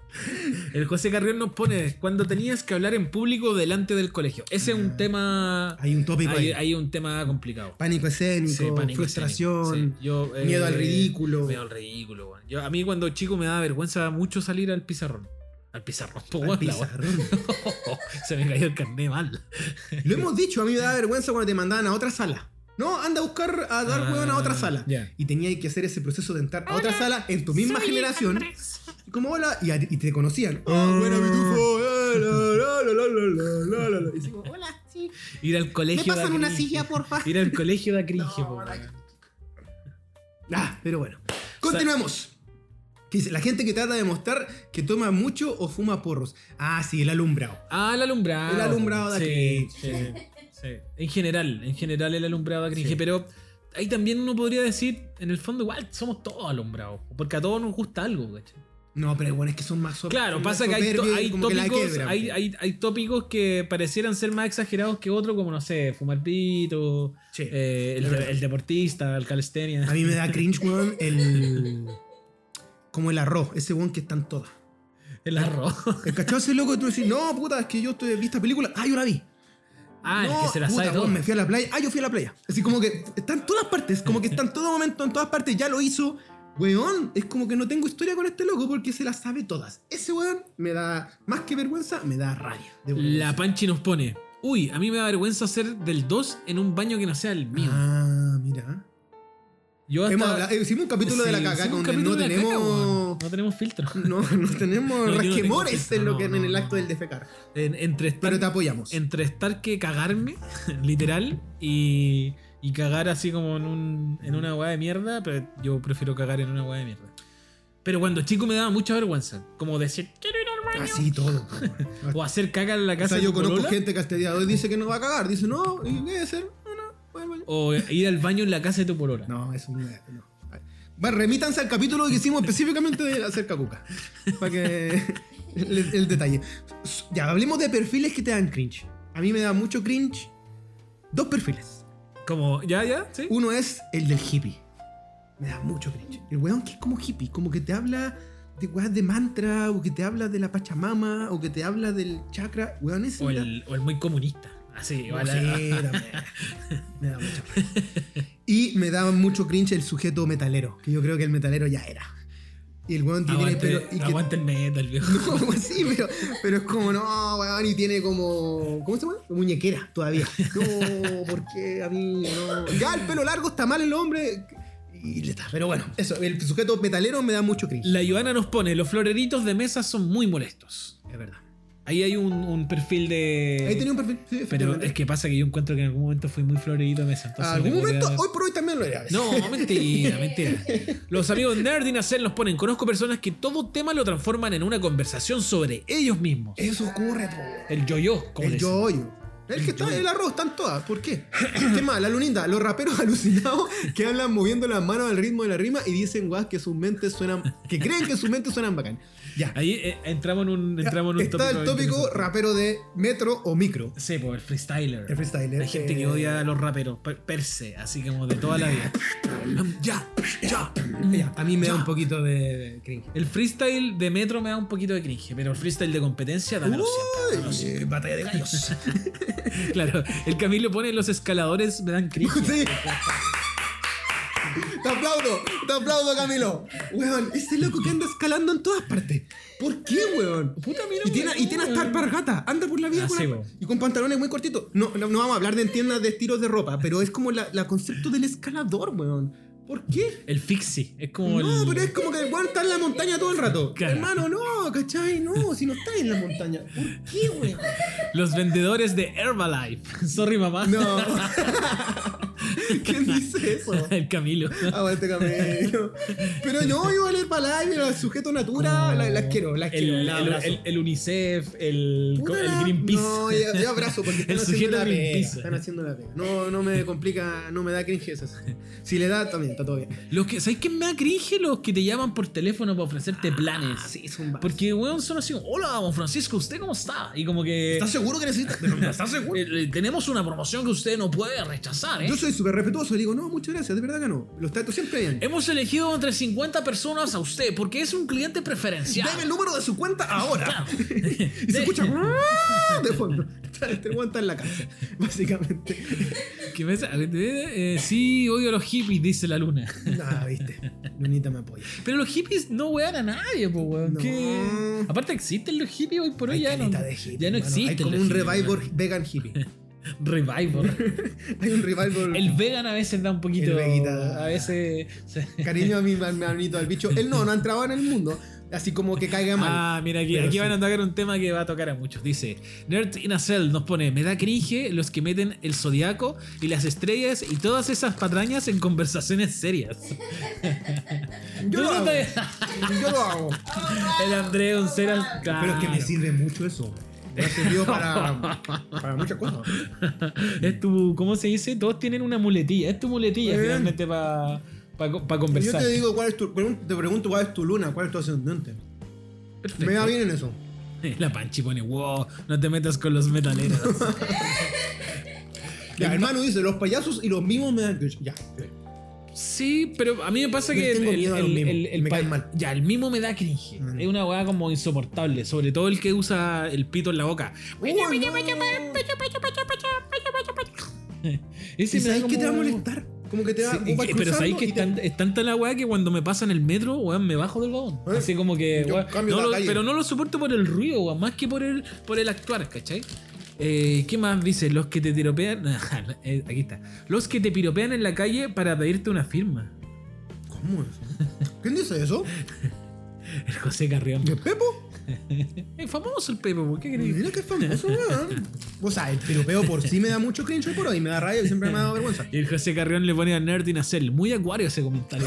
Speaker 2: <laughs> El José Carrión nos pone cuando tenías que hablar en público delante del colegio. Ese es un tema.
Speaker 1: Hay un tópico
Speaker 2: hay,
Speaker 1: ahí.
Speaker 2: hay un tema complicado.
Speaker 1: Ah. Pánico escénico,
Speaker 2: Sí, pánico
Speaker 1: frustración.
Speaker 2: escénico. Sí, yo, eh,
Speaker 1: miedo al ridículo.
Speaker 2: Miedo al ridículo, weón. Yo, A mí cuando chico me daba vergüenza mucho salir al pizarrón. Al pizarrón, po,
Speaker 1: al
Speaker 2: weón, la weón.
Speaker 1: pizarrón.
Speaker 2: <laughs> Se me cayó el carné mal.
Speaker 1: Lo hemos dicho, a mí me daba vergüenza cuando te mandaban a otra sala. No, anda a buscar a dar
Speaker 2: Ah,
Speaker 1: hueón a otra sala.
Speaker 2: ya.
Speaker 1: Y tenías que hacer ese proceso de entrar a otra sala en tu misma generación. Y como hola, y, a- y te conocían. Ah, buena pitufo. eh, la, la, la, la, la, la, la, la. Y así como,
Speaker 5: Hola, sí.
Speaker 2: Ir al colegio.
Speaker 5: ¿Me
Speaker 2: da
Speaker 5: pasan una
Speaker 2: cringe.
Speaker 5: silla, porfa?
Speaker 2: Ir al colegio da cringe,
Speaker 1: <laughs>
Speaker 2: po, weón.
Speaker 1: Ah, pero bueno. Continuemos. Que dice, la gente que trata de mostrar que toma mucho o fuma porros. Ah, sí, el alumbrado.
Speaker 2: Ah, el alumbrado.
Speaker 1: El alumbrado da
Speaker 2: sí,
Speaker 1: cringe.
Speaker 2: sí, sí. En general, en general el alumbrado da cringe,
Speaker 1: Sí.
Speaker 2: pero ahí también uno podría decir, en el fondo igual somos todos alumbrados, porque a todos nos gusta algo, ¿cachai?
Speaker 1: No, pero bueno, es que son más sor-
Speaker 2: Claro,
Speaker 1: son
Speaker 2: pasa que
Speaker 1: más
Speaker 2: hay, to-
Speaker 1: soberbios y
Speaker 2: hay
Speaker 1: como que la
Speaker 2: tópicos,
Speaker 1: quiebran.
Speaker 2: hay, hay- hay tópicos que parecieran ser más exagerados que otros, como no sé, fumar pito,
Speaker 1: Sí.
Speaker 2: eh, el,
Speaker 1: es
Speaker 2: de-
Speaker 1: verdad.
Speaker 2: el deportista, el
Speaker 1: A
Speaker 2: calistenia.
Speaker 1: mí me da cringe, weón, el. Como el arroz, ese weón que están todas.
Speaker 2: <laughs> el arroz. <laughs>
Speaker 1: El cachado ese loco y tú decís, no, puta, es que yo estoy, vi esta película. Ah, yo la vi.
Speaker 2: Ah,
Speaker 1: no,
Speaker 2: el que se la
Speaker 1: puta,
Speaker 2: sabe todo.
Speaker 1: weón, me fui a la playa. Ah, yo fui a la playa. Así como que está en todas partes, como que está en todo momento, en todas partes, ya lo hizo. Weón, es como que no tengo historia con este loco porque se las sabe todas. Ese weón me da, más que vergüenza, me da rabia. de vergüenza.
Speaker 2: La Panchi nos pone, uy, a mí me da vergüenza hacer del 2 en un baño que no sea el mío.
Speaker 1: Ah, mira.
Speaker 2: Yo hasta-
Speaker 1: Hemos hablado- eh, hicimos un capítulo de la
Speaker 2: Sí,
Speaker 1: caca
Speaker 2: hicimos un
Speaker 1: donde
Speaker 2: capítulo
Speaker 1: no
Speaker 2: de la
Speaker 1: tenemos.
Speaker 2: caca, weón. no tenemos filtro.
Speaker 1: No, no tenemos
Speaker 2: <laughs> No, yo no tengo
Speaker 1: resquemores
Speaker 2: filtro,
Speaker 1: en, lo
Speaker 2: no,
Speaker 1: que, en
Speaker 2: no,
Speaker 1: el
Speaker 2: no.
Speaker 1: acto del defecar.
Speaker 2: <laughs> En- entre, estar,
Speaker 1: Pero te apoyamos.
Speaker 2: entre estar que cagarme, <laughs> literal, y, y cagar así como en, un, en una hueá de mierda, pero yo prefiero cagar en una hueá de mierda. Pero cuando chico me daba mucha vergüenza, como decir, "Quiero ir al baño",
Speaker 1: Así todo.
Speaker 2: <laughs> o hacer caca en la
Speaker 1: Ah. o
Speaker 2: casa
Speaker 1: sea,
Speaker 2: de
Speaker 1: yo
Speaker 2: tu
Speaker 1: conozco
Speaker 2: polola,
Speaker 1: gente que hasta el día de hoy dice que no va a cagar. Dice, no, ¿y qué hacer? No, no, voy al baño.
Speaker 2: o ir al baño en la casa de tu polola.
Speaker 1: No, eso no es. No. Va, remítanse al capítulo que hicimos específicamente de acerca cuca. Para que. El, el detalle. Ya, hablemos de perfiles que te dan cringe. A mí me da mucho cringe dos perfiles.
Speaker 2: Como, ya, ya, sí.
Speaker 1: Uno es el del hippie. Me da mucho cringe. El weón que es como hippie, como que te habla de weas de mantra, o que te habla de la pachamama, o que te habla del chakra. Weón, ese
Speaker 2: O
Speaker 1: me da-
Speaker 2: el, o el muy comunista. Así, ah,
Speaker 1: No,
Speaker 2: o la-
Speaker 1: sí, también.
Speaker 2: <laughs>
Speaker 1: me da mucho cringe. Y me daba mucho cringe el sujeto metalero, que yo creo que el metalero ya era. Y el weón que tiene
Speaker 2: Aguante,
Speaker 1: pero. Y que-
Speaker 2: aguante el metal, viejo.
Speaker 1: <laughs> como así, pero, pero es como, no, weón, y tiene como. ¿Cómo se llama? Muñequera todavía. No, porque a mí no. Ya el pelo largo está mal el hombre. Y le está. Pero bueno, eso, el sujeto metalero me da mucho cringe.
Speaker 2: La Joana nos pone, los floreritos de mesa son muy molestos.
Speaker 1: Es verdad.
Speaker 2: Ahí hay un, un perfil de...
Speaker 1: Ahí tenía un perfil. sí,
Speaker 2: Pero
Speaker 1: efectivamente.
Speaker 2: es que pasa que yo encuentro que en algún momento fui muy floridito de mesa. entonces
Speaker 1: algún
Speaker 2: le podría
Speaker 1: momento,
Speaker 2: dar-
Speaker 1: hoy por hoy también lo era. a veces.
Speaker 2: No, mentira, mentira. Los amigos Nerd y Nacel nos ponen, conozco personas que todo tema lo transforman en una conversación sobre ellos mismos.
Speaker 1: Eso ocurre, po.
Speaker 2: El yo-yo, como
Speaker 1: El
Speaker 2: le dicen.
Speaker 1: yo-yo. El que está, el arroz están todas. ¿Por qué? ¿Qué más? La luninda, los raperos <laughs> alucinados que hablan moviendo las manos al ritmo de la rima y dicen guas que sus mentes suenan. que creen que sus mentes suenan bacán. Ya.
Speaker 2: Ahí eh, entramos en un, entramos en un
Speaker 1: Está el tópico
Speaker 2: interesante.
Speaker 1: rapero de metro o micro.
Speaker 2: Sí, pues el freestyler.
Speaker 1: El freestyler.
Speaker 2: Hay gente que
Speaker 1: eh,
Speaker 2: odia a los raperos, per, per se, así como de toda la vida.
Speaker 1: <laughs> Ya, ya, ya.
Speaker 5: A mí me da
Speaker 2: Ya.
Speaker 5: un poquito de, de cringe.
Speaker 2: El freestyle de metro me da un poquito de cringe, pero el freestyle de competencia da
Speaker 1: Uh.
Speaker 2: lo siempre. dámelo
Speaker 1: Uy, eh, batalla de gallos.
Speaker 2: siempre. Claro, el Camilo pone los escaladores me dan cringe.
Speaker 1: <laughs> Sí. Te aplaudo, te aplaudo, Camilo. Weón, ese loco que anda escalando en todas partes. ¿Por qué, weón?
Speaker 2: Puta, mira,
Speaker 1: Y tiene, y tiene hasta alpargata, anda por la vida
Speaker 2: Ah,
Speaker 1: con
Speaker 2: sí,
Speaker 1: alpa-
Speaker 2: bo.
Speaker 1: y con pantalones muy cortitos. No, no, no vamos a hablar de en tiendas de estilos de ropa, pero es como la, la concepto del escalador, weón. ¿Por qué?
Speaker 2: El fixie, es como
Speaker 1: No,
Speaker 2: el...
Speaker 1: pero es como que el weón está en la montaña todo el rato.
Speaker 2: Claro.
Speaker 1: Hermano, no, ¿cachai? No, si no está en la montaña. ¿Por qué, weón?
Speaker 2: Los vendedores de Herbalife. <laughs> Sorry, mamá.
Speaker 1: No. <laughs> ¿Quién dice eso?
Speaker 2: el Camilo.
Speaker 1: Aguante Camilo. Pero no, iba a leer para live, el sujeto natura, la, las quiero, las
Speaker 2: El,
Speaker 1: quiero.
Speaker 2: Oh, el,
Speaker 1: las abrazo.
Speaker 2: el- el UNICEF, el,
Speaker 1: Puta
Speaker 2: el
Speaker 1: la-
Speaker 2: Greenpeace.
Speaker 1: No, yo, yo abrazo porque están
Speaker 2: El
Speaker 1: haciendo
Speaker 2: sujeto
Speaker 1: la pega.
Speaker 2: Greenpeace.
Speaker 1: Están haciendo la pega. No, no me complica, no me da cringe eso. Si le da, también está todo bien.
Speaker 2: Los que, ¿Sabes qué me da cringe? Los que te llaman por teléfono para
Speaker 1: Ah,
Speaker 2: ofrecerte planes.
Speaker 1: Sí, son va-
Speaker 2: Porque, weón, son así, hola, don Francisco, ¿usted cómo está? Y como que...
Speaker 1: ¿Estás seguro que necesitas? Pero, ¿Estás seguro?
Speaker 2: eh, eh, tenemos una promoción que usted no puede rechazar, ¿eh?
Speaker 1: <laughs> Yo soy súper respetuoso y digo, no, muchas gracias, de verdad que no. Los trato siempre bien.
Speaker 2: Hemos elegido entre 50 personas a usted porque es un cliente preferencial.
Speaker 1: Dame el número de su cuenta ahora.
Speaker 2: <laughs> Ah,
Speaker 1: <laughs>
Speaker 2: Claro.
Speaker 1: Y se escucha "Ah", de fondo. <laughs> Te aguanta en la casa, básicamente.
Speaker 2: ¿Qué me- eh, eh, sí, odio a los hippies, dice la luna.
Speaker 1: Nada, viste. Lunita me apoya.
Speaker 2: Pero los hippies no wean a nadie, po, weón.
Speaker 1: No.
Speaker 2: ¿Qué? Aparte, existen los hippies hoy por hoy
Speaker 1: Hay
Speaker 2: ya no.
Speaker 1: caleta de hippie,
Speaker 2: ya no
Speaker 1: mano.
Speaker 2: existen.
Speaker 1: Hay como
Speaker 2: los
Speaker 1: un
Speaker 2: hippies,
Speaker 1: revival vegan hippie.
Speaker 2: <laughs> weón.
Speaker 1: <laughs>
Speaker 2: Revival.
Speaker 1: Hay un revival.
Speaker 2: El vegan a veces da un
Speaker 1: El
Speaker 2: poquito.
Speaker 1: veguita.
Speaker 2: A veces. <laughs> se-
Speaker 1: Cariño a mi hermanito al bicho. Él no, no entraba en el mundo. Así como que caiga mal.
Speaker 2: Ah, mira, aquí,
Speaker 1: Pero
Speaker 2: aquí
Speaker 1: sí.
Speaker 2: van a tocar un tema que va a tocar a muchos. Dice, Nerd in a Cell nos pone, me da cringe los que meten el zodiaco y las estrellas y todas esas patrañas en conversaciones serias.
Speaker 1: yo,
Speaker 2: Tú
Speaker 1: lo
Speaker 2: no
Speaker 1: hago,
Speaker 2: te-
Speaker 1: yo lo hago.
Speaker 2: el André un ser al-
Speaker 1: Pero es que me
Speaker 2: Claro.
Speaker 1: sirve mucho eso. Me
Speaker 2: <laughs>
Speaker 1: ha servido para, para muchas cosas.
Speaker 2: Es tu, ¿cómo se dice? Todos tienen una muletilla. Es tu muletilla
Speaker 1: Muy bien.
Speaker 2: finalmente para
Speaker 1: Yo
Speaker 2: conversar.
Speaker 1: te digo cuál es tu. pregun- Te pregunto cuál es tu luna, cuál es tu ascendente.
Speaker 2: Perfecto.
Speaker 1: Me va bien en eso.
Speaker 2: <laughs> La Panchi pone, wow, no te metas con los metaleros.
Speaker 1: Ya, hermano dice, los payasos y los mimos me dan. cringe. Ya.
Speaker 2: sí, pero a mí me pasa
Speaker 1: Les
Speaker 2: que
Speaker 1: tengo miedo a los mimos, me
Speaker 2: pa-
Speaker 1: caen mal.
Speaker 2: Ya, el mimo me da cringe.
Speaker 1: Mm.
Speaker 2: Es una weá como insoportable, sobre todo el que usa el pito en la boca.
Speaker 1: Uy,
Speaker 2: <laughs>
Speaker 1: no.
Speaker 2: Ese
Speaker 1: ¿Y
Speaker 2: me da
Speaker 1: sabes que te va a
Speaker 2: como-
Speaker 1: molestar? Como que te va
Speaker 2: Sí,
Speaker 1: a ocupar
Speaker 2: pero sabéis
Speaker 1: cruzarlo
Speaker 2: que
Speaker 1: y
Speaker 2: es,
Speaker 1: te-
Speaker 2: tan, es tanta la weá que cuando me pasa en el metro, weón, me bajo del vagón.
Speaker 1: Eh,
Speaker 2: Así como que,
Speaker 1: yo
Speaker 2: weón,
Speaker 1: cambio
Speaker 2: no
Speaker 1: la
Speaker 2: lo-
Speaker 1: calle.
Speaker 2: pero no lo soporto por el ruido, weón, más que por el, por el actuar, ¿cachai? Eh, ¿Qué más dice? Los que te tiropean. <laughs> eh, aquí está. Los que te piropean en la calle para pedirte una firma.
Speaker 1: ¿Cómo eso? ¿Quién dice eso?
Speaker 2: El José Carrión.
Speaker 1: ¿De Pepo?
Speaker 2: Es famoso el Pepe, ¿por qué crees?
Speaker 1: Mira qué famoso, weón. O sea, el piropeo por sí me da mucho cringe hoy por hoy, me da rabia y siempre me ha dado vergüenza.
Speaker 2: Y el José Carrión le pone a Nerd y Nacel. Muy acuario ese comentario.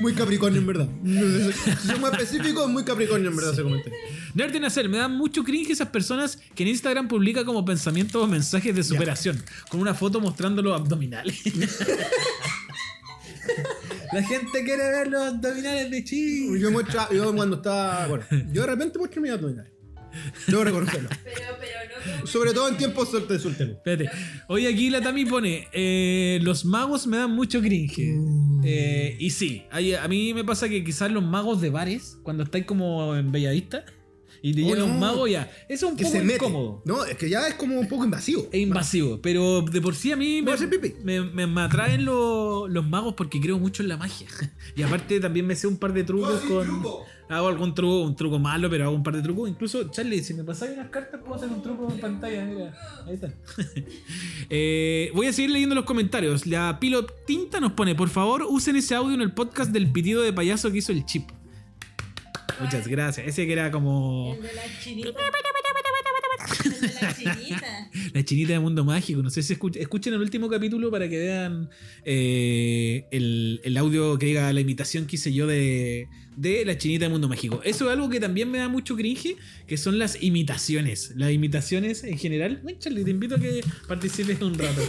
Speaker 1: Muy Capricornio, en verdad. Si soy muy específico, muy Capricornio, en verdad, se comenté.
Speaker 2: Nerd en hacer, me dan mucho cringe esas personas que en Instagram publica como pensamientos o mensajes de superación, con una foto mostrando los
Speaker 1: <laughs>
Speaker 2: abdominales. La gente quiere ver los abdominales de Chi.
Speaker 1: Yo, muestra, yo cuando estaba. Bueno, yo de repente muestro mis abdominales. Debo reconocerlo.
Speaker 4: Pero, pero no como-
Speaker 1: Sobre todo en tiempos suerte de soltero.
Speaker 2: Espérate. Hoy aquí la Tami pone, eh, los magos me dan mucho cringe.
Speaker 1: Mm.
Speaker 2: Eh, y sí, hay- a mí me pasa que quizás los magos de bares, cuando estáis como en Bellavista, y te
Speaker 1: Oh,
Speaker 2: llegan
Speaker 1: no.
Speaker 2: un mago ya, eso es un
Speaker 1: Que
Speaker 2: poco
Speaker 1: se mete.
Speaker 2: incómodo.
Speaker 1: No, es que ya es como un poco invasivo.
Speaker 2: Es invasivo, pero de por sí a mí
Speaker 1: Voy a
Speaker 2: me,
Speaker 1: hacer pipí.
Speaker 2: me, me- me atraen lo- los magos porque creo mucho en la magia. <laughs> Y aparte también me sé un par de trucos con... Hago algún truco, un truco malo, pero hago un par de trucos. Incluso, Charlie, si me pasáis unas cartas, puedo hacer un truco en pantalla. Mira, ahí están. <laughs> Eh, voy a seguir leyendo los comentarios. La Pilo Tinta nos pone, por favor, usen ese audio en el podcast del pitido de payaso que hizo el chip. Muchas gracias. Ese que era como...
Speaker 4: El de la chinita. El de la chinita.
Speaker 2: La chinita de Mundo Mágico. No sé si escuch- escuchen el último capítulo para que vean eh, el, el audio que diga la imitación que hice yo de, de la chinita de Mundo Mágico. Eso es algo que también me da mucho cringe, que son las imitaciones. Las imitaciones en general. Ay, Charlie, te invito a que participes un rato.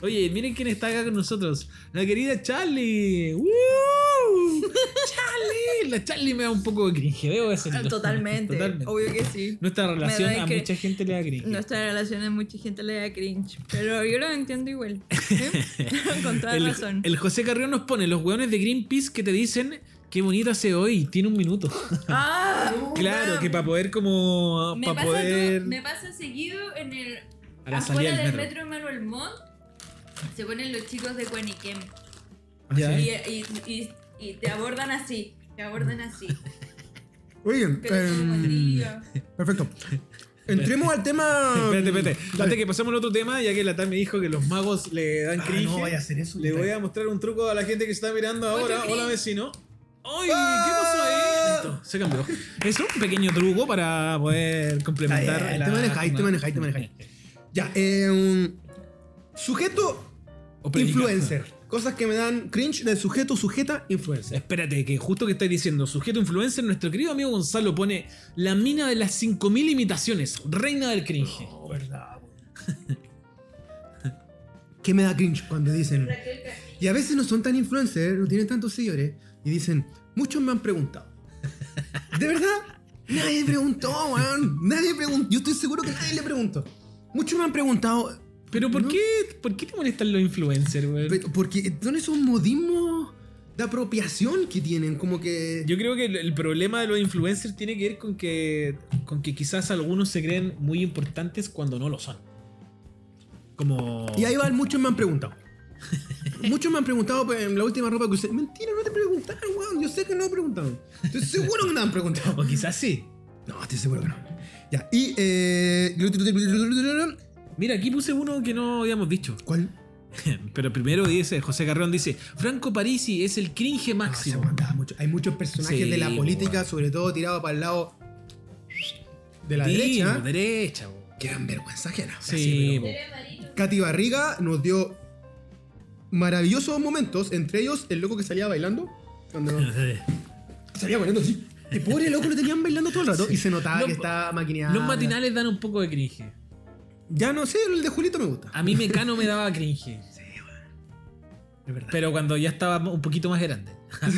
Speaker 2: Oye, miren quién está acá con nosotros. La querida Charlie. ¡Woo! ¡Charlie! La Charlie me da un poco de cringe. Debo decirlo.
Speaker 5: Totalmente, obvio que sí.
Speaker 2: Nuestra relación
Speaker 5: da
Speaker 2: a
Speaker 5: cri-
Speaker 2: mucha gente le da cringe.
Speaker 5: Nuestra relación a mucha gente le da cringe, pero yo lo entiendo igual.
Speaker 4: ¿eh?
Speaker 2: <laughs>
Speaker 5: Con toda
Speaker 2: el,
Speaker 5: razón.
Speaker 2: el José Carrión nos pone los hueones de Greenpeace que te dicen qué bonito hace hoy, tiene un minuto.
Speaker 5: ¡Ah!
Speaker 2: <laughs> claro,
Speaker 5: Una-
Speaker 2: que para poder como
Speaker 4: Me
Speaker 2: para
Speaker 4: pasa,
Speaker 2: poder
Speaker 4: me pasa seguido en el
Speaker 2: a la salida
Speaker 4: afuera
Speaker 2: del
Speaker 4: del
Speaker 2: metro.
Speaker 4: metro Manuel Montt se ponen los chicos de Cuaniquem
Speaker 2: Ya.
Speaker 4: y, y, y, y te abordan así, te
Speaker 2: <laughs>
Speaker 4: abordan así.
Speaker 1: Muy bien.
Speaker 4: Pero
Speaker 1: em,
Speaker 4: como tío.
Speaker 1: perfecto. Entremos al tema.
Speaker 2: Espérate, espérate.
Speaker 1: Dale.
Speaker 2: Antes que pasemos al otro tema, ya que la TAM me dijo que los magos le dan
Speaker 1: Ah,
Speaker 2: cringe.
Speaker 1: no vaya a hacer eso.
Speaker 2: le voy a mostrar un truco a la gente que está mirando
Speaker 4: Mucho
Speaker 2: ahora.
Speaker 4: cringe.
Speaker 2: Hola vecino. ¡Ay! ¿Qué pasó ahí?
Speaker 1: Ah.
Speaker 2: Listo, se cambió. Es un pequeño truco para poder complementar.
Speaker 1: Está bien,
Speaker 2: la-
Speaker 1: te manejáis, te manejáis,
Speaker 2: <laughs>
Speaker 1: te manejáis. Ya, eh, un sujeto
Speaker 2: O predicar.
Speaker 1: influencer. Cosas que me dan cringe del sujeto, sujeta, influencer.
Speaker 2: Espérate, que justo que estáis diciendo, sujeto influencer, nuestro querido amigo Gonzalo pone la mina de las 5000 imitaciones, reina del cringe.
Speaker 1: verdad. ¿Qué me da cringe cuando dicen?
Speaker 4: Raquel Castillo.
Speaker 1: Y a veces no son tan influencers, no tienen tantos seguidores, y dicen, muchos me han preguntado. ¿De verdad? Nadie preguntó, weón. Nadie preguntó. Yo estoy seguro que nadie le preguntó. Muchos me han preguntado,
Speaker 2: Pero ¿por,
Speaker 1: No.
Speaker 2: qué, ¿por qué te molestan los influencers, güey?
Speaker 1: Pero, porque son esos modismos de apropiación que tienen, como que...
Speaker 2: Yo creo que el- el problema de los influencers tiene que ver con que, con que quizás algunos se creen muy importantes cuando no lo son. Como...
Speaker 1: Y ahí van, muchos me han preguntado. muchos me han preguntado pues, en la última ropa que usé. Mentira, no te preguntaron, weón. Yo sé que no me preguntaron. Estoy seguro que no me han preguntado.
Speaker 2: O quizás sí.
Speaker 1: No, estoy seguro que no. Ya, y... Eh...
Speaker 2: Mira, aquí puse uno que no habíamos dicho. <laughs>
Speaker 1: ¿Cuál?
Speaker 2: Pero primero dice, José Carrón dice, Franco Parisi es el cringe
Speaker 1: Ah, se
Speaker 2: máximo.
Speaker 1: aguantaba mucho. Hay muchos personajes
Speaker 2: Sí,
Speaker 1: de la
Speaker 2: po,
Speaker 1: política, sobre todo tirados para el lado de la
Speaker 2: Dino,
Speaker 1: derecha, ¿eh?
Speaker 2: derecha, güey.
Speaker 1: que dan vergüenza ajena.
Speaker 2: Sí,
Speaker 1: Así, pero-
Speaker 2: po.
Speaker 4: Tere Marino.
Speaker 1: Katy Barriga nos dio maravillosos momentos, entre ellos el loco que salía bailando. Cuando
Speaker 2: <laughs>
Speaker 1: <laughs> salía bailando así. El pobre loco lo tenían bailando todo el rato. Y se notaba
Speaker 2: Los-
Speaker 1: que estaba maquineado.
Speaker 2: Los matinales dan un poco de cringe.
Speaker 1: Ya no sé, el de Julito me gusta.
Speaker 2: A mí Mecano me daba
Speaker 1: <laughs>
Speaker 2: cringe.
Speaker 1: Es verdad.
Speaker 2: Pero cuando ya estaba un poquito más
Speaker 1: <laughs>
Speaker 2: grande.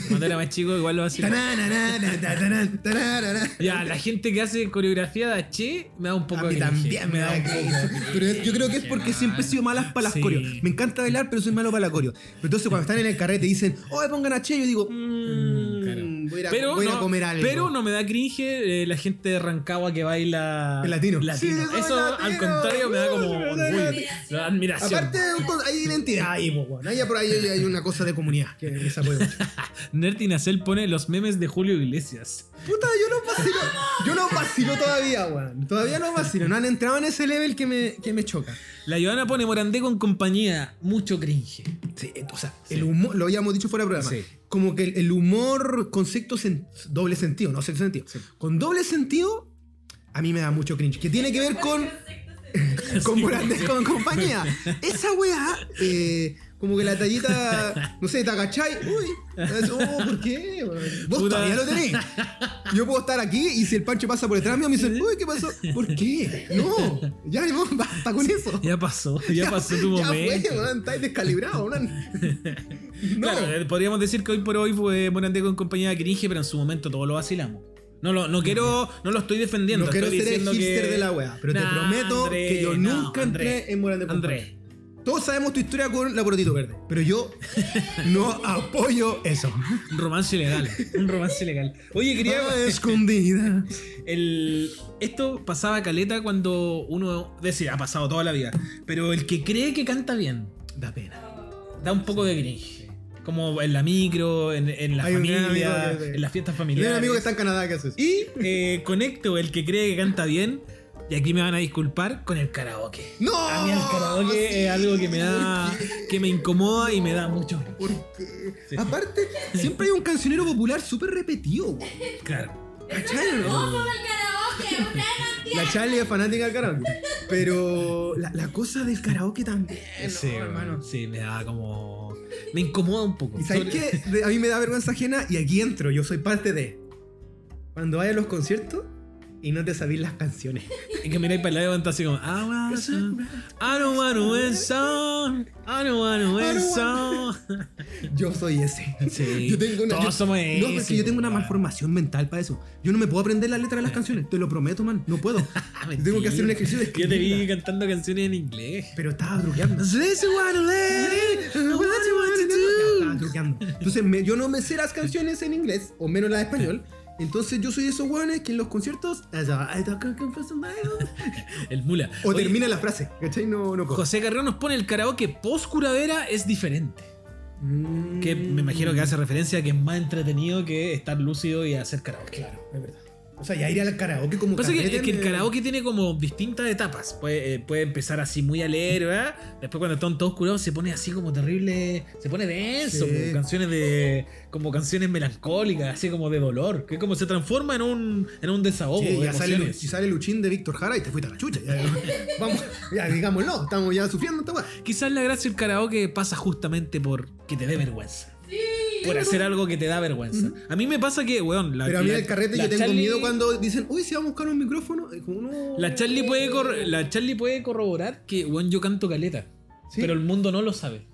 Speaker 2: Cuando era más chico, igual lo hacía.
Speaker 1: Tananana, tananana, tananana.
Speaker 2: Ya, la gente que hace coreografía de H me da un poco
Speaker 1: A
Speaker 2: de
Speaker 1: mí
Speaker 2: cringe.
Speaker 1: también me da
Speaker 2: un
Speaker 1: cringe.
Speaker 2: poco de
Speaker 1: Pero es- yo creo que es porque siempre he sido malas para las
Speaker 2: Sí.
Speaker 1: coreo. Me encanta bailar, pero soy malo para la coreo. Pero entonces cuando están en el carrete y dicen, oye, pongan a Che, yo digo, mmm,
Speaker 2: Mm, claro.
Speaker 1: voy a ir a,
Speaker 2: Pero,
Speaker 1: voy a ir a
Speaker 2: no,
Speaker 1: comer algo.
Speaker 2: pero no me da cringe eh, la gente de Rancagua que baila
Speaker 1: El latino. Sí, soy
Speaker 2: Eso al
Speaker 1: latino.
Speaker 2: contrario me da como
Speaker 1: Uy, me da
Speaker 2: orgullo,
Speaker 4: admiración.
Speaker 2: la admiración.
Speaker 1: Aparte hay identidad ahí, po, weón. Ahí ya por ahí hay, hay una cosa de comunidad que, que se apoya mucho.
Speaker 2: Nerdy Nacel pone los memes de Julio Iglesias.
Speaker 1: Puta, yo no vacilo. Yo no vacilo todavía, weón. Todavía no vacilo. No han entrado en ese level que me, que me choca.
Speaker 2: La Joana pone Morandé con compañía, mucho cringe.
Speaker 1: Sí, eh, o sea,
Speaker 2: Sí.
Speaker 1: el humor, lo habíamos dicho fuera de programa.
Speaker 2: Sí.
Speaker 1: Como que el, el humor, concepto, sen- doble sentido, no sexto sentido. Con doble sentido, a mí me da mucho cringe. Que tiene que ver con. con Morandés con compañía. Esa weá, eh, como que la tallita, no sé, te agacháis. Uy, es- oh, ¿por qué? weón? Vos
Speaker 2: Puta.
Speaker 1: todavía lo tenéis. Yo puedo estar aquí y si el Pancho pasa por detrás mío, me dicen, uy, ¿qué pasó? ¿Por qué? No, ya, no, basta con eso.
Speaker 2: Ya
Speaker 1: <laughs>
Speaker 2: pasó, ya, pasó tu
Speaker 1: ya
Speaker 2: momento.
Speaker 1: fue, weón, estáis descalibrados, weón. No.
Speaker 2: Claro, eh, podríamos decir que hoy por hoy fue Morandé con compañía de cringe, pero en su momento todos lo vacilamos. No, lo, no quiero, no lo estoy defendiendo.
Speaker 1: No quiero
Speaker 2: estoy
Speaker 1: ser el
Speaker 2: diciendo
Speaker 1: hipster
Speaker 2: que-
Speaker 1: de la weá, pero te
Speaker 2: Nah,
Speaker 1: prometo
Speaker 2: André,
Speaker 1: que yo
Speaker 2: no,
Speaker 1: nunca
Speaker 2: Andrés,
Speaker 1: entré en Morandés con
Speaker 2: Andrés.
Speaker 1: Todos sabemos tu historia con la porotito verde, pero
Speaker 2: <laughs>
Speaker 1: yo no apoyo eso.
Speaker 2: Un romance ilegal. Un romance ilegal. Oye, quería.
Speaker 1: Criaba
Speaker 2: <laughs>
Speaker 1: escondida.
Speaker 2: El, esto pasaba caleta cuando uno. Decía, ha pasado toda la vida. Pero el que cree que canta bien, da pena. Da un poco de cringe. Como en la micro, en, en la
Speaker 1: Hay un gran
Speaker 2: familia,
Speaker 1: amigo que-
Speaker 2: en las fiestas
Speaker 1: Y
Speaker 2: familiares.
Speaker 1: un amigo que está en Canadá que hace eso.
Speaker 2: Y eh, conecto el que cree que canta bien, y aquí me van a disculpar, con el karaoke.
Speaker 1: ¡No! Ah,
Speaker 2: A mí el karaoke
Speaker 1: Sí.
Speaker 2: es algo que me da. que me incomoda y me da mucho.
Speaker 1: ¿Por qué? Aparte, siempre hay un cancionero popular súper repetido, güey.
Speaker 2: Ah, Claro.
Speaker 1: ¿Cachai, no?
Speaker 4: ¡Ojo del karaoke! que ustedes
Speaker 2: <laughs>
Speaker 4: no entienden.
Speaker 1: La Charlie es fanática del karaoke. Pero la, la cosa del karaoke también.
Speaker 2: Sí,
Speaker 1: no, hermano.
Speaker 2: Sí, me da como. Me incomoda un poco.
Speaker 1: ¿Y sabes
Speaker 2: Sobre-
Speaker 1: qué? De- A mí me da vergüenza ajena y aquí entro. Yo soy parte de. Cuando vayas a los conciertos y no te sabís las canciones. <laughs>
Speaker 2: Y que miráis para el lado y así como. "Ah, "I wanna sing- I don't wanna win song. I don't
Speaker 1: Ah,
Speaker 2: wanna win song.
Speaker 1: Yo soy ese.
Speaker 2: <laughs> Sí.
Speaker 1: Yo tengo una,
Speaker 2: Todos
Speaker 1: yo-
Speaker 2: somos
Speaker 1: No, es
Speaker 2: ese,
Speaker 1: que yo tengo una
Speaker 2: weón.
Speaker 1: malformación mental para eso. Yo no me puedo aprender la
Speaker 2: <laughs>
Speaker 1: letra de las canciones. Te lo prometo, man. No puedo. Yo tengo que hacer un ejercicio de
Speaker 2: Ah, Yo te vi
Speaker 1: escribirla.
Speaker 2: cantando canciones en inglés.
Speaker 1: Pero estaba
Speaker 2: <laughs>
Speaker 1: truqueando.
Speaker 2: This is what I let it, what you want to
Speaker 1: Ya,
Speaker 2: do.
Speaker 1: estaba truqueando. Entonces, me- yo no me sé las canciones en inglés, o menos las de español. Entonces, yo soy de esos hueones que en los conciertos.
Speaker 2: El mula.
Speaker 1: O
Speaker 2: Oye,
Speaker 1: termina la frase. ¿Cachai? No, no puedo.
Speaker 2: José Carrero nos pone el karaoke post curadera es diferente.
Speaker 1: Mm.
Speaker 2: Que me imagino que hace referencia a que es más entretenido que estar lúcido y hacer karaoke. Claro.
Speaker 1: Es verdad. O sea, ya ir al karaoke como
Speaker 2: Pasa que,
Speaker 1: carrete
Speaker 2: es que el
Speaker 1: me-
Speaker 2: karaoke tiene como distintas etapas. Puede, eh, puede empezar así muy alegre, ¿verdad? Después cuando están todos curados se pone así como terrible, se pone denso,
Speaker 1: Sí.
Speaker 2: como canciones de como canciones melancólicas, así como de dolor, que como se transforma en un en un desahogo.
Speaker 1: Sí,
Speaker 2: de
Speaker 1: ya sale, Lu-
Speaker 2: Oh, emociones.
Speaker 1: si sale Luchín de Víctor Jara y te fuiste a la chucha. Ya,
Speaker 2: <laughs>
Speaker 1: vamos, ya digámoslo, estamos ya sufriendo esta weá.
Speaker 2: Quizás la gracia del karaoke pasa justamente por que te dé vergüenza. Por hacer algo que te da vergüenza. A mí me pasa que, weón, la,
Speaker 1: Pero a mí
Speaker 2: la-
Speaker 1: el carrete
Speaker 2: la
Speaker 1: yo tengo
Speaker 2: Charlie-
Speaker 1: miedo cuando dicen, uy, si vamos a buscar un micrófono. Es como, no.
Speaker 2: La Charlie puede, cor- la Charlie puede corroborar que, weón, yo canto caleta.
Speaker 1: Sí.
Speaker 2: Pero el mundo no lo sabe.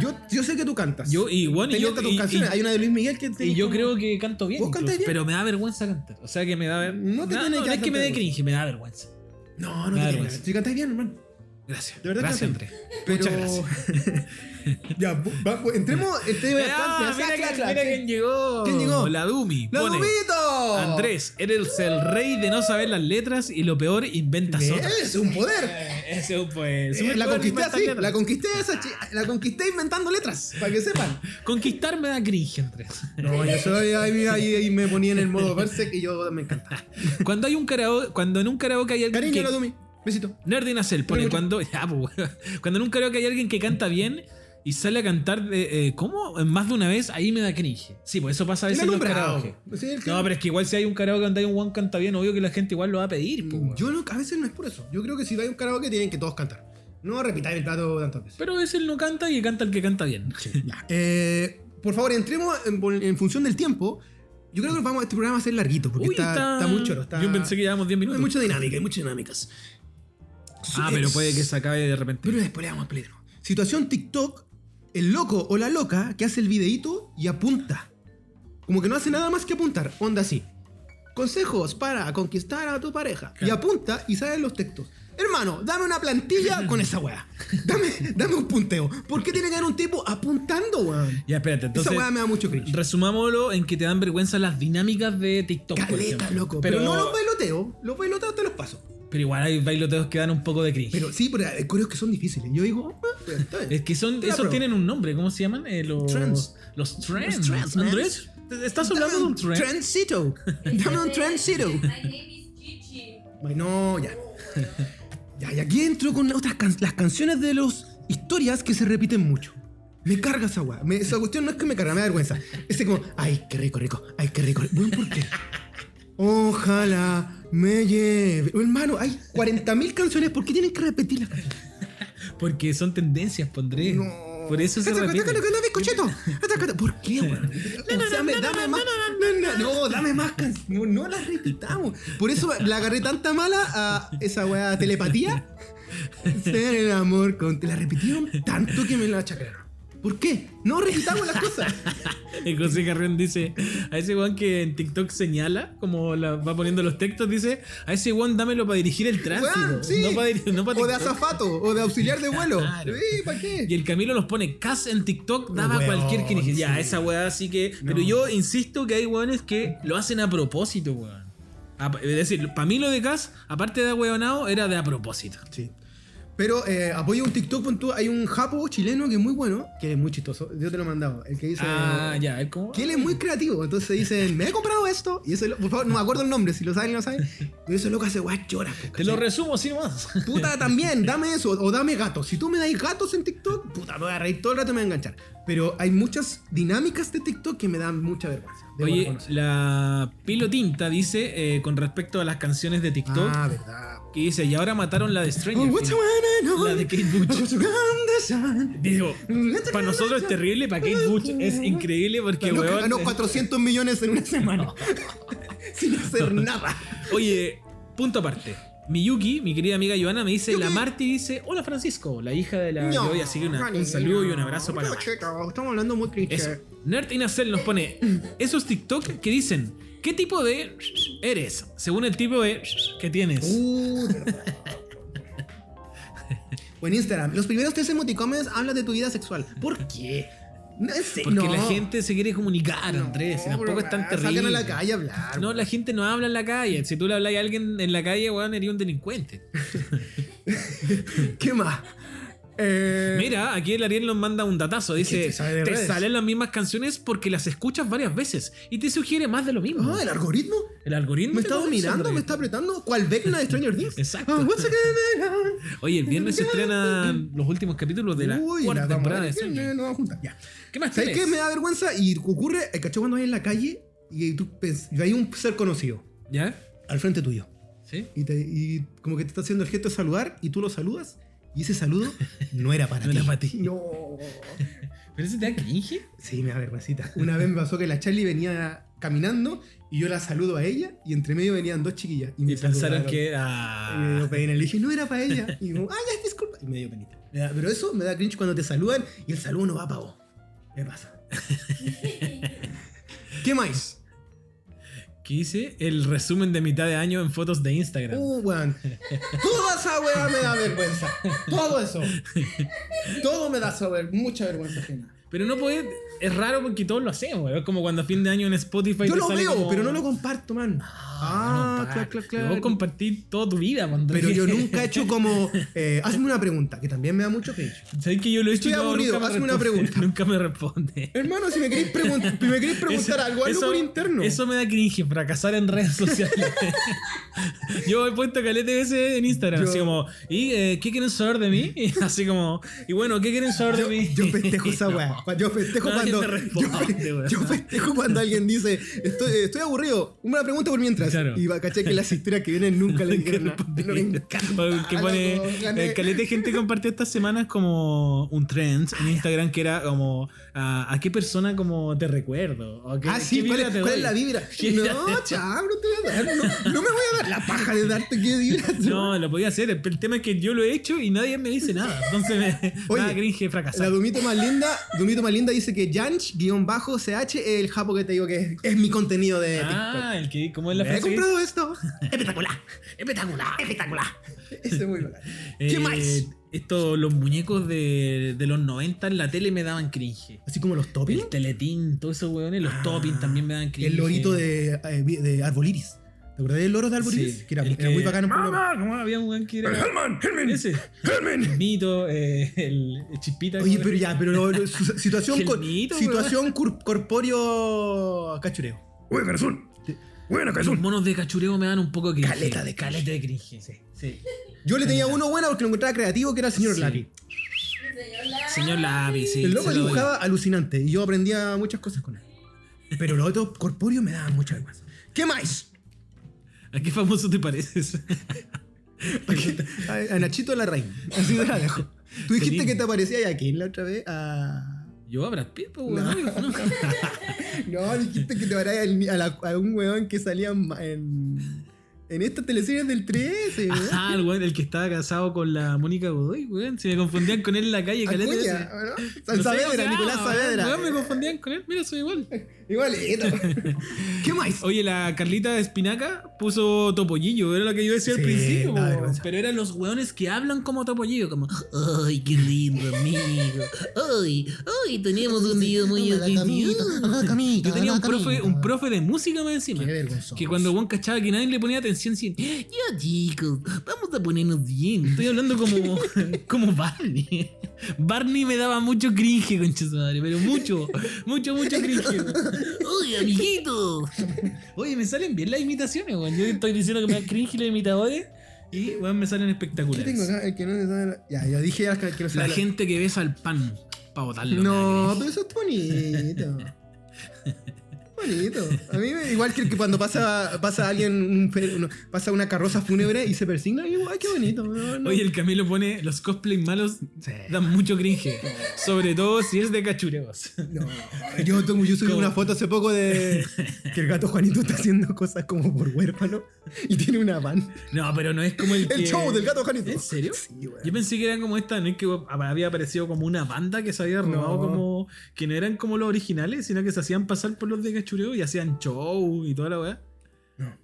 Speaker 1: yo, yo sé que tú cantas.
Speaker 2: Yo, y, bueno, y
Speaker 1: Tenía
Speaker 2: yo,
Speaker 1: hasta tus
Speaker 2: y-
Speaker 1: canciones.
Speaker 2: y-
Speaker 1: Hay una de Luis Miguel que
Speaker 2: y
Speaker 1: tenés
Speaker 2: yo
Speaker 1: como-
Speaker 2: creo que canto bien.
Speaker 1: ¿Vos
Speaker 2: incluso,
Speaker 1: cantás bien?
Speaker 2: Pero me da vergüenza cantar. O sea que me da.
Speaker 1: No te
Speaker 2: me da-
Speaker 1: tiene que
Speaker 2: no es
Speaker 1: dar
Speaker 2: que me
Speaker 1: tanta
Speaker 2: dé cringe, me da vergüenza.
Speaker 1: No,
Speaker 2: Me da
Speaker 1: no te
Speaker 2: vergüenza.
Speaker 1: tienes. Si cantas bien, hermano.
Speaker 2: Gracias.
Speaker 1: De verdad
Speaker 2: gracias,
Speaker 1: que
Speaker 2: Andrés. pues. Muchas gracias.
Speaker 1: <laughs> ya, bu- va- bu- entremos. Este tema
Speaker 2: <laughs> Ah, mira,
Speaker 1: Clac,
Speaker 2: quién-
Speaker 1: clac,
Speaker 2: mira
Speaker 1: clac.
Speaker 2: quién llegó.
Speaker 1: ¿Quién llegó?
Speaker 2: La Dumi.
Speaker 1: ¡La
Speaker 2: Pone,
Speaker 1: Dubito!
Speaker 2: Andrés, eres el rey de no saber las letras y lo peor, inventas otras.
Speaker 1: Es un poder.
Speaker 2: Eh, Ese es un pues.
Speaker 1: Eh, la conquisté así,
Speaker 2: letras.
Speaker 1: la conquisté esa chi- la conquisté inventando letras, para que sepan.
Speaker 2: Conquistar me da cringe, Andrés.
Speaker 1: No, yo soy ahí, ahí, ahí me ponía en el modo Berserk y yo me encanta.
Speaker 2: Cuando hay un karaoke, cuando en un karaoke hay alguien
Speaker 1: Cariño,
Speaker 2: que
Speaker 1: la Dumi. Besito.
Speaker 2: Nerdy Nacel pone
Speaker 1: Pero-
Speaker 2: cuando. <laughs> Ya, po, weón. cuando en un karaoke hay alguien que canta bien y sale a cantar de, eh, ¿Cómo? En Más de una vez, ahí me da cringe. Sí, pues eso pasa a veces
Speaker 1: El
Speaker 2: en los
Speaker 1: alumbrado.
Speaker 2: karaoke.
Speaker 1: Sí, el que-
Speaker 2: No, pero es que igual si hay un karaoke donde hay un one canta bien, obvio que la gente igual lo va a pedir, po, weón.
Speaker 1: Yo no, a veces no es por eso. Yo creo que si hay un karaoke tienen que todos cantar. No repitáis el plato tantas veces.
Speaker 2: Pero es el no canta y canta el que canta bien. <laughs>
Speaker 1: Eh, por favor, entremos en, vol- en función del tiempo. Yo creo que vamos, este programa va a ser larguito porque
Speaker 2: Uy,
Speaker 1: está, está, muy choro. Está,
Speaker 2: Yo pensé que llevábamos 10
Speaker 1: hay
Speaker 2: minutos.
Speaker 1: mucha dinámica, hay muchas dinámicas.
Speaker 2: Ah,
Speaker 1: Sí,
Speaker 2: pero
Speaker 1: es-
Speaker 2: puede que se acabe de repente.
Speaker 1: Pero después le damos play de nuevo. Situación TikTok, el loco o la loca que hace el videíto y apunta. Como que no hace nada más que apuntar. Onda así. Consejos para conquistar a tu pareja. Y apunta y salen los textos. Hermano, dame una plantilla con esa weá. Dame, dame un punteo. ¿Por qué tiene que haber un tipo apuntando, weón?
Speaker 2: Ya, espérate, entonces.
Speaker 1: esa weá me da mucho cringe.
Speaker 2: Resumámoslo en que te dan vergüenza las dinámicas de TikTok. por
Speaker 1: Caleta,
Speaker 2: ejemplo.
Speaker 1: loco. Pero,
Speaker 2: Pero,
Speaker 1: no los bailoteo. Los bailoteos te los paso.
Speaker 2: pero igual hay bailoteos que dan un poco de cringe.
Speaker 1: Pero sí, pero hay coreos que son difíciles. Yo digo, ah, está bien.
Speaker 2: Es que son,
Speaker 1: Ya,
Speaker 2: esos
Speaker 1: pero-
Speaker 2: tienen un nombre, ¿cómo se llaman? Eh, los
Speaker 1: Trends.
Speaker 2: Los trends.
Speaker 1: Los trends, man.
Speaker 2: Andrés, ¿te- ¿estás hablando de
Speaker 1: Dame
Speaker 2: un
Speaker 1: un
Speaker 2: trend?
Speaker 1: trencito. Dame un trencito.
Speaker 4: My name is Chichi. <laughs>
Speaker 1: Bueno, ya. Ya, y aquí entro con otras can- las canciones de los historias que se repiten mucho. Me carga esa weá. Me- Esa cuestión no es que me carga, me da vergüenza. Ese como, ay, qué rico, rico, ay, qué rico. Bueno, ¿por qué? Ojalá me lleve. Oh, hermano, hay 40.000 canciones. ¿Por qué tienen que repetirlas?
Speaker 2: Porque son tendencias, pondré.
Speaker 1: No.
Speaker 2: Por eso se
Speaker 1: Esta-
Speaker 2: repite.
Speaker 1: esta- esta-
Speaker 2: <laughs>
Speaker 1: bizcochito. Esta- esta- ¿Por qué, weón? O sea, me- dame más. No, dame más canciones. No, no las repitamos. Por eso le agarré tanta mala a esa
Speaker 2: <laughs>
Speaker 1: weá telepatía. Ser el amor con. La repitieron tanto que me la achacraron. ¿Por qué? No repitamos las
Speaker 2: <laughs>
Speaker 1: cosas.
Speaker 2: Y José Carrión dice, a ese weón que en TikTok señala, como la- va poniendo los textos, dice, a ese weón dámelo para dirigir el tránsito.
Speaker 1: Weón, sí.
Speaker 2: No para no pa
Speaker 1: o de
Speaker 2: TikTok".
Speaker 1: azafato, o de auxiliar de vuelo.
Speaker 2: Claro.
Speaker 1: ¿Para qué?
Speaker 2: Y el Camilo nos pone Cas en TikTok daba
Speaker 1: Weón,
Speaker 2: cualquier cringe. Ya,
Speaker 1: sí.
Speaker 2: esa weá así que. Pero yo insisto que hay weones que lo hacen a propósito, weón. A- Es decir, para mí lo de Cas, aparte de ahueonado, era de a propósito.
Speaker 1: Sí. Pero eh, apoyo un TikTok, pon tú, hay un japo chileno que es muy bueno, que es muy chistoso. Yo te lo he mandado. El que dice.
Speaker 2: Ah, ya, es como.
Speaker 1: Que él es muy creativo. Entonces dicen, me he comprado esto. Y eso, por favor, no me acuerdo el nombre, si lo saben y lo saben. Pero eso loco hace guay llora. po,
Speaker 2: Te lo
Speaker 1: ¿cachai?
Speaker 2: resumo así nomás.
Speaker 1: Puta, también, dame eso. O dame gatos. Si tú me dais gatos en TikTok, puta, me voy a reír todo el rato y me voy a enganchar. Pero hay muchas dinámicas de TikTok que me dan mucha vergüenza. debo
Speaker 2: Oye,
Speaker 1: reconocer.
Speaker 2: la pilotinta dice eh, con respecto a las canciones de TikTok.
Speaker 1: Ah, verdad.
Speaker 2: Que dice, y ahora mataron la de Stranger
Speaker 1: Oh, what
Speaker 2: Things".
Speaker 1: you wanna know?
Speaker 2: La de
Speaker 1: <laughs>
Speaker 2: Kate Bush.
Speaker 1: What's around the sun?
Speaker 2: Digo,
Speaker 1: Let's
Speaker 2: para nosotros es terrible, para Kate Butch es increíble porque,
Speaker 1: Ganó-
Speaker 2: weón,
Speaker 1: ganó
Speaker 2: <laughs> eh,
Speaker 1: 400 millones en una semana. <laughs> Sin
Speaker 2: <laughs>
Speaker 1: hacer nada.
Speaker 2: Oye, punto aparte. Miyuki, mi querida amiga Joana, me dice,
Speaker 1: Yuki.
Speaker 2: la Marti dice, hola Francisco, la hija de la que hoy, así que una-
Speaker 1: Rani,
Speaker 2: un saludo y un
Speaker 1: no.
Speaker 2: abrazo para
Speaker 1: No,
Speaker 2: Marti.
Speaker 1: chico, Estamos hablando muy cliché.
Speaker 2: Eso. Nerd in a Cell nos pone esos TikTok que dicen, ¿qué tipo de eres? Según el tipo de que tienes.
Speaker 1: Uh, verdad. o en Instagram, los primeros tres emoticones hablan de tu vida sexual. ¿Por qué? No, en serio,
Speaker 2: Porque
Speaker 1: no.
Speaker 2: la gente se quiere comunicar,
Speaker 1: No,
Speaker 2: Andrés, y tampoco
Speaker 1: bro,
Speaker 2: es tan terrible.
Speaker 1: Salgan a la calle a hablar.
Speaker 2: No,
Speaker 1: bro.
Speaker 2: la gente no habla en la calle. Si tú le hablas a alguien en la calle, weón, eres un delincuente.
Speaker 1: ¿Qué más? Eh,
Speaker 2: Mira, aquí el Ariel nos manda un datazo. Dice,
Speaker 1: Este sabe de
Speaker 2: te
Speaker 1: redes".
Speaker 2: salen las mismas canciones porque las escuchas varias veces y te sugiere más de lo mismo.
Speaker 1: ah, el algoritmo.
Speaker 2: el algoritmo.
Speaker 1: Me
Speaker 2: te
Speaker 1: está
Speaker 2: corre,
Speaker 1: dominando,
Speaker 2: hombre.
Speaker 1: me está apretando. ¿Cuál Vecna de Stranger Things?
Speaker 2: Exacto.
Speaker 1: Ah, what's going on?
Speaker 2: Oye, el viernes
Speaker 1: <laughs>
Speaker 2: se estrenan los últimos capítulos de la
Speaker 1: Uy,
Speaker 2: cuarta
Speaker 1: la vamos a
Speaker 2: temporada de
Speaker 1: ver.
Speaker 2: Stranger Things.
Speaker 1: No, vamos a juntar, ya.
Speaker 2: ¿Qué más
Speaker 1: ¿Sabes qué?
Speaker 2: tienes?
Speaker 1: Me da vergüenza y ocurre, eh, ¿cachai? Cuando hay en la calle y tú pens- y hay un ser conocido
Speaker 2: ¿Ya?
Speaker 1: al frente tuyo
Speaker 2: ¿Sí?
Speaker 1: y, te- y como que te está haciendo el gesto de saludar y tú lo saludas y ese saludo no era para
Speaker 2: <laughs> No
Speaker 1: ti.
Speaker 2: era para ti.
Speaker 1: No.
Speaker 2: ¿Pero ese te da cringe?
Speaker 1: Sí, me da vergüencita. Una vez me pasó que la Charlie venía caminando y yo la saludo a ella y entre medio venían dos chiquillas y me
Speaker 2: Y pensaron
Speaker 1: saludaron. Eh,
Speaker 2: que ah, era...
Speaker 1: Y me dio pena. Le dije, no era para ella. Y como, ah, ya, disculpa. Y me dio penita. Me da- Pero eso me da cringe cuando te saludan y el saludo no va para vos. Me pasa. ¿Qué más?
Speaker 2: que hice el resumen de mitad de año en fotos de Instagram.
Speaker 1: Uh, weón. Toda esa weá me da vergüenza. Todo eso. Todo me da esa ver- mucha vergüenza ajena.
Speaker 2: Pero no puede... Es raro porque todos lo hacemos, weón. Es como cuando a fin de año en Spotify
Speaker 1: Yo
Speaker 2: te
Speaker 1: lo
Speaker 2: sale
Speaker 1: veo,
Speaker 2: como-
Speaker 1: pero no lo comparto, man.
Speaker 2: Ah, claro, claro, claro. Vos compartís toda tu vida, cuando
Speaker 1: Pero
Speaker 2: <laughs>
Speaker 1: yo nunca he hecho como. eh, hazme una pregunta, que también me da mucho cringe.
Speaker 2: ¿Sabes que yo lo he hecho?
Speaker 1: Estoy
Speaker 2: y no,
Speaker 1: aburrido,
Speaker 2: nunca me
Speaker 1: hazme una
Speaker 2: responde, <laughs>
Speaker 1: pregunta.
Speaker 2: Nunca me responde.
Speaker 1: Hermano, si me queréis, pregun- si me queréis preguntar
Speaker 2: Eso-
Speaker 1: algo, hazlo
Speaker 2: eso-
Speaker 1: por interno.
Speaker 2: Eso me da cringe, fracasar en redes sociales. <laughs> yo he puesto calete veces en Instagram,
Speaker 1: Yo-
Speaker 2: así como, ¿y eh, qué quieren saber de mí? <laughs> Y así como, y bueno, ¿qué quieren saber
Speaker 1: Yo,
Speaker 2: de mí?
Speaker 1: yo
Speaker 2: <laughs>
Speaker 1: festejo esa weá. Yo festejo
Speaker 2: Nadie
Speaker 1: cuando.
Speaker 2: te
Speaker 1: yo,
Speaker 2: responde,
Speaker 1: fe-
Speaker 2: weón.
Speaker 1: yo festejo cuando alguien dice, estoy, estoy aburrido. Una pregunta por mientras.
Speaker 2: Claro.
Speaker 1: Y va, caché que las historias que vienen
Speaker 2: <laughs>
Speaker 1: nunca le dijeron nada. No, me encanta,
Speaker 2: O que pone
Speaker 1: loco, Ah, gané.
Speaker 2: eh, caleta de gente compartió estas semanas como un trend
Speaker 1: Ah,
Speaker 2: en Instagram que era como "Ah, a, a qué persona como te recuerdo o qué-
Speaker 1: Ah, sí,
Speaker 2: qué
Speaker 1: ¿cuál,
Speaker 2: vibra
Speaker 1: es,
Speaker 2: te
Speaker 1: cuál es
Speaker 2: doy.
Speaker 1: la vibra?
Speaker 2: <laughs> ¿Qué
Speaker 1: No, chaval, no te voy a dar. No, no me voy a dar la paja de darte qué vibra.
Speaker 2: <laughs> No, lo podía hacer. El tema es que yo lo he hecho y nadie me dice nada. Entonces me
Speaker 1: <laughs> Oye,
Speaker 2: nada cringe
Speaker 1: La
Speaker 2: fracasar.
Speaker 1: Dumito más linda, Dumito más linda dice que Janch-CH es el japo que te digo que es, es mi contenido de TikTok.
Speaker 2: Ah, el que, ¿cómo es la
Speaker 1: Me he
Speaker 2: frase? que
Speaker 1: comprado esto.
Speaker 3: Espectacular, espectacular, espectacular.
Speaker 1: Ese es muy bacán.
Speaker 2: dice?
Speaker 1: ¿Qué
Speaker 2: Eh,
Speaker 1: más?
Speaker 2: Esto, los muñecos de, de los 90 en la tele me daban cringe.
Speaker 1: Así como los toppings.
Speaker 2: El teletín, todos esos hueones, los
Speaker 1: Ah,
Speaker 2: toppings también me daban cringe.
Speaker 1: El lorito de, eh, vi- de Arboliris. ¿Te acordás del loro de Arboliris?
Speaker 2: Sí,
Speaker 1: que era,
Speaker 2: el que-
Speaker 1: era muy bacano. pero-
Speaker 2: ¡Mamá! ¿Cómo había un weón que era?
Speaker 1: ¡Helman! ¡Helman!
Speaker 2: Ese.
Speaker 1: ¡Helman!
Speaker 2: El mito, eh, el, el chispita.
Speaker 1: Oye,
Speaker 2: ¿cómo
Speaker 1: pero
Speaker 2: era?
Speaker 1: ya, pero lo- lo- su- situación,
Speaker 2: El
Speaker 1: cor-
Speaker 2: mito,
Speaker 1: situación cor- corpóreo cachureo.
Speaker 3: Oye, Garzón. Bueno,
Speaker 2: Los monos de cachureo me dan un poco de cringe.
Speaker 1: Caleta de cringe.
Speaker 2: Caleta de cringe. Sí. sí.
Speaker 1: Yo le tenía uno bueno porque lo encontraba creativo, que era el señor
Speaker 2: Sí.
Speaker 1: Lapi.
Speaker 4: Señor Larry.
Speaker 2: Señor Lapi, sí.
Speaker 1: El loco
Speaker 2: se lo doy.
Speaker 1: dibujaba alucinante y yo aprendía muchas cosas con él. Pero los otros corpóreos me daban mucha vergüenza.
Speaker 2: <laughs>
Speaker 1: ¿Qué más?
Speaker 2: ¿A qué famoso te pareces? <laughs>
Speaker 1: Aquí- A, a Nachito la reina. Así te la dejo. Tú dijiste
Speaker 2: Tenía-
Speaker 1: que te parecía a quién la otra vez. A...
Speaker 2: Yo a Brad Pitt, pues, weón. No.
Speaker 1: <laughs>
Speaker 2: <laughs>
Speaker 1: No, dijiste que te parecía al- a, la- a un weón que salía en- en, en estas teleseries
Speaker 2: <laughs>
Speaker 1: del 13, weón.
Speaker 2: Ajá, Ah, el weón, el que estaba casado con la Mónica Godoy, weón. Se me confundían con él en la calle, caleta. de
Speaker 1: Acuña,
Speaker 2: veces.
Speaker 1: ¿o
Speaker 2: No
Speaker 1: ¿no?
Speaker 2: sé,
Speaker 1: Ah, Saavedra,
Speaker 2: o sea,
Speaker 1: Nicolás
Speaker 2: weón,
Speaker 1: Saavedra.
Speaker 2: Weón, me confundían con él. Mira, soy igual. <laughs>
Speaker 1: Igualito. ¿Qué más?
Speaker 2: Oye, la Carlita de Espinaca puso topollillo, era lo que yo decía al
Speaker 1: Sí,
Speaker 2: principio.
Speaker 1: da
Speaker 2: po.
Speaker 1: vergüenza.
Speaker 2: Pero eran los weones que hablan como topollillo, como.
Speaker 3: Ay, qué lindo, amigo. Ay, ay, tenemos un día muy especial.
Speaker 2: Yo tenía un profe, un profe de música más encima.
Speaker 1: Qué vergonzoso.
Speaker 2: Que cuando el weón cachaba que nadie le ponía versión 100.
Speaker 3: Ya, chicos, vamos a ponernos bien.
Speaker 2: Estoy hablando como, <laughs> como Barney. Barney me daba mucho cringe, concha su madre, pero mucho, mucho, mucho cringe. weón.
Speaker 3: ¡Uy, amiguitos!
Speaker 2: Oye, me salen bien las imitaciones, weón. Yo estoy diciendo que me da cringe los imitadores y, weón, me salen
Speaker 1: ¿Qué
Speaker 2: espectaculares.
Speaker 1: tengo acá? El que no se sabe la- Ya, yo dije ya que no se
Speaker 2: Pues. La
Speaker 1: sabe la-
Speaker 2: gente que besa al pan para botarlo.
Speaker 1: No,
Speaker 2: me da
Speaker 1: pero eso
Speaker 2: <laughs>
Speaker 1: es bonito. bonito. A mí me, igual que que cuando pasa, pasa alguien, un fe- uno- pasa una carroza fúnebre y se persigna, digo, ay, qué bonito. no,
Speaker 2: cringe.
Speaker 1: no.
Speaker 2: Oye, el Camilo pone los cosplay malos dan mucho cringe. Sobre todo si es de cachureos.
Speaker 1: No, yo, tengo, yo subí
Speaker 2: ¿Cómo?
Speaker 1: una foto hace poco
Speaker 2: <laughs>
Speaker 1: de que el gato Juanito está haciendo cosas como por huérfano y tiene una van.
Speaker 2: No, pero no es como el.
Speaker 1: <laughs> El
Speaker 2: que-
Speaker 1: show del gato Juanito.
Speaker 2: ¿En serio?
Speaker 1: Sí, güey.
Speaker 2: Yo pensé que eran como esta, no es que había aparecido como una banda que se había robado
Speaker 1: No.
Speaker 2: como. que no eran como los originales, sino que se hacían pasar por los de cachureo y hacían show y toda la weá.
Speaker 1: No.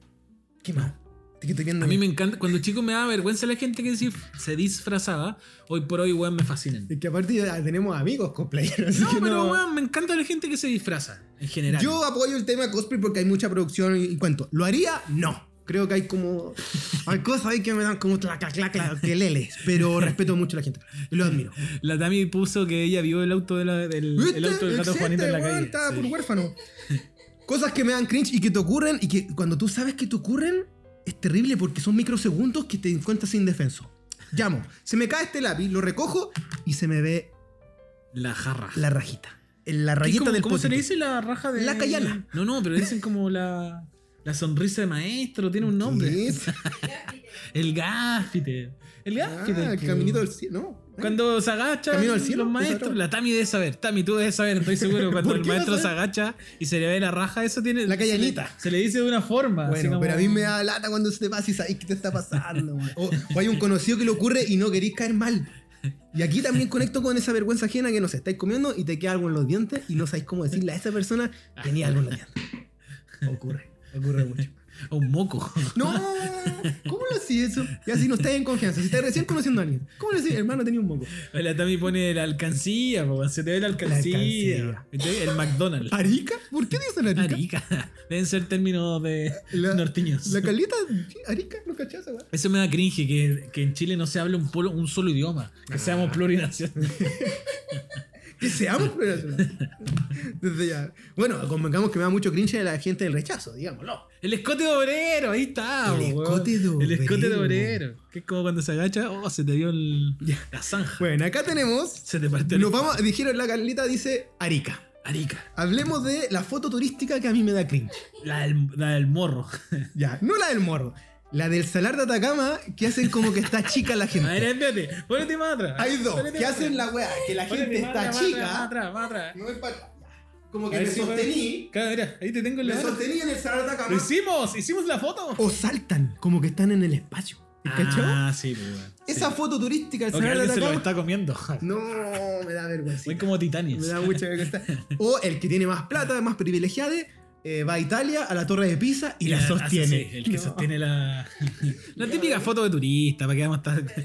Speaker 1: ¿Qué más? Te que estoy viendo.
Speaker 2: A mí me encanta, cuando chico me daba vergüenza la gente que se- se disfrazaba, hoy por hoy weón me fascinan.
Speaker 1: Es que aparte ya tenemos amigos cosplayers. así
Speaker 2: No,
Speaker 1: que
Speaker 2: pero weón, me encanta la gente que se disfraza, en general.
Speaker 1: Yo apoyo el tema cosplay porque hay mucha producción y, y cuento. ¿Lo haría? No. Creo que hay como. Hay cosas ahí que me dan como clac, clac, clac, que leles. Pero respeto mucho a la gente. Lo admiro.
Speaker 2: La Tami puso que ella vio el auto, de la- del, el auto del gato
Speaker 1: Existe,
Speaker 2: Juanito en la
Speaker 1: weón,
Speaker 2: calle.
Speaker 1: Estaba
Speaker 2: Sí.
Speaker 1: por huérfano. Cosas que me dan cringe y que te ocurren y que cuando tú sabes que te ocurren es terrible porque son microsegundos que te encuentras indefenso. Llamo, se me cae este lápiz, lo recojo y se me ve
Speaker 2: La jarra.
Speaker 1: la rajita. En la
Speaker 2: ¿Qué,
Speaker 1: rayita
Speaker 2: cómo,
Speaker 1: del
Speaker 2: cómo se le
Speaker 1: potito.
Speaker 2: dice la raja de.?
Speaker 1: La cayana.
Speaker 2: No, no, pero dicen como la. La sonrisa de maestro, tiene un nombre. <laughs>
Speaker 1: ¿Qué es?
Speaker 2: El gáfite. El
Speaker 1: Ah,
Speaker 2: gáfite.
Speaker 1: el
Speaker 2: que-
Speaker 1: caminito del cielo. No.
Speaker 2: Cuando se agacha
Speaker 1: Camino al cielo,
Speaker 2: los maestros.
Speaker 1: claro.
Speaker 2: La Tami debe saber. Tami, tú debes saber, estoy
Speaker 1: <laughs>
Speaker 2: seguro. Cuando
Speaker 1: ¿Por
Speaker 2: el
Speaker 1: qué
Speaker 2: maestro
Speaker 1: vas
Speaker 2: se
Speaker 1: a
Speaker 2: agacha y se le ve la raja, eso tiene.
Speaker 1: La callanita.
Speaker 2: Se le, se le dice de una forma. así
Speaker 1: Bueno,
Speaker 2: como-
Speaker 1: pero a mí me da lata cuando se te pasa y sabes qué te está pasando. man. <laughs> O, o hay un conocido que le ocurre y no querís caer mal. Y aquí también conecto con esa vergüenza ajena que nos estáis comiendo y te queda algo en los dientes y no sabéis cómo decirle a esa persona tenía algo en los dientes. Ocurre, ocurre mucho.
Speaker 2: O un moco. <laughs>
Speaker 1: No, ¿cómo lo hacís eso? Y así no estáis en confianza. Si estáis recién conociendo a alguien, ¿cómo le decís, hermano, tenía un moco?
Speaker 2: La Tami pone la alcancía, po, se te ve la alcancía.
Speaker 1: alcancía.
Speaker 2: ¿Cachai? El
Speaker 1: <laughs>
Speaker 2: McDonald's.
Speaker 1: ¿Arica? ¿Por qué dicen Arica?
Speaker 2: Arica. Deben ser términos de
Speaker 1: La-
Speaker 2: norteños.
Speaker 1: La caleta, Arica, no cachaza, weón.
Speaker 2: Eso me da cringe, que, que en Chile no se hable un, polo- un solo idioma. Que
Speaker 1: Ah.
Speaker 2: seamos
Speaker 1: <laughs>
Speaker 2: plurinacionales.
Speaker 1: Que seamos plurinacionales. Desde ya. Bueno, convengamos que me da mucho cringe a la gente del rechazo, digámoslo.
Speaker 2: El escote de obrero, ahí está.
Speaker 1: El
Speaker 2: po,
Speaker 1: escote
Speaker 2: weón.
Speaker 1: de
Speaker 2: El escote de
Speaker 1: obrero.
Speaker 2: obrero. Que es como cuando se agacha, oh, se te dio el,
Speaker 1: Ya.
Speaker 2: la zanja.
Speaker 1: Bueno, acá tenemos.
Speaker 2: Se te partió el
Speaker 1: Nos vamos, dijeron la Carlita, dice Arica.
Speaker 2: Arica.
Speaker 1: Hablemos de la foto turística que a mí me da cringe.
Speaker 2: La del, la del
Speaker 1: <laughs>
Speaker 2: morro.
Speaker 1: Ya, no la del morro. La del salar de Atacama, que hacen como que está chica la
Speaker 2: A ver,
Speaker 1: gente.
Speaker 2: espérate. Ponete más atrás.
Speaker 1: Hay dos,
Speaker 2: Ponete
Speaker 1: que
Speaker 2: más
Speaker 1: hacen
Speaker 2: atrás.
Speaker 1: la weá, que la
Speaker 2: Ponete
Speaker 1: gente
Speaker 2: más
Speaker 1: está
Speaker 2: atrás, más atrás, Más
Speaker 1: chica.
Speaker 2: atrás, más atrás.
Speaker 1: No es para. Como
Speaker 2: A
Speaker 1: que
Speaker 2: ver
Speaker 1: me
Speaker 2: si-
Speaker 1: sostení.
Speaker 2: Claro, mira, ahí te tengo el
Speaker 1: Me sostení en el salar de
Speaker 2: Lo
Speaker 1: Atacama.
Speaker 2: hicimos, hicimos la foto.
Speaker 1: O saltan, como que están en el espacio. ¿Cachó?
Speaker 2: Ah, sí, pues, weón.
Speaker 1: Esa foto turística del
Speaker 2: O que
Speaker 1: salar de
Speaker 2: alguien se lo
Speaker 1: Atacama.
Speaker 2: está
Speaker 1: <laughs>
Speaker 2: comiendo.
Speaker 1: No, me da vergüenza.
Speaker 2: Soy como
Speaker 1: Me
Speaker 2: titanes.
Speaker 1: da mucha vergüenza. O el que tiene más plata, más privilegiado, eh, va a Italia, a la Torre de Pisa y, la
Speaker 2: Eh, hace
Speaker 1: sostiene.
Speaker 2: así, el que
Speaker 1: No.
Speaker 2: sostiene la. <laughs> La típica foto de turista, para que vamos a estar.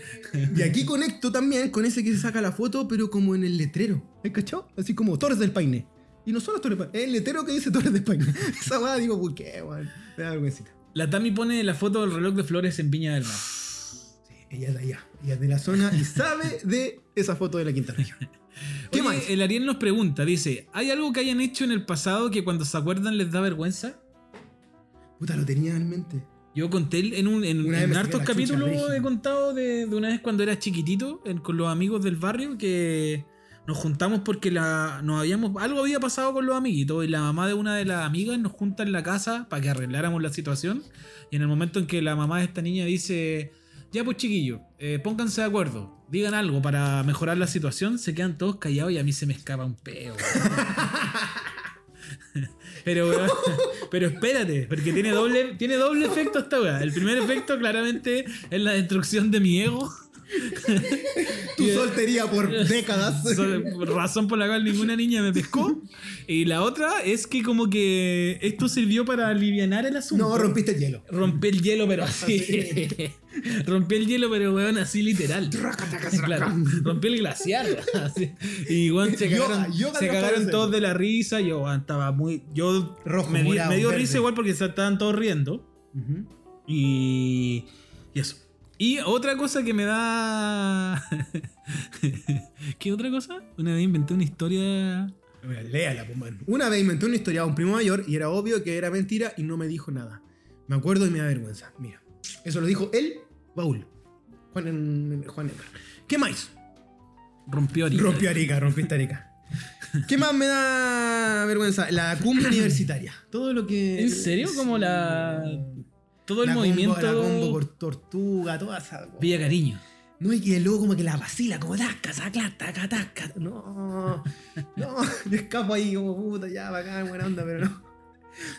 Speaker 1: Y aquí conecto también con ese que se saca la foto, pero como en el letrero. ¿Has cachado? Así como Torres del Paine. Y no solo Torres del Paine, es el letrero que dice Torres del Paine. <laughs> Esa weá digo, ¿por qué, weón? Me da vergüencita.
Speaker 2: La Tami pone la foto del reloj de flores en Viña del Mar.
Speaker 1: Sí, ella es de allá, ella es de la zona y sabe de esa foto de la quinta región.
Speaker 2: Oye,
Speaker 1: ¿Qué
Speaker 2: eh,
Speaker 1: más?
Speaker 2: El Ariel nos pregunta, dice, ¿hay algo que hayan hecho en el pasado que cuando se acuerdan les da vergüenza?
Speaker 1: Puta, lo tenía en mente.
Speaker 2: Yo conté el- en, un, en,
Speaker 1: Una vez
Speaker 2: en
Speaker 1: me saqué
Speaker 2: hartos
Speaker 1: la chucha,
Speaker 2: capítulos,
Speaker 1: brígido.
Speaker 2: he contado de, de una vez cuando era chiquitito, en- con los amigos del barrio, que nos juntamos porque la, nos habíamos, algo había pasado con los amiguitos y la mamá de una de las amigas nos junta en la casa para que arregláramos la situación. Y en el momento en que la mamá de esta niña dice, ya pues chiquillo, eh, pónganse de acuerdo, digan algo para mejorar la situación, se quedan todos callados y a mí se me escapa un peo. weón. Pero, weón, <laughs> pero espérate, porque tiene doble, tiene doble efecto esta weá. El primer efecto claramente es la destrucción de mi ego. <laughs>
Speaker 1: Tu soltería por
Speaker 2: <laughs>
Speaker 1: décadas.
Speaker 2: So- razón por la cual ninguna niña me pescó. Y la otra es que como que esto sirvió para aliviar el asunto.
Speaker 1: No, rompiste el hielo.
Speaker 2: Rompí el hielo,
Speaker 1: <laughs>
Speaker 2: pero así. <laughs> Rompí el hielo, pero weón, así literal. <laughs> Claro, rompí el glaciar. así. Y weón, se
Speaker 1: Yoga,
Speaker 2: cagaron,
Speaker 1: yoga
Speaker 2: se
Speaker 1: no
Speaker 2: cagaron
Speaker 1: parece.
Speaker 2: todos de la risa. Yo weón, estaba muy. Yo
Speaker 1: Rojo,
Speaker 2: me, di-
Speaker 1: morado,
Speaker 2: me dio
Speaker 1: verde.
Speaker 2: risa igual porque se estaban todos riendo.
Speaker 1: Ujú.
Speaker 2: Y, y eso. Y otra cosa que me da. <laughs> ¿Qué otra cosa? Una vez inventé una historia.
Speaker 1: Bueno, léala, pues, man. Una vez inventé una historia a un primo mayor y era obvio que era mentira y no me dijo nada. Me acuerdo y me da vergüenza. Mira, eso lo dijo él, Baúl. Juan, Juan Emra. ¿Qué más?
Speaker 2: Rompió ahorita.
Speaker 1: Rompió Arica, rompiste Arica. ¿Qué más me da vergüenza? La
Speaker 2: <clears throat>
Speaker 1: cumbre universitaria. Todo lo que.
Speaker 2: ¿En serio? Como la. Todo el
Speaker 1: La combo-
Speaker 2: movimiento.
Speaker 1: la combo por tortuga, toda esa.
Speaker 2: Villa Cariño.
Speaker 1: No, y que luego como que la vacila, como tasca, sacla, taca, tasca. No, no, <laughs> me escapo ahí como puta, ya, bacán, buena onda, pero no.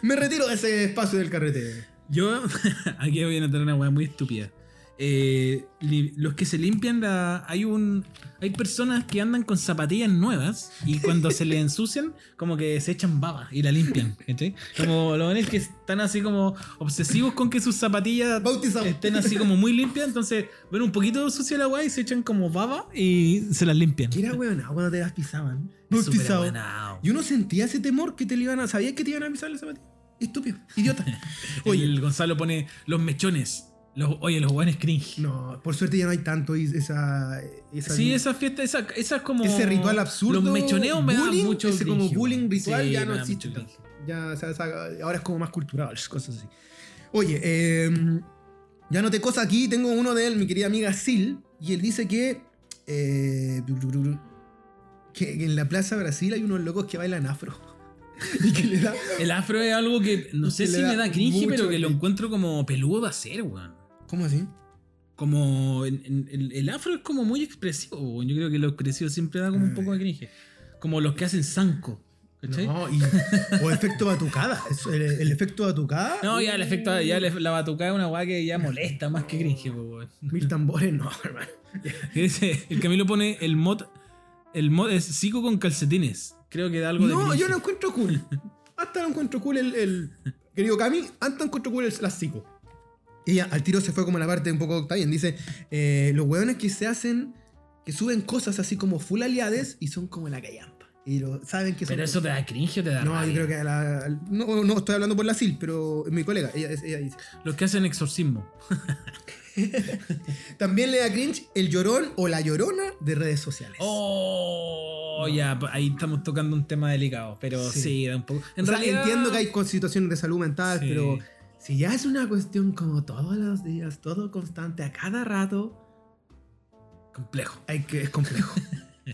Speaker 1: Me retiro de ese espacio del carrete.
Speaker 2: Yo, <laughs> aquí voy a notar una weá muy estúpida. Eh, li- los que se limpian la. Hay un. Hay personas que andan con zapatillas nuevas y cuando se le ensucian, como que se echan baba y la limpian. ¿cachai? Como los buenos que están así como obsesivos con que sus zapatillas
Speaker 1: Bautizado.
Speaker 2: estén así como muy limpias, entonces ven un poquito sucia la weá y se echan como baba y se las limpian.
Speaker 1: ¿Qué era, weón? Cuando te las pisaban.
Speaker 2: Es súper
Speaker 1: Bautizado.
Speaker 2: abuenao.
Speaker 1: Y uno sentía ese temor que te le iban a. ¿Sabías que te iban a pisar la zapatilla? Estúpido,
Speaker 2: <laughs>
Speaker 1: idiota.
Speaker 2: Oye,
Speaker 1: Oye.
Speaker 2: el Gonzalo pone los mechones. Los, oye, los guanes cringe.
Speaker 1: No, por suerte ya no hay tanto y esa. esa
Speaker 2: Sí, esa fiesta, esa, esa es como.
Speaker 1: Ese ritual absurdo.
Speaker 2: Los mechoneos me dan
Speaker 1: bullying,
Speaker 2: mucho.
Speaker 1: Ese como
Speaker 2: cringe,
Speaker 1: bullying
Speaker 2: weón.
Speaker 1: ritual
Speaker 2: Sí,
Speaker 1: ya
Speaker 2: me
Speaker 1: no
Speaker 2: da
Speaker 1: existe.
Speaker 2: mucho
Speaker 1: tanto.
Speaker 2: cringe.
Speaker 1: Ya, o sea, esa- ahora es como más cultural, cosas así. Oye, eh, ya noté cosas aquí. Tengo uno de él, mi querida amiga Sil, y él dice que. eh, que en la Plaza Brasil hay unos locos que bailan afro. <laughs> y que le da.
Speaker 2: El afro es algo que no sé
Speaker 1: Que le
Speaker 2: si
Speaker 1: da
Speaker 2: me da cringe,
Speaker 1: mucho
Speaker 2: pero que lo
Speaker 1: cringe.
Speaker 2: encuentro como peludo de hacer, weón.
Speaker 1: ¿Cómo así?
Speaker 2: Como. en- en- el, el afro es como muy expresivo, weón. Yo creo que lo expresivo siempre da como un poco de cringe. Como los que hacen zanco. ¿Cachai? No.
Speaker 1: No, y, o efecto batucada. eso, El, el efecto batucada.
Speaker 2: ya el efecto, ya le- la batucada es una weá que ya molesta más que cringe, po, weón. <laughs>
Speaker 1: Mil tambores, no, hermano.
Speaker 2: Dice, El Camilo pone el mod. El mod es psico con calcetines. Creo que da algo de.
Speaker 1: No,
Speaker 2: cringe.
Speaker 1: yo lo encuentro cool. Hasta lo encuentro cool el. el- querido Cami, hasta encuentro cool el plástico. Y ya, al tiro se fue como la parte un poco. Está bien, dice. eh, los hueones que se hacen. Que suben cosas así como full aliades y son como la callampa. Y lo, saben que son.
Speaker 2: Pero eso te da cringe o te da
Speaker 1: No, yo
Speaker 2: rabia?
Speaker 1: creo que. a la- al- no, no, estoy hablando por la SIL, pero mi colega, ella, ella dice.
Speaker 2: Los que hacen exorcismo.
Speaker 1: También le da cringe el llorón o la llorona de redes sociales.
Speaker 2: Oh, ya, pues ahí estamos tocando un tema delicado, pero sí,
Speaker 1: Sí.
Speaker 2: da un poco.
Speaker 1: En realidad, entiendo que hay con- situaciones de salud mental,
Speaker 2: Sí.
Speaker 1: pero si ya es una cuestión como todos los días, todo constante, a cada rato,
Speaker 2: complejo.
Speaker 1: hay que,
Speaker 2: <laughs>
Speaker 1: es complejo.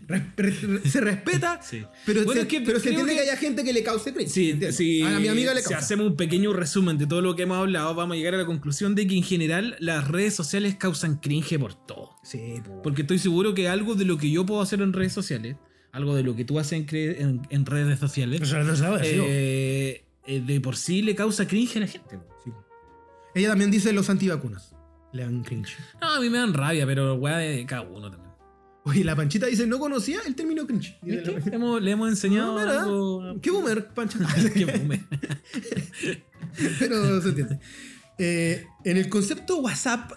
Speaker 1: Re- re- re- se respeta,
Speaker 2: Sí.
Speaker 1: pero,
Speaker 2: Bueno,
Speaker 1: se,
Speaker 2: es que
Speaker 1: pero se
Speaker 2: creo
Speaker 1: entiende que,
Speaker 2: que-
Speaker 1: haya gente que le cause cringe.
Speaker 2: Sí,
Speaker 1: ¿entiendes?
Speaker 2: sí,
Speaker 1: eh, a mi amiga le
Speaker 2: si
Speaker 1: causa.
Speaker 2: hacemos un pequeño resumen de todo lo que hemos hablado, vamos a llegar a la conclusión de que en general las redes sociales causan cringe por todo.
Speaker 1: Sí, po.
Speaker 2: Porque estoy seguro que algo de lo que yo puedo hacer en redes sociales, algo de lo que tú haces en, cre- en- en redes sociales, eh, eh, de por sí le causa cringe a la gente.
Speaker 1: Ella también dice los antivacunas. Le dan cringe.
Speaker 2: No, a mí me dan rabia, pero weá de cada uno también.
Speaker 1: Oye, la panchita dice, no conocía el término cringe. Dice la
Speaker 2: ¿Viste?
Speaker 1: Panchita.
Speaker 2: Hemos- le hemos enseñado
Speaker 1: Ah, mira.
Speaker 2: algo. <laughs>
Speaker 1: ¿Qué boomer, pancha?
Speaker 2: Qué boomer.
Speaker 1: pero se entiende. Eh, en el concepto WhatsApp,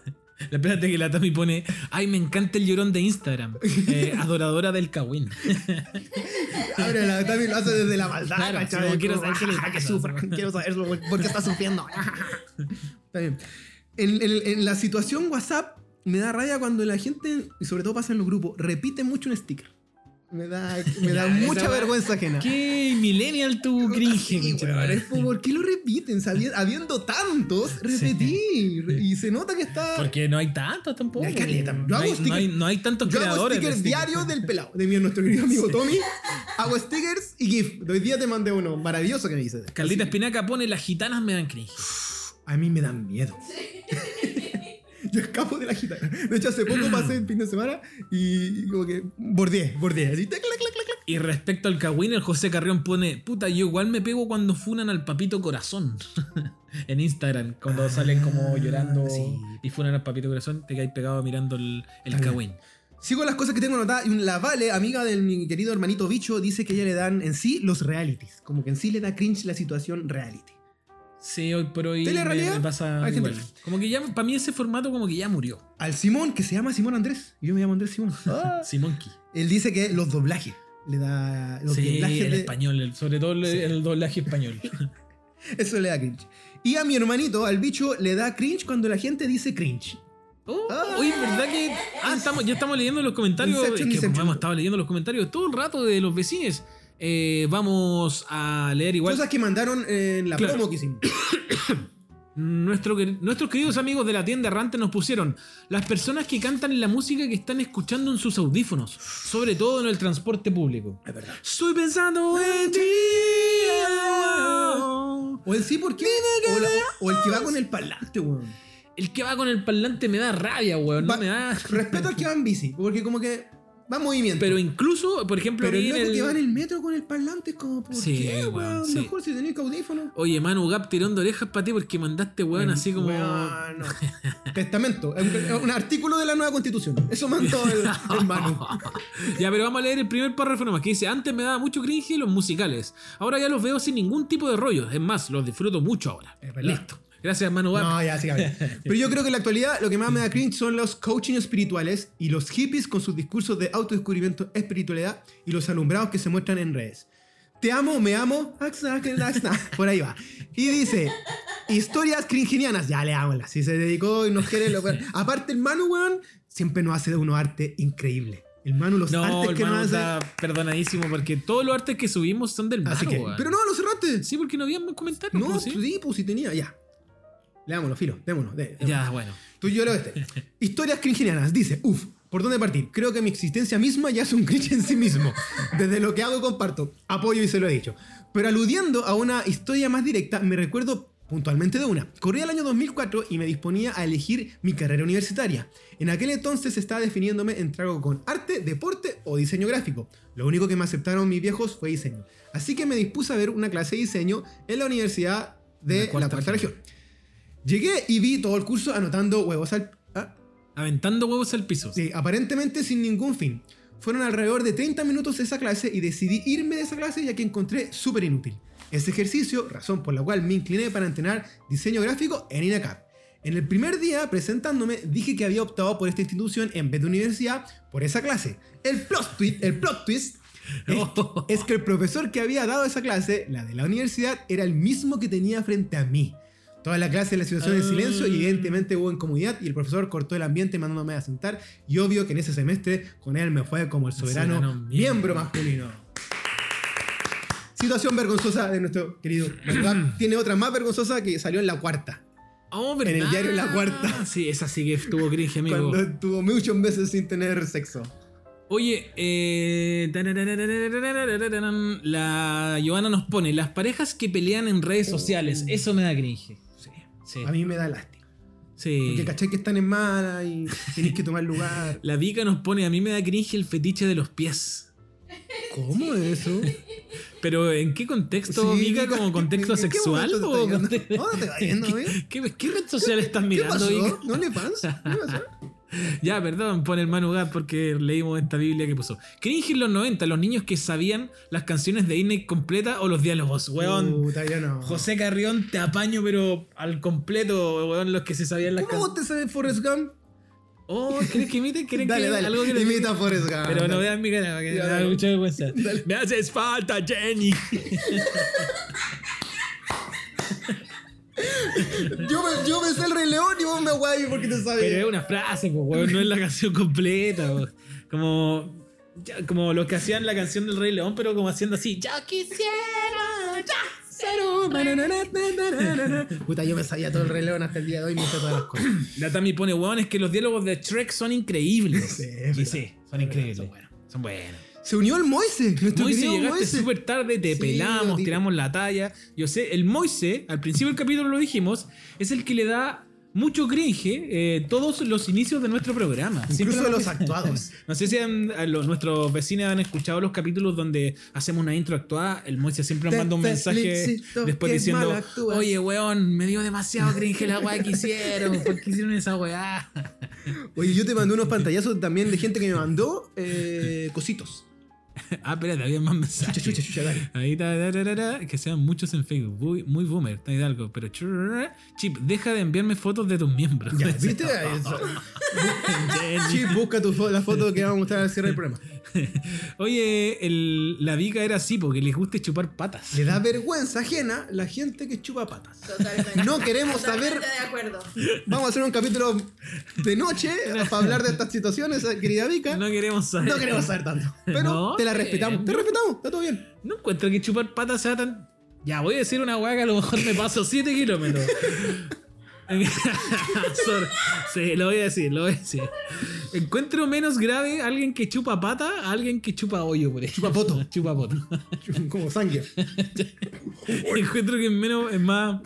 Speaker 2: La espérate que la Tami pone, ay, me encanta el llorón de Instagram.
Speaker 1: <laughs>
Speaker 2: Eh, adoradora del Kawin.
Speaker 1: Ahora la- también lo hace desde la maldad,
Speaker 2: Claro,
Speaker 1: ¿cachai?
Speaker 2: sí, como quiero
Speaker 1: Como,
Speaker 2: saber qué le
Speaker 1: "Ah,
Speaker 2: pasa".
Speaker 1: que sufra, <laughs> quiero saber por- por qué está sufriendo. <laughs> Está bien. En, en- en la situación WhatsApp me da rabia cuando la gente, y sobre todo pasa en los grupos, repite mucho un sticker. Me da, me
Speaker 2: <laughs>
Speaker 1: da
Speaker 2: Ya,
Speaker 1: mucha
Speaker 2: esa weá-
Speaker 1: vergüenza ajena.
Speaker 2: Qué millennial tu cringe,
Speaker 1: Sí,
Speaker 2: concha
Speaker 1: weón,
Speaker 2: madre.
Speaker 1: es como, ¿Por qué lo repiten? Sabi- habiendo tantos, repetí. Y se nota que está.
Speaker 2: Porque no hay tantos tampoco.
Speaker 1: Hay caleta. Yo
Speaker 2: No
Speaker 1: hago
Speaker 2: hay, no
Speaker 1: stickers-
Speaker 2: hay- no hay tantos
Speaker 1: Yo hago
Speaker 2: creadores. de
Speaker 1: stickers
Speaker 2: stickers.
Speaker 1: diarios del pelado, de mi, nuestro querido amigo Tommy. Hago stickers y GIF. Hoy día te mandé uno maravilloso que me dices.
Speaker 2: Carlita Espinaca pone, las gitanas me dan cringe.
Speaker 1: A mí me dan miedo. <laughs> Yo escapo de la gitana. De hecho, hace poco pasé el fin de semana y como que bordeé, bordeé. Así, clac, clac, clac, clac, clac.
Speaker 2: Y respecto al Kawin, el José Carrión pone, puta, yo igual me pego cuando funan al papito corazón. <laughs> en Instagram, cuando salen como llorando
Speaker 1: sí.
Speaker 2: y funan al papito corazón, te caes pegado mirando el, el
Speaker 1: También.
Speaker 2: Kawin.
Speaker 1: Sigo las cosas que tengo anotadas. Y la Vale, amiga de mi querido hermanito Bicho, dice que a ella le dan en sí los realities. Como que en sí le da cringe la situación reality.
Speaker 2: Sí, hoy por hoy me,
Speaker 1: Telerrealidad,
Speaker 2: me pasa
Speaker 1: hay gente
Speaker 2: igual. Como que ya, para mí ese formato como que ya murió.
Speaker 1: Al Simón, que se llama Simón Andrés. Yo me llamo
Speaker 2: <laughs>
Speaker 1: Andrés Simón. Ah.
Speaker 2: Simonki.
Speaker 1: <laughs> Él dice que los doblajes. Le da los
Speaker 2: Sí,
Speaker 1: doblajes
Speaker 2: el
Speaker 1: de-
Speaker 2: español, el- sobre todo el, el doblaje español.
Speaker 1: Eso le da cringe. Y a mi hermanito, al bicho, le da cringe cuando la gente dice cringe.
Speaker 2: <laughs> Oh, oye, ¿verdad que.? Ah, estamos, ya estamos leyendo los comentarios.
Speaker 1: Inception,
Speaker 2: es que
Speaker 1: Inception.
Speaker 2: hemos estado leyendo los comentarios todo el rato de los vecinos. Eh, vamos a leer igual.
Speaker 1: Cosas que mandaron en la
Speaker 2: Claro.
Speaker 1: promo que hicimos.
Speaker 2: Nuestro quer- nuestros queridos amigos de la tienda errante nos pusieron las personas que cantan la música que están escuchando en sus audífonos, sobre todo en el transporte público.
Speaker 1: Es verdad.
Speaker 2: Estoy pensando en ti.
Speaker 1: O el sí, ¿por qué? O, la- o el que va con el parlante, weón.
Speaker 2: El que va con el parlante me da rabia, weón. No
Speaker 1: Va-
Speaker 2: me da.
Speaker 1: Respeto al que va en bici, porque como que va en movimiento.
Speaker 2: Pero incluso, por ejemplo,
Speaker 1: Pero
Speaker 2: vi
Speaker 1: el
Speaker 2: en
Speaker 1: loco
Speaker 2: el-
Speaker 1: que va en el metro con el parlante es como, ¿por
Speaker 2: Sí,
Speaker 1: qué,
Speaker 2: weón,
Speaker 1: weón?
Speaker 2: sí.
Speaker 1: Mejor si tenés audífono.
Speaker 2: Oye, Manu Gap tirón de orejas para ti porque mandaste, weón, así como.
Speaker 1: Weón, no. Testamento, es un, es un artículo de la nueva constitución. Eso mandó el,
Speaker 2: <laughs>
Speaker 1: el Manu.
Speaker 2: Ya, pero vamos a leer el primer párrafo nomás que dice: Antes me daba mucho cringe los musicales. Ahora ya los veo sin ningún tipo de rollo. Es más, los disfruto mucho ahora.
Speaker 1: Es verdad.
Speaker 2: Listo. Gracias, Manu Gap.
Speaker 1: No, ya, sí, cabrón.
Speaker 2: <laughs>
Speaker 1: Pero yo creo que en la actualidad lo que más me da cringe son los coaching espirituales y los hippies con sus discursos de autodescubrimiento, espiritualidad y los alumbrados que se muestran en redes. Te amo, me amo, <laughs> axna, axna, axna. por ahí va. Y dice, historias cringenianas, ya le las si se dedicó y nos quiere. Lo... Aparte, el Manu, weón, siempre nos hace de uno arte increíble. El Manu, los
Speaker 2: No,
Speaker 1: artes
Speaker 2: el
Speaker 1: que
Speaker 2: Manu
Speaker 1: nos hace.
Speaker 2: está perdonadísimo porque todos los artes que subimos son del Manu,
Speaker 1: Así que,
Speaker 2: weón.
Speaker 1: pero no, lo cerraste.
Speaker 2: Sí, porque no había más comentarios.
Speaker 1: No,
Speaker 2: pues, ¿sí?
Speaker 1: sí, pues si tenía, ya. Leámoslo, filo, démonos. dé- démonos.
Speaker 2: Ya, bueno.
Speaker 1: Tú y yo leo este. Historias cringenianas. Dice, uff, ¿por dónde partir? Creo que mi existencia misma ya es un cringe en sí mismo. Desde lo que hago comparto. Apoyo y se lo he dicho. Pero aludiendo a una historia más directa, me recuerdo puntualmente de una. Corría el año 2004 y me disponía a elegir mi carrera universitaria. En aquel entonces estaba definiéndome entre algo con arte, deporte o diseño gráfico. Lo único que me aceptaron mis viejos fue diseño. Así que me dispuse a ver una clase de diseño en la Universidad de
Speaker 2: La Cuarta
Speaker 1: la Cuarta
Speaker 2: Región.
Speaker 1: Región. Llegué y vi todo el curso anotando huevos al... ah,
Speaker 2: Aventando huevos al piso. <laughs>
Speaker 1: sí, aparentemente sin ningún fin. Fueron alrededor de 30 minutos de esa clase y decidí irme de esa clase ya que encontré súper inútil. Ese ejercicio, razón por la cual me incliné para entrenar diseño gráfico en INACAP. En el primer día presentándome dije que había optado por esta institución en vez de universidad por esa clase. El plot twist, el plot twist es,
Speaker 2: Oh,
Speaker 1: es que el profesor que había dado esa clase, la de la universidad, era el mismo que tenía frente a mí. Toda la clase la situación en
Speaker 2: Ah.
Speaker 1: silencio y evidentemente hubo incomodidad y el profesor cortó el ambiente mandándome a sentar y obvio que en ese semestre con él me fue como el soberano,
Speaker 2: Soberano miembro.
Speaker 1: miembro masculino. Situación vergonzosa de nuestro querido.
Speaker 2: <clears throat>
Speaker 1: Bergam. Tiene otra más vergonzosa que salió en la cuarta.
Speaker 2: Oh,
Speaker 1: En el
Speaker 2: ¿verdad?
Speaker 1: diario La Cuarta.
Speaker 2: Sí, esa sí que estuvo cringe, amigo.
Speaker 1: Cuando estuvo muchos meses sin tener sexo.
Speaker 2: Oye, eh, tarararararararararararam, la Joana nos pone las parejas que pelean en redes sociales. Eso me da cringe. Sí, sí.
Speaker 1: Uh. A mí me da lástima.
Speaker 2: sí.
Speaker 1: Porque caché que están en mala y tenés que
Speaker 2: <laughs>
Speaker 1: tomar lugar.
Speaker 2: La Vika nos pone a mí me da cringe el fetiche de los pies.
Speaker 1: ¿Cómo eso?
Speaker 2: Pero ¿en qué contexto,
Speaker 1: Sí,
Speaker 2: Vika?
Speaker 1: Vika,
Speaker 2: ¿Como contexto
Speaker 1: ¿en qué
Speaker 2: sexual?
Speaker 1: momento te
Speaker 2: o conte-
Speaker 1: está
Speaker 2: <laughs>
Speaker 1: yendo? ¿Dónde te está yendo,
Speaker 2: ¿Qué-
Speaker 1: amigo?
Speaker 2: ¿Qué, qué red social estás
Speaker 1: ¿Qué
Speaker 2: mirando, Vika?
Speaker 1: pasó? ¿No
Speaker 2: <laughs>
Speaker 1: le pasa? ¿Qué pasó?
Speaker 2: Ya, perdón, pone el Manu Gat porque leímos esta Biblia que puso. Cringe en los 90, los niños que sabían las canciones de Disney completa o los diálogos, weón.
Speaker 1: Puta, yo no.
Speaker 2: José Carrión te apaño, pero al completo, weón, los que se sabían las
Speaker 1: ¿Cómo vos
Speaker 2: canciones.
Speaker 1: te sabes Forrest Gump?
Speaker 2: Oh, ¿quieres que imite? ¿Quieres
Speaker 1: Dale,
Speaker 2: que
Speaker 1: dale.
Speaker 2: algo que te-
Speaker 1: Imita a Forrest Gump.
Speaker 2: Pero no
Speaker 1: Dale.
Speaker 2: vean mi cara, que me
Speaker 1: Ya,
Speaker 2: da
Speaker 1: <laughs> dale.
Speaker 2: mucha vergüenza. Me haces falta, Jenny.
Speaker 1: Yo me, yo me sé el Rey León y vos me guay porque te sabes.
Speaker 2: Pero es una frase, pues, weón, no es la canción completa. weón. Como, ya, como los que hacían la canción del Rey León, pero como haciendo así. Ya quisiera, ya ser humano.
Speaker 1: Puta, yo me sabía todo el Rey León hasta el día de hoy y me sé todas las cosas.
Speaker 2: La Tami pone, weón, es que los diálogos de Shrek son increíbles.
Speaker 1: Sí, es
Speaker 2: y
Speaker 1: verdad.
Speaker 2: sí, son increíbles.
Speaker 1: son
Speaker 2: Son buenos. Son buenos.
Speaker 1: Se unió el Moise, nuestro
Speaker 2: Moise,
Speaker 1: querido
Speaker 2: llegaste
Speaker 1: Moise.
Speaker 2: súper tarde, te
Speaker 1: Sí, lo
Speaker 2: pelamos,
Speaker 1: dije.
Speaker 2: tiramos la talla. Yo sé, el Moise, al principio del capítulo lo dijimos, es el que le da mucho cringe eh, todos los inicios de nuestro programa. Siempre
Speaker 1: Incluso
Speaker 2: lo-
Speaker 1: los actuados.
Speaker 2: <laughs> No sé si han- a los- nuestros vecinos han escuchado los capítulos donde hacemos una intro actuada. El Moise siempre nos
Speaker 1: Te
Speaker 2: manda un mensaje
Speaker 1: felicito,
Speaker 2: después
Speaker 1: que
Speaker 2: diciendo:
Speaker 1: mal actúas.
Speaker 2: Oye, weón, me dio demasiado cringe la weá que hicieron.
Speaker 1: <laughs>
Speaker 2: ¿Por qué hicieron esa weá? <laughs>
Speaker 1: Oye, yo te mandé unos pantallazos también de gente que me mandó eh, cositos.
Speaker 2: ah, espérate, había más mensajes.
Speaker 1: Chucha, chucha,
Speaker 2: <laughs>
Speaker 1: chucha, dale.
Speaker 2: Ahí ta, ta, ta, ta, ta, que sean muchos en Facebook. Muy, muy boomer, está Hidalgo. Pero churra, Chip, deja de enviarme fotos de tus miembros. <laughs>
Speaker 1: Ya, ¿viste? Eso. Sí, busca tu fo- la foto que vamos a mostrar al cierre del programa.
Speaker 2: Oye, el- la vica era así porque les gusta chupar patas.
Speaker 1: Le da vergüenza ajena la gente que chupa patas.
Speaker 4: Totalmente.
Speaker 1: No queremos
Speaker 4: Totalmente
Speaker 1: saber.
Speaker 4: de acuerdo.
Speaker 1: Vamos a hacer un capítulo de noche para hablar de estas situaciones, querida Vika.
Speaker 2: No
Speaker 1: No,
Speaker 2: queremos saber.
Speaker 1: queremos saber tanto. Pero
Speaker 2: No,
Speaker 1: te la
Speaker 2: eh,
Speaker 1: respetamos. Te
Speaker 2: no.
Speaker 1: respetamos, está todo bien.
Speaker 2: No encuentro que chupar patas sea tan. Ya, voy a decir una hueá que a lo mejor me paso 7 kilómetros. <laughs> Sorry. sí, lo voy a decir, lo voy a decir. Encuentro menos grave a alguien que chupa pata a alguien que chupa hoyo, por ejemplo.
Speaker 1: Chupa poto.
Speaker 2: Chupa poto.
Speaker 1: Como sangre.
Speaker 2: <laughs> Encuentro que es menos, es más.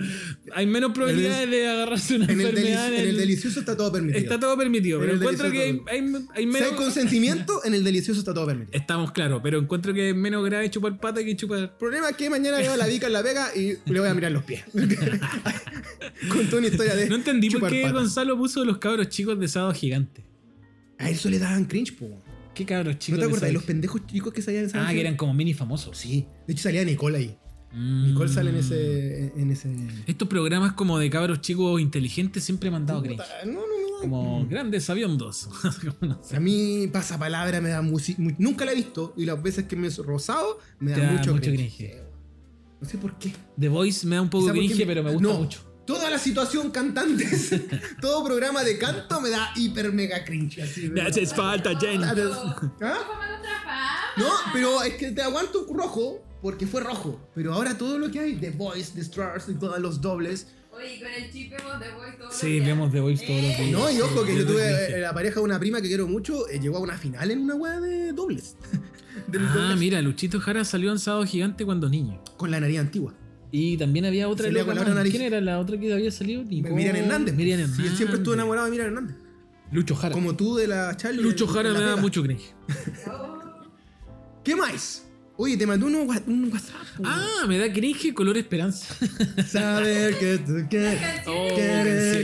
Speaker 2: Hay menos probabilidades de agarrarse una
Speaker 1: En el, deli-
Speaker 2: enfermedad.
Speaker 1: en el
Speaker 2: el-
Speaker 1: delicioso está todo permitido.
Speaker 2: Está todo permitido,
Speaker 1: En
Speaker 2: pero
Speaker 1: el
Speaker 2: encuentro que hay,
Speaker 1: delicioso
Speaker 2: hay- hay
Speaker 1: si hay
Speaker 2: menos.
Speaker 1: consentimiento, en el delicioso está todo permitido.
Speaker 2: Estamos claros, pero encuentro que es menos grave chupar pata que chupar.
Speaker 1: El problema es que mañana veo a la Vika en la Vega y le voy a mirar los pies. <laughs> Contó una historia de.
Speaker 2: No entendí por
Speaker 1: Eh, chupar
Speaker 2: qué
Speaker 1: patas.
Speaker 2: Gonzalo puso los cabros chicos de sábado gigante.
Speaker 1: A eso le daban cringe, po.
Speaker 2: ¿Qué cabros
Speaker 1: ¿No
Speaker 2: chicos?
Speaker 1: te
Speaker 2: de
Speaker 1: acuerdas?
Speaker 2: Sábado
Speaker 1: Los pendejos chicos que salían en
Speaker 2: Gigante?
Speaker 1: Sábado
Speaker 2: Ah, que
Speaker 1: Gigante.
Speaker 2: eran como mini famosos.
Speaker 1: Sí. De hecho salía Nicole ahí.
Speaker 2: Mm.
Speaker 1: Nicole sale en ese. En ese...
Speaker 2: Estos programas como de cabros chicos inteligentes siempre me han dado cringe.
Speaker 1: Puta, Mm. No, no, no.
Speaker 2: Como grandes sabiondos. <laughs> Como no sé.
Speaker 1: A mí pasapalabra me da música. Nunca la he visto y las veces que me he rozado me da
Speaker 2: Te da
Speaker 1: mucho,
Speaker 2: mucho
Speaker 1: cringe.
Speaker 2: cringe.
Speaker 1: No sé por qué.
Speaker 2: The Voice me da un poco
Speaker 1: Quizá porque
Speaker 2: cringe,
Speaker 1: me-
Speaker 2: pero me gusta
Speaker 1: no,
Speaker 2: mucho.
Speaker 1: Toda la situación cantantes, <laughs> todo programa de canto me da hiper mega cringe. Así,
Speaker 2: Me
Speaker 1: ¿verdad?
Speaker 2: haces falta, Jen.
Speaker 1: Ah, pero- ¿Ah?
Speaker 4: Ojo, me gusta fama.
Speaker 1: No, pero es que te aguanto rojo porque fue rojo. Pero ahora todo lo que hay, The Voice, The Stars y todos los dobles.
Speaker 4: Oye, con el chip vemos The Voice todos Eh,
Speaker 2: Sí, vemos The Voice todos los días.
Speaker 1: No, y ojo que
Speaker 2: Sí,
Speaker 1: yo tuve
Speaker 2: cringe.
Speaker 1: eh, la pareja de una prima que quiero mucho, eh, llegó a una final en una weá de dobles. <laughs> Del
Speaker 2: Ah,
Speaker 1: dobles
Speaker 2: mira, Luchito Jara salió en Sábado Gigante cuando niño.
Speaker 1: Con la nariz antigua.
Speaker 2: Y también había otra
Speaker 1: Salía
Speaker 2: loca
Speaker 1: con la
Speaker 2: más.
Speaker 1: otra nariz.
Speaker 2: ¿Quién era la otra que había salido? Nicole-
Speaker 1: Miriam Hernández.
Speaker 2: Miriam Hernández.
Speaker 1: Sí, él siempre estuvo enamorado de Miriam Hernández.
Speaker 2: Lucho Jara.
Speaker 1: Como tú de la Charlie.
Speaker 2: Lucho
Speaker 1: en-
Speaker 2: Jara
Speaker 1: en la
Speaker 2: me da
Speaker 1: pega.
Speaker 2: mucho cringe.
Speaker 1: ¿Qué más? Oye, te mandó un, wa- un WhatsApp. po.
Speaker 2: Ah, me da cringe color
Speaker 1: <laughs>
Speaker 2: esperanza.
Speaker 1: Saber que tú quieres.
Speaker 2: Oh,
Speaker 1: Quieres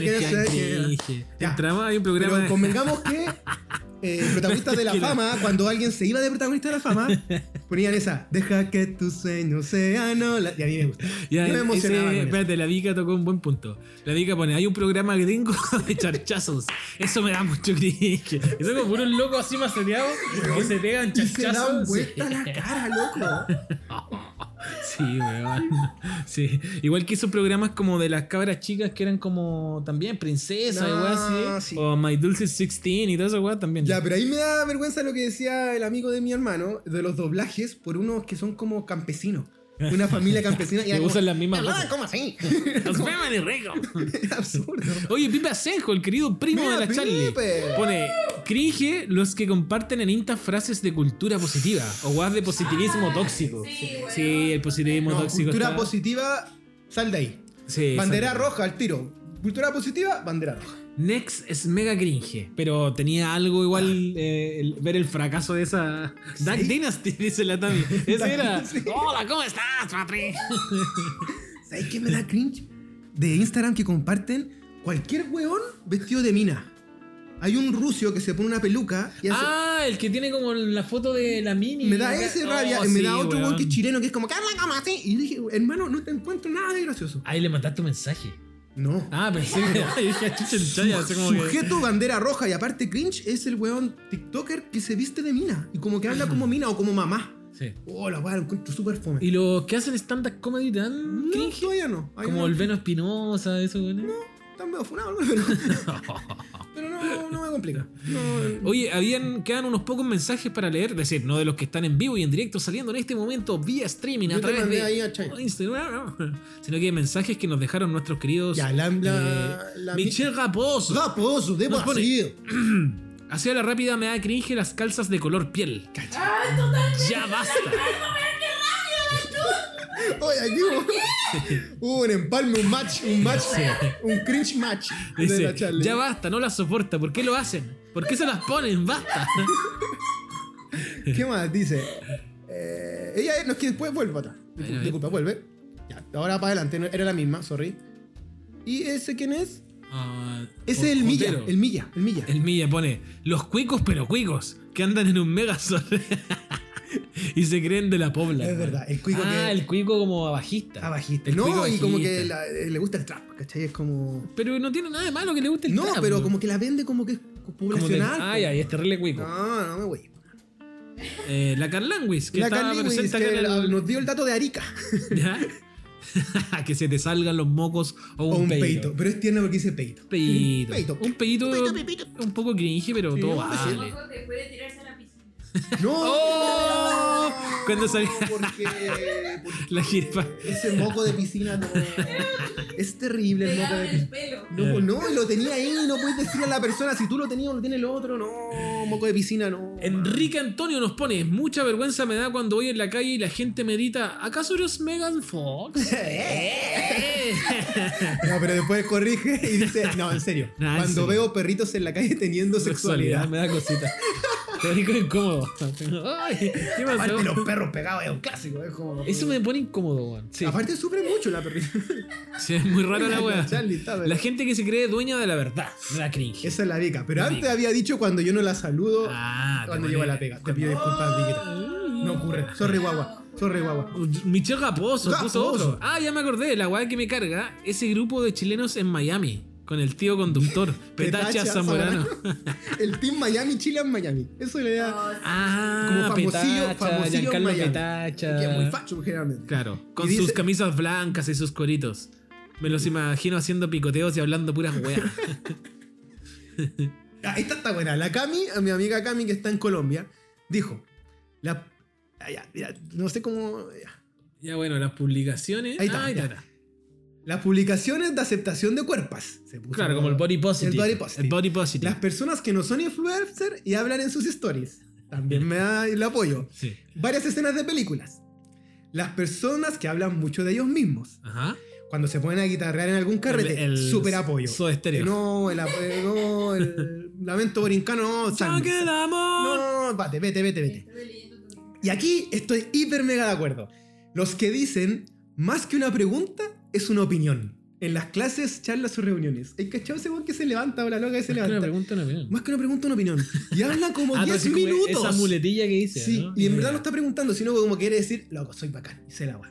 Speaker 2: canciones
Speaker 1: que
Speaker 2: que dan
Speaker 1: se quieran.
Speaker 2: cringe.
Speaker 1: Ya.
Speaker 2: Entraba hay un programa.
Speaker 1: Pero convengamos
Speaker 2: <laughs>
Speaker 1: que eh, protagonistas de la fama, cuando alguien se iba de protagonista de la fama, ponían esa, deja que tus sueños sean olas. Y a mí me gusta.
Speaker 2: Ya,
Speaker 1: Yo me emocionaba.
Speaker 2: ese-
Speaker 1: con eso.
Speaker 2: espérate, la Vika tocó un buen punto. La Vika pone, hay un programa gringo <laughs> de charchazos. Eso me da mucho cringe. Eso como puros locos así maceteados que se pegan
Speaker 1: Y se dan
Speaker 2: charchazos.
Speaker 1: vuelta la
Speaker 2: <laughs>
Speaker 1: cara, loco.
Speaker 2: Sí, weón. <laughs> Sí. Igual que esos programas como de las cabras chicas que eran como también princesa
Speaker 1: No,
Speaker 2: y weón así.
Speaker 1: Ah, sí.
Speaker 2: O My Dulce 16 y todo eso, weón, también.
Speaker 1: Ya, pero ahí me da vergüenza lo que decía el amigo de mi hermano, de los doblajes por unos que son como campesinos. Una familia
Speaker 2: <laughs>
Speaker 1: campesina. Y
Speaker 2: que
Speaker 1: era como,
Speaker 2: usan las mismas
Speaker 1: "Hablaban
Speaker 2: cosas. <laughs>
Speaker 1: como así? <laughs>
Speaker 2: Los memes de rico.
Speaker 1: Era absurdo.
Speaker 2: Oye, Pipe Asenjo, el querido primo
Speaker 1: Mira,
Speaker 2: de la Charlie.
Speaker 1: Pipe.
Speaker 2: Pone, cringe los que comparten en Insta frases de cultura positiva o guas de positivismo tóxico.
Speaker 4: sí, bueno.
Speaker 2: el positivismo
Speaker 1: No,
Speaker 2: tóxico.
Speaker 1: cultura
Speaker 2: está-
Speaker 1: positiva, sal de ahí.
Speaker 2: Sí,
Speaker 1: bandera
Speaker 2: exacto.
Speaker 1: roja al tiro. Cultura positiva, bandera roja.
Speaker 2: Next es mega cringe, pero tenía algo igual
Speaker 1: Ah.
Speaker 2: eh, el- ver el fracaso de esa. Duck Dynasty, <laughs> dice la
Speaker 1: <laughs>
Speaker 2: Tami. Esa era.
Speaker 1: Sí.
Speaker 2: Hola, ¿cómo estás, Patrick?
Speaker 1: ¿Sabes qué me da cringe? De Instagram que comparten cualquier weón vestido de mina. Hay un ruso que se pone una peluca y hace-
Speaker 2: Ah, el que tiene como la foto de la mini.
Speaker 1: Me da ese
Speaker 2: Oh,
Speaker 1: rabia, me
Speaker 2: sí,
Speaker 1: da otro weón
Speaker 2: weón.
Speaker 1: que es chileno que es como, Carla, ¿cómo así? Y dije, hermano, no te encuentro nada de gracioso.
Speaker 2: Ahí le mandaste un mensaje.
Speaker 1: No.
Speaker 2: Ah, <laughs> pensé que. dije, chucha, el chaya, Ah, así como que-
Speaker 1: Sujeto bandera roja y aparte cringe es el weón TikToker que se viste de mina y como que habla como mina o como mamá.
Speaker 2: Sí.
Speaker 1: Oh, la weá, lo encuentro súper fome.
Speaker 2: Y los que hacen stand-up comedy tan
Speaker 1: No,
Speaker 2: cringe.
Speaker 1: todavía no. Hay
Speaker 2: Como
Speaker 1: uno-
Speaker 2: el Veno Espinosa, eso, güey.
Speaker 1: <laughs> Están medio funados, <laughs> pero,
Speaker 2: <laughs>
Speaker 1: pero no, no me complica. No,
Speaker 2: Oye, habían, quedan unos pocos mensajes para leer, es decir, no de los que están en vivo y en directo saliendo en este momento vía streaming
Speaker 1: Yo
Speaker 2: a
Speaker 1: te
Speaker 2: través
Speaker 1: mandé
Speaker 2: de Oh,
Speaker 1: ahí a Chayo.
Speaker 2: Instagram, no, <laughs> sino que mensajes que nos dejaron nuestros queridos.
Speaker 1: ya, la.
Speaker 2: eh,
Speaker 1: la, la
Speaker 2: Michelle Rapos.
Speaker 1: Raposo, de
Speaker 2: Nos pone-
Speaker 1: Brasil.
Speaker 2: Hacia la rápida me da cringe las calzas de color piel.
Speaker 4: ¡Ah,
Speaker 2: Ya
Speaker 1: <laughs>
Speaker 2: basta.
Speaker 1: Oye, aquí
Speaker 2: <laughs>
Speaker 1: hubo, hubo un empalme, un match, un match, un cringe match de la
Speaker 2: Dice,
Speaker 1: Charlie.
Speaker 2: ya basta, no las soporta. ¿Por qué lo hacen? ¿Por qué se las ponen? Basta.
Speaker 1: ¿Qué más? Dice. eh, ella es- no es que después vuelve para atrás. Discul-
Speaker 2: Ahí, ahí.
Speaker 1: Disculpa, vuelve. Ya, ahora para adelante, no- era la misma, sorry. ¿Y ese quién es?
Speaker 2: Ah,
Speaker 1: Ese es el Milla,
Speaker 2: Montero.
Speaker 1: el Milla, el Milla.
Speaker 2: El Milla pone, los cuicos pero cuicos, que andan en un megazord. <laughs> y se creen de la pobla.
Speaker 1: Es
Speaker 2: weón.
Speaker 1: verdad, el cuico
Speaker 2: ah,
Speaker 1: que-
Speaker 2: el cuico como bajista.
Speaker 1: Abajista.
Speaker 2: El
Speaker 1: No,
Speaker 2: cuico
Speaker 1: y como que
Speaker 2: bajista.
Speaker 1: la- eh, le gusta el trap, ¿cachai? Es como.
Speaker 2: Pero no tiene nada de malo que le guste el
Speaker 1: No,
Speaker 2: trap,
Speaker 1: pero
Speaker 2: weón.
Speaker 1: como que la vende como que es
Speaker 2: Como de-
Speaker 1: poblacional.
Speaker 2: Ay,
Speaker 1: po.
Speaker 2: ay, es terrible cuico.
Speaker 1: No, no me voy.
Speaker 2: Eh, la Carlanguis, que
Speaker 1: La
Speaker 2: estaba
Speaker 1: Carly Lewis,
Speaker 2: presente
Speaker 1: que
Speaker 2: acá en
Speaker 1: la-
Speaker 2: el-
Speaker 1: nos dio el dato de Arica.
Speaker 2: <laughs> ¿Ya? <laughs> que se te salgan los mocos o
Speaker 1: O
Speaker 2: un, peito.
Speaker 1: Pero es tierno porque
Speaker 2: <laughs>
Speaker 1: dice peito.
Speaker 2: Peito.
Speaker 1: Peito.
Speaker 2: Un peito,
Speaker 3: Peito, pepito.
Speaker 2: un poco cringe, pero
Speaker 1: Sí,
Speaker 2: todo
Speaker 1: un besito.
Speaker 2: vale.
Speaker 4: Ojo, después de tirarse a la piscina.
Speaker 1: No.
Speaker 2: ¡Oh! Cuando
Speaker 1: <laughs>
Speaker 2: salió-
Speaker 1: Porque, porque
Speaker 2: <laughs> La jirafa.
Speaker 1: ese moco de piscina no. Es terrible el moco
Speaker 4: Pegado
Speaker 1: de
Speaker 4: en
Speaker 1: piscina.
Speaker 4: el pelo.
Speaker 1: No, pues no, y lo tenía ahí, no puedes decir a la persona si tú lo tenías o lo tiene el otro, no, moco de piscina, <laughs> no.
Speaker 2: Enrique Antonio nos pone, mucha vergüenza me da cuando voy en la calle y la gente me grita, ¿acaso eres Megan Fox?
Speaker 1: <laughs>
Speaker 2: Eh.
Speaker 1: No, pero después corrige y dice, no, en serio,
Speaker 2: <laughs> Nah, en
Speaker 1: cuando
Speaker 2: serio.
Speaker 1: veo perritos en la calle teniendo sexualidad,
Speaker 2: me da cosita. Te rico incómodo. Ay, ¿qué <laughs> pasó?
Speaker 1: aparte los perros pegados es un clásico, es como...
Speaker 2: Eso me pone incómodo, weón. Sí.
Speaker 1: Aparte sufre mucho la perrita.
Speaker 2: Sí, es muy rara
Speaker 1: <laughs>
Speaker 2: la weá.
Speaker 1: Charlie, está, pero-
Speaker 2: La gente que se cree dueña de la verdad. Me da cringe.
Speaker 1: Esa es la beca, pero
Speaker 2: La
Speaker 1: antes
Speaker 2: beca.
Speaker 1: había dicho cuando yo no la saludo,
Speaker 2: Ah, te Oh.
Speaker 1: cuando
Speaker 2: pone-
Speaker 1: llevo la pega, te pido disculpas, Viquita. No ocurre, sorry guagua, sorry guagua.
Speaker 2: Michel Raposo puso
Speaker 1: Raposo.
Speaker 2: otro. Ah, ya me acordé, la weá que me carga, ese grupo de chilenos en Miami, con el tío conductor, Petacha
Speaker 1: Petacha
Speaker 2: Zamorano.
Speaker 1: El Team Miami, Chile en Miami, eso le da...
Speaker 4: No, sí.
Speaker 2: Ah,
Speaker 1: Como famosillo-
Speaker 2: Petacha,
Speaker 1: famosillo en
Speaker 2: Giancarlo
Speaker 1: Miami.
Speaker 2: Petacha.
Speaker 1: Que es muy facho generalmente.
Speaker 2: Claro, con
Speaker 1: Y dice-
Speaker 2: sus camisas blancas y sus cueritos. Me los imagino haciendo picoteos y hablando puras weas.
Speaker 1: <laughs> Ah, esta está buena. La Cami, mi amiga Cami que está en Colombia, dijo, la... ah, ya, mira, no sé cómo... ya.
Speaker 2: ya bueno, las publicaciones.
Speaker 1: Ahí está,
Speaker 2: Ah,
Speaker 1: ya. Las publicaciones de aceptación de cuerpas. se puso.
Speaker 2: Claro, como el body positive.
Speaker 1: El body positive.
Speaker 2: El body positive.
Speaker 1: Las personas que no son influencers y hablan en sus stories.
Speaker 2: <laughs>
Speaker 1: También me da el apoyo.
Speaker 2: Sí.
Speaker 1: Varias escenas de películas. Las personas que hablan mucho de ellos mismos.
Speaker 2: Ajá.
Speaker 1: Cuando se ponen a guitarrear en algún carrete,
Speaker 2: El- el
Speaker 1: super apoyo.
Speaker 2: Soda Stereo.
Speaker 1: Eh, No, el, ap- eh, no, el
Speaker 2: <laughs>
Speaker 1: lamento borincano, no,
Speaker 2: ¡Chao,
Speaker 1: Sam.
Speaker 2: quedamos!
Speaker 1: No, vete, vete, vete, vete.
Speaker 4: Estuve leyendo tu libro.
Speaker 1: Y aquí estoy hiper mega de acuerdo. Los que dicen, más que una pregunta, es una opinión. En las clases, charlas o reuniones. El cachado ese weón que se levanta o la loca que se
Speaker 2: Es que una
Speaker 1: levanta.
Speaker 2: pregunta, una opinión.
Speaker 1: Más que una pregunta, una opinión. Y habla
Speaker 2: <laughs>
Speaker 1: como
Speaker 2: Ah,
Speaker 1: 10
Speaker 2: pero así como
Speaker 1: minutos.
Speaker 2: Esa muletilla que dice.
Speaker 1: sí,
Speaker 2: ¿no?
Speaker 1: y en verdad no está preguntando, sino como quiere decir, loco, soy bacán. Y se la va.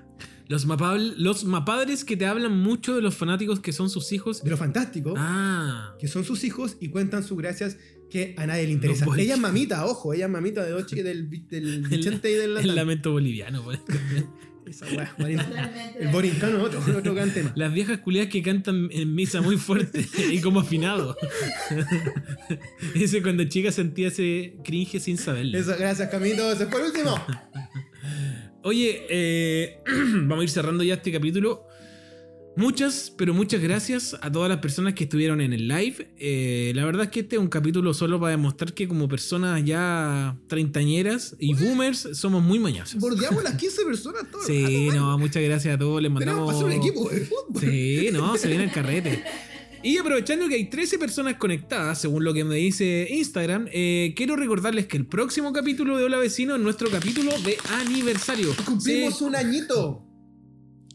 Speaker 2: Los, mapabl- los mapadres que te hablan mucho de los fanáticos que son sus hijos.
Speaker 1: De lo fantástico,
Speaker 2: Ah.
Speaker 1: que son sus hijos y cuentan sus gracias que a nadie le interesa.
Speaker 2: voy.
Speaker 1: ella es mamita, ojo, ella es mamita de dos chi- del, del
Speaker 2: <laughs>
Speaker 1: Vicente y del
Speaker 2: El
Speaker 1: Latán.
Speaker 2: lamento boliviano, weón.
Speaker 1: Esa weá, Borin-
Speaker 4: Totalmente
Speaker 1: El
Speaker 4: de
Speaker 1: borincano es
Speaker 2: <laughs>
Speaker 1: otro, otro gran tema.
Speaker 2: <laughs> Las viejas culiadas que cantan en misa muy fuerte <laughs> y como afinado. <laughs> Ese cuando chica sentía ese cringe sin saberlo.
Speaker 1: Eso, gracias Camito. Eso fue el último.
Speaker 2: Oye, eh, <clears throat> vamos a ir cerrando ya este capítulo. Muchas, pero muchas gracias a todas las personas que estuvieron en el live. Eh, la verdad es que este es un capítulo solo para demostrar que como personas ya treintañeras y boomers somos muy mañosos.
Speaker 1: Bordeamos las 15 personas todo. el rato,
Speaker 2: Sí,
Speaker 1: weón.
Speaker 2: no, muchas gracias a todos. Les
Speaker 1: Tenemos
Speaker 2: mandamos...
Speaker 1: que hacer un equipo de fútbol.
Speaker 2: Sí, no, se viene el carrete. Y aprovechando que hay 13 personas conectadas, según lo que me dice Instagram, eh, quiero recordarles que el próximo capítulo de Hola Vecino es nuestro capítulo de aniversario.
Speaker 1: Cumplimos
Speaker 2: Se-
Speaker 1: un añito.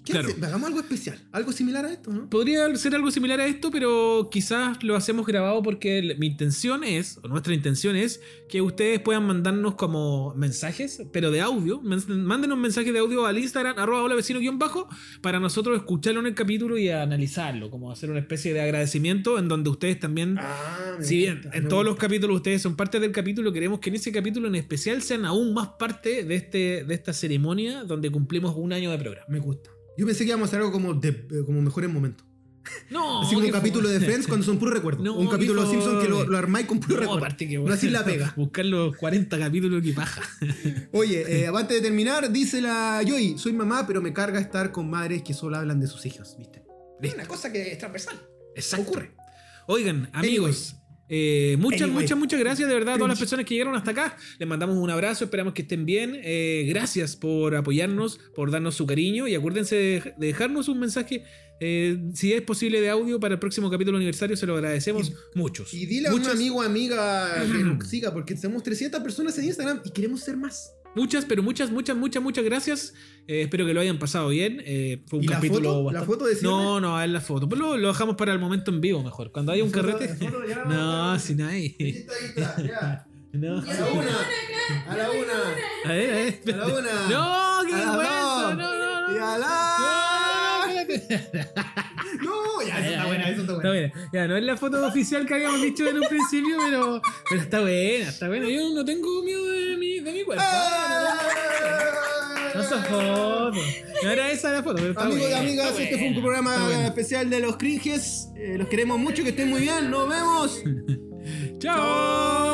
Speaker 1: ¿Qué
Speaker 2: Claro.
Speaker 1: hace? Hagamos algo especial. Algo similar a esto, ¿no?
Speaker 2: Podría ser algo similar a esto, pero quizás lo hacemos grabado porque el- mi intención es, o nuestra intención es, que ustedes puedan mandarnos como mensajes, pero de audio. Men- Mándenos mensajes de audio al Instagram, arroba hola vecino guión bajo, para nosotros escucharlo en el capítulo y analizarlo, como hacer una especie de agradecimiento en donde ustedes también
Speaker 1: Ah, me
Speaker 2: Si bien
Speaker 1: gusta,
Speaker 2: en
Speaker 1: me
Speaker 2: todos los
Speaker 1: gusta.
Speaker 2: capítulos ustedes son parte del capítulo, queremos que en ese capítulo en especial sean aún más parte de, este, de esta ceremonia donde cumplimos un año de programa.
Speaker 1: Me gusta. Yo pensé que íbamos a hacer algo como, de, eh, como mejor en momento.
Speaker 2: No,
Speaker 1: Así como un
Speaker 2: qué
Speaker 1: capítulo de
Speaker 2: fome.
Speaker 1: Friends cuando son puros recuerdos.
Speaker 2: No,
Speaker 1: O un capítulo de
Speaker 2: qué
Speaker 1: Simpsons que lo,
Speaker 2: fome.
Speaker 1: lo armáis con puros
Speaker 2: No,
Speaker 1: recuerdos.
Speaker 2: aparte que
Speaker 1: No así la pega.
Speaker 2: Buscar los 40 capítulos que paja.
Speaker 1: Oye, eh, antes de terminar, dice la Joy, soy mamá, pero me carga estar con madres que solo hablan de sus hijos, ¿viste? Es una cosa que es transversal.
Speaker 2: Exacto.
Speaker 1: Ocurre. <laughs>
Speaker 2: Oigan, amigos. eh, muchas,
Speaker 1: Anyway.
Speaker 2: muchas, muchas gracias de verdad a todas las
Speaker 1: Cringe.
Speaker 2: personas que llegaron hasta acá. Les mandamos un abrazo, esperamos que estén bien. Eh, gracias por apoyarnos, por darnos su cariño y acuérdense de, de dejarnos un mensaje, eh, si es posible, de audio para el próximo capítulo aniversario. Se lo agradecemos muchos.
Speaker 1: Y dile a
Speaker 2: muchas,
Speaker 1: un amigo amiga
Speaker 2: <clears throat>
Speaker 1: que nos siga, porque tenemos 300 personas en Instagram y queremos ser más.
Speaker 2: muchas, pero muchas, muchas, muchas, muchas gracias. Eh, espero que lo hayan pasado bien. Eh, fue un
Speaker 1: ¿Y la
Speaker 2: capítulo
Speaker 1: foto? ¿La
Speaker 2: bastante-
Speaker 1: foto de cierre?
Speaker 2: No, no, es la foto. Pero lo, lo dejamos para el momento en vivo mejor. Cuando haya un
Speaker 1: Foto-
Speaker 2: <laughs> carrete.
Speaker 1: foto ya la vamos a
Speaker 2: No,
Speaker 1: ver.
Speaker 2: sin ahí.
Speaker 1: Ahí está, ahí está, ya.
Speaker 2: No.
Speaker 1: A la una. A la una.
Speaker 2: A ver, a ver.
Speaker 1: A la una.
Speaker 2: No, qué
Speaker 1: A las
Speaker 2: vergüenza.
Speaker 1: dos.
Speaker 2: No, no,
Speaker 1: Y
Speaker 2: no.
Speaker 1: a la. No, ya, eso está buena, eso está
Speaker 2: Está
Speaker 1: buena.
Speaker 2: buena. Ya, no es la foto oficial que habíamos dicho en un principio, pero, pero está buena, está buena. Yo no tengo miedo de mi, de mi cuerpo. No esa foto. No era esa la foto, pero está
Speaker 1: Amigos y
Speaker 2: buena.
Speaker 1: amigas,
Speaker 2: está
Speaker 1: este fue un
Speaker 2: buena,
Speaker 1: programa
Speaker 2: está buena. <laughs>
Speaker 1: especial de los cringes. Eh, los queremos mucho, que estén muy bien. Nos vemos.
Speaker 2: ¡Chao!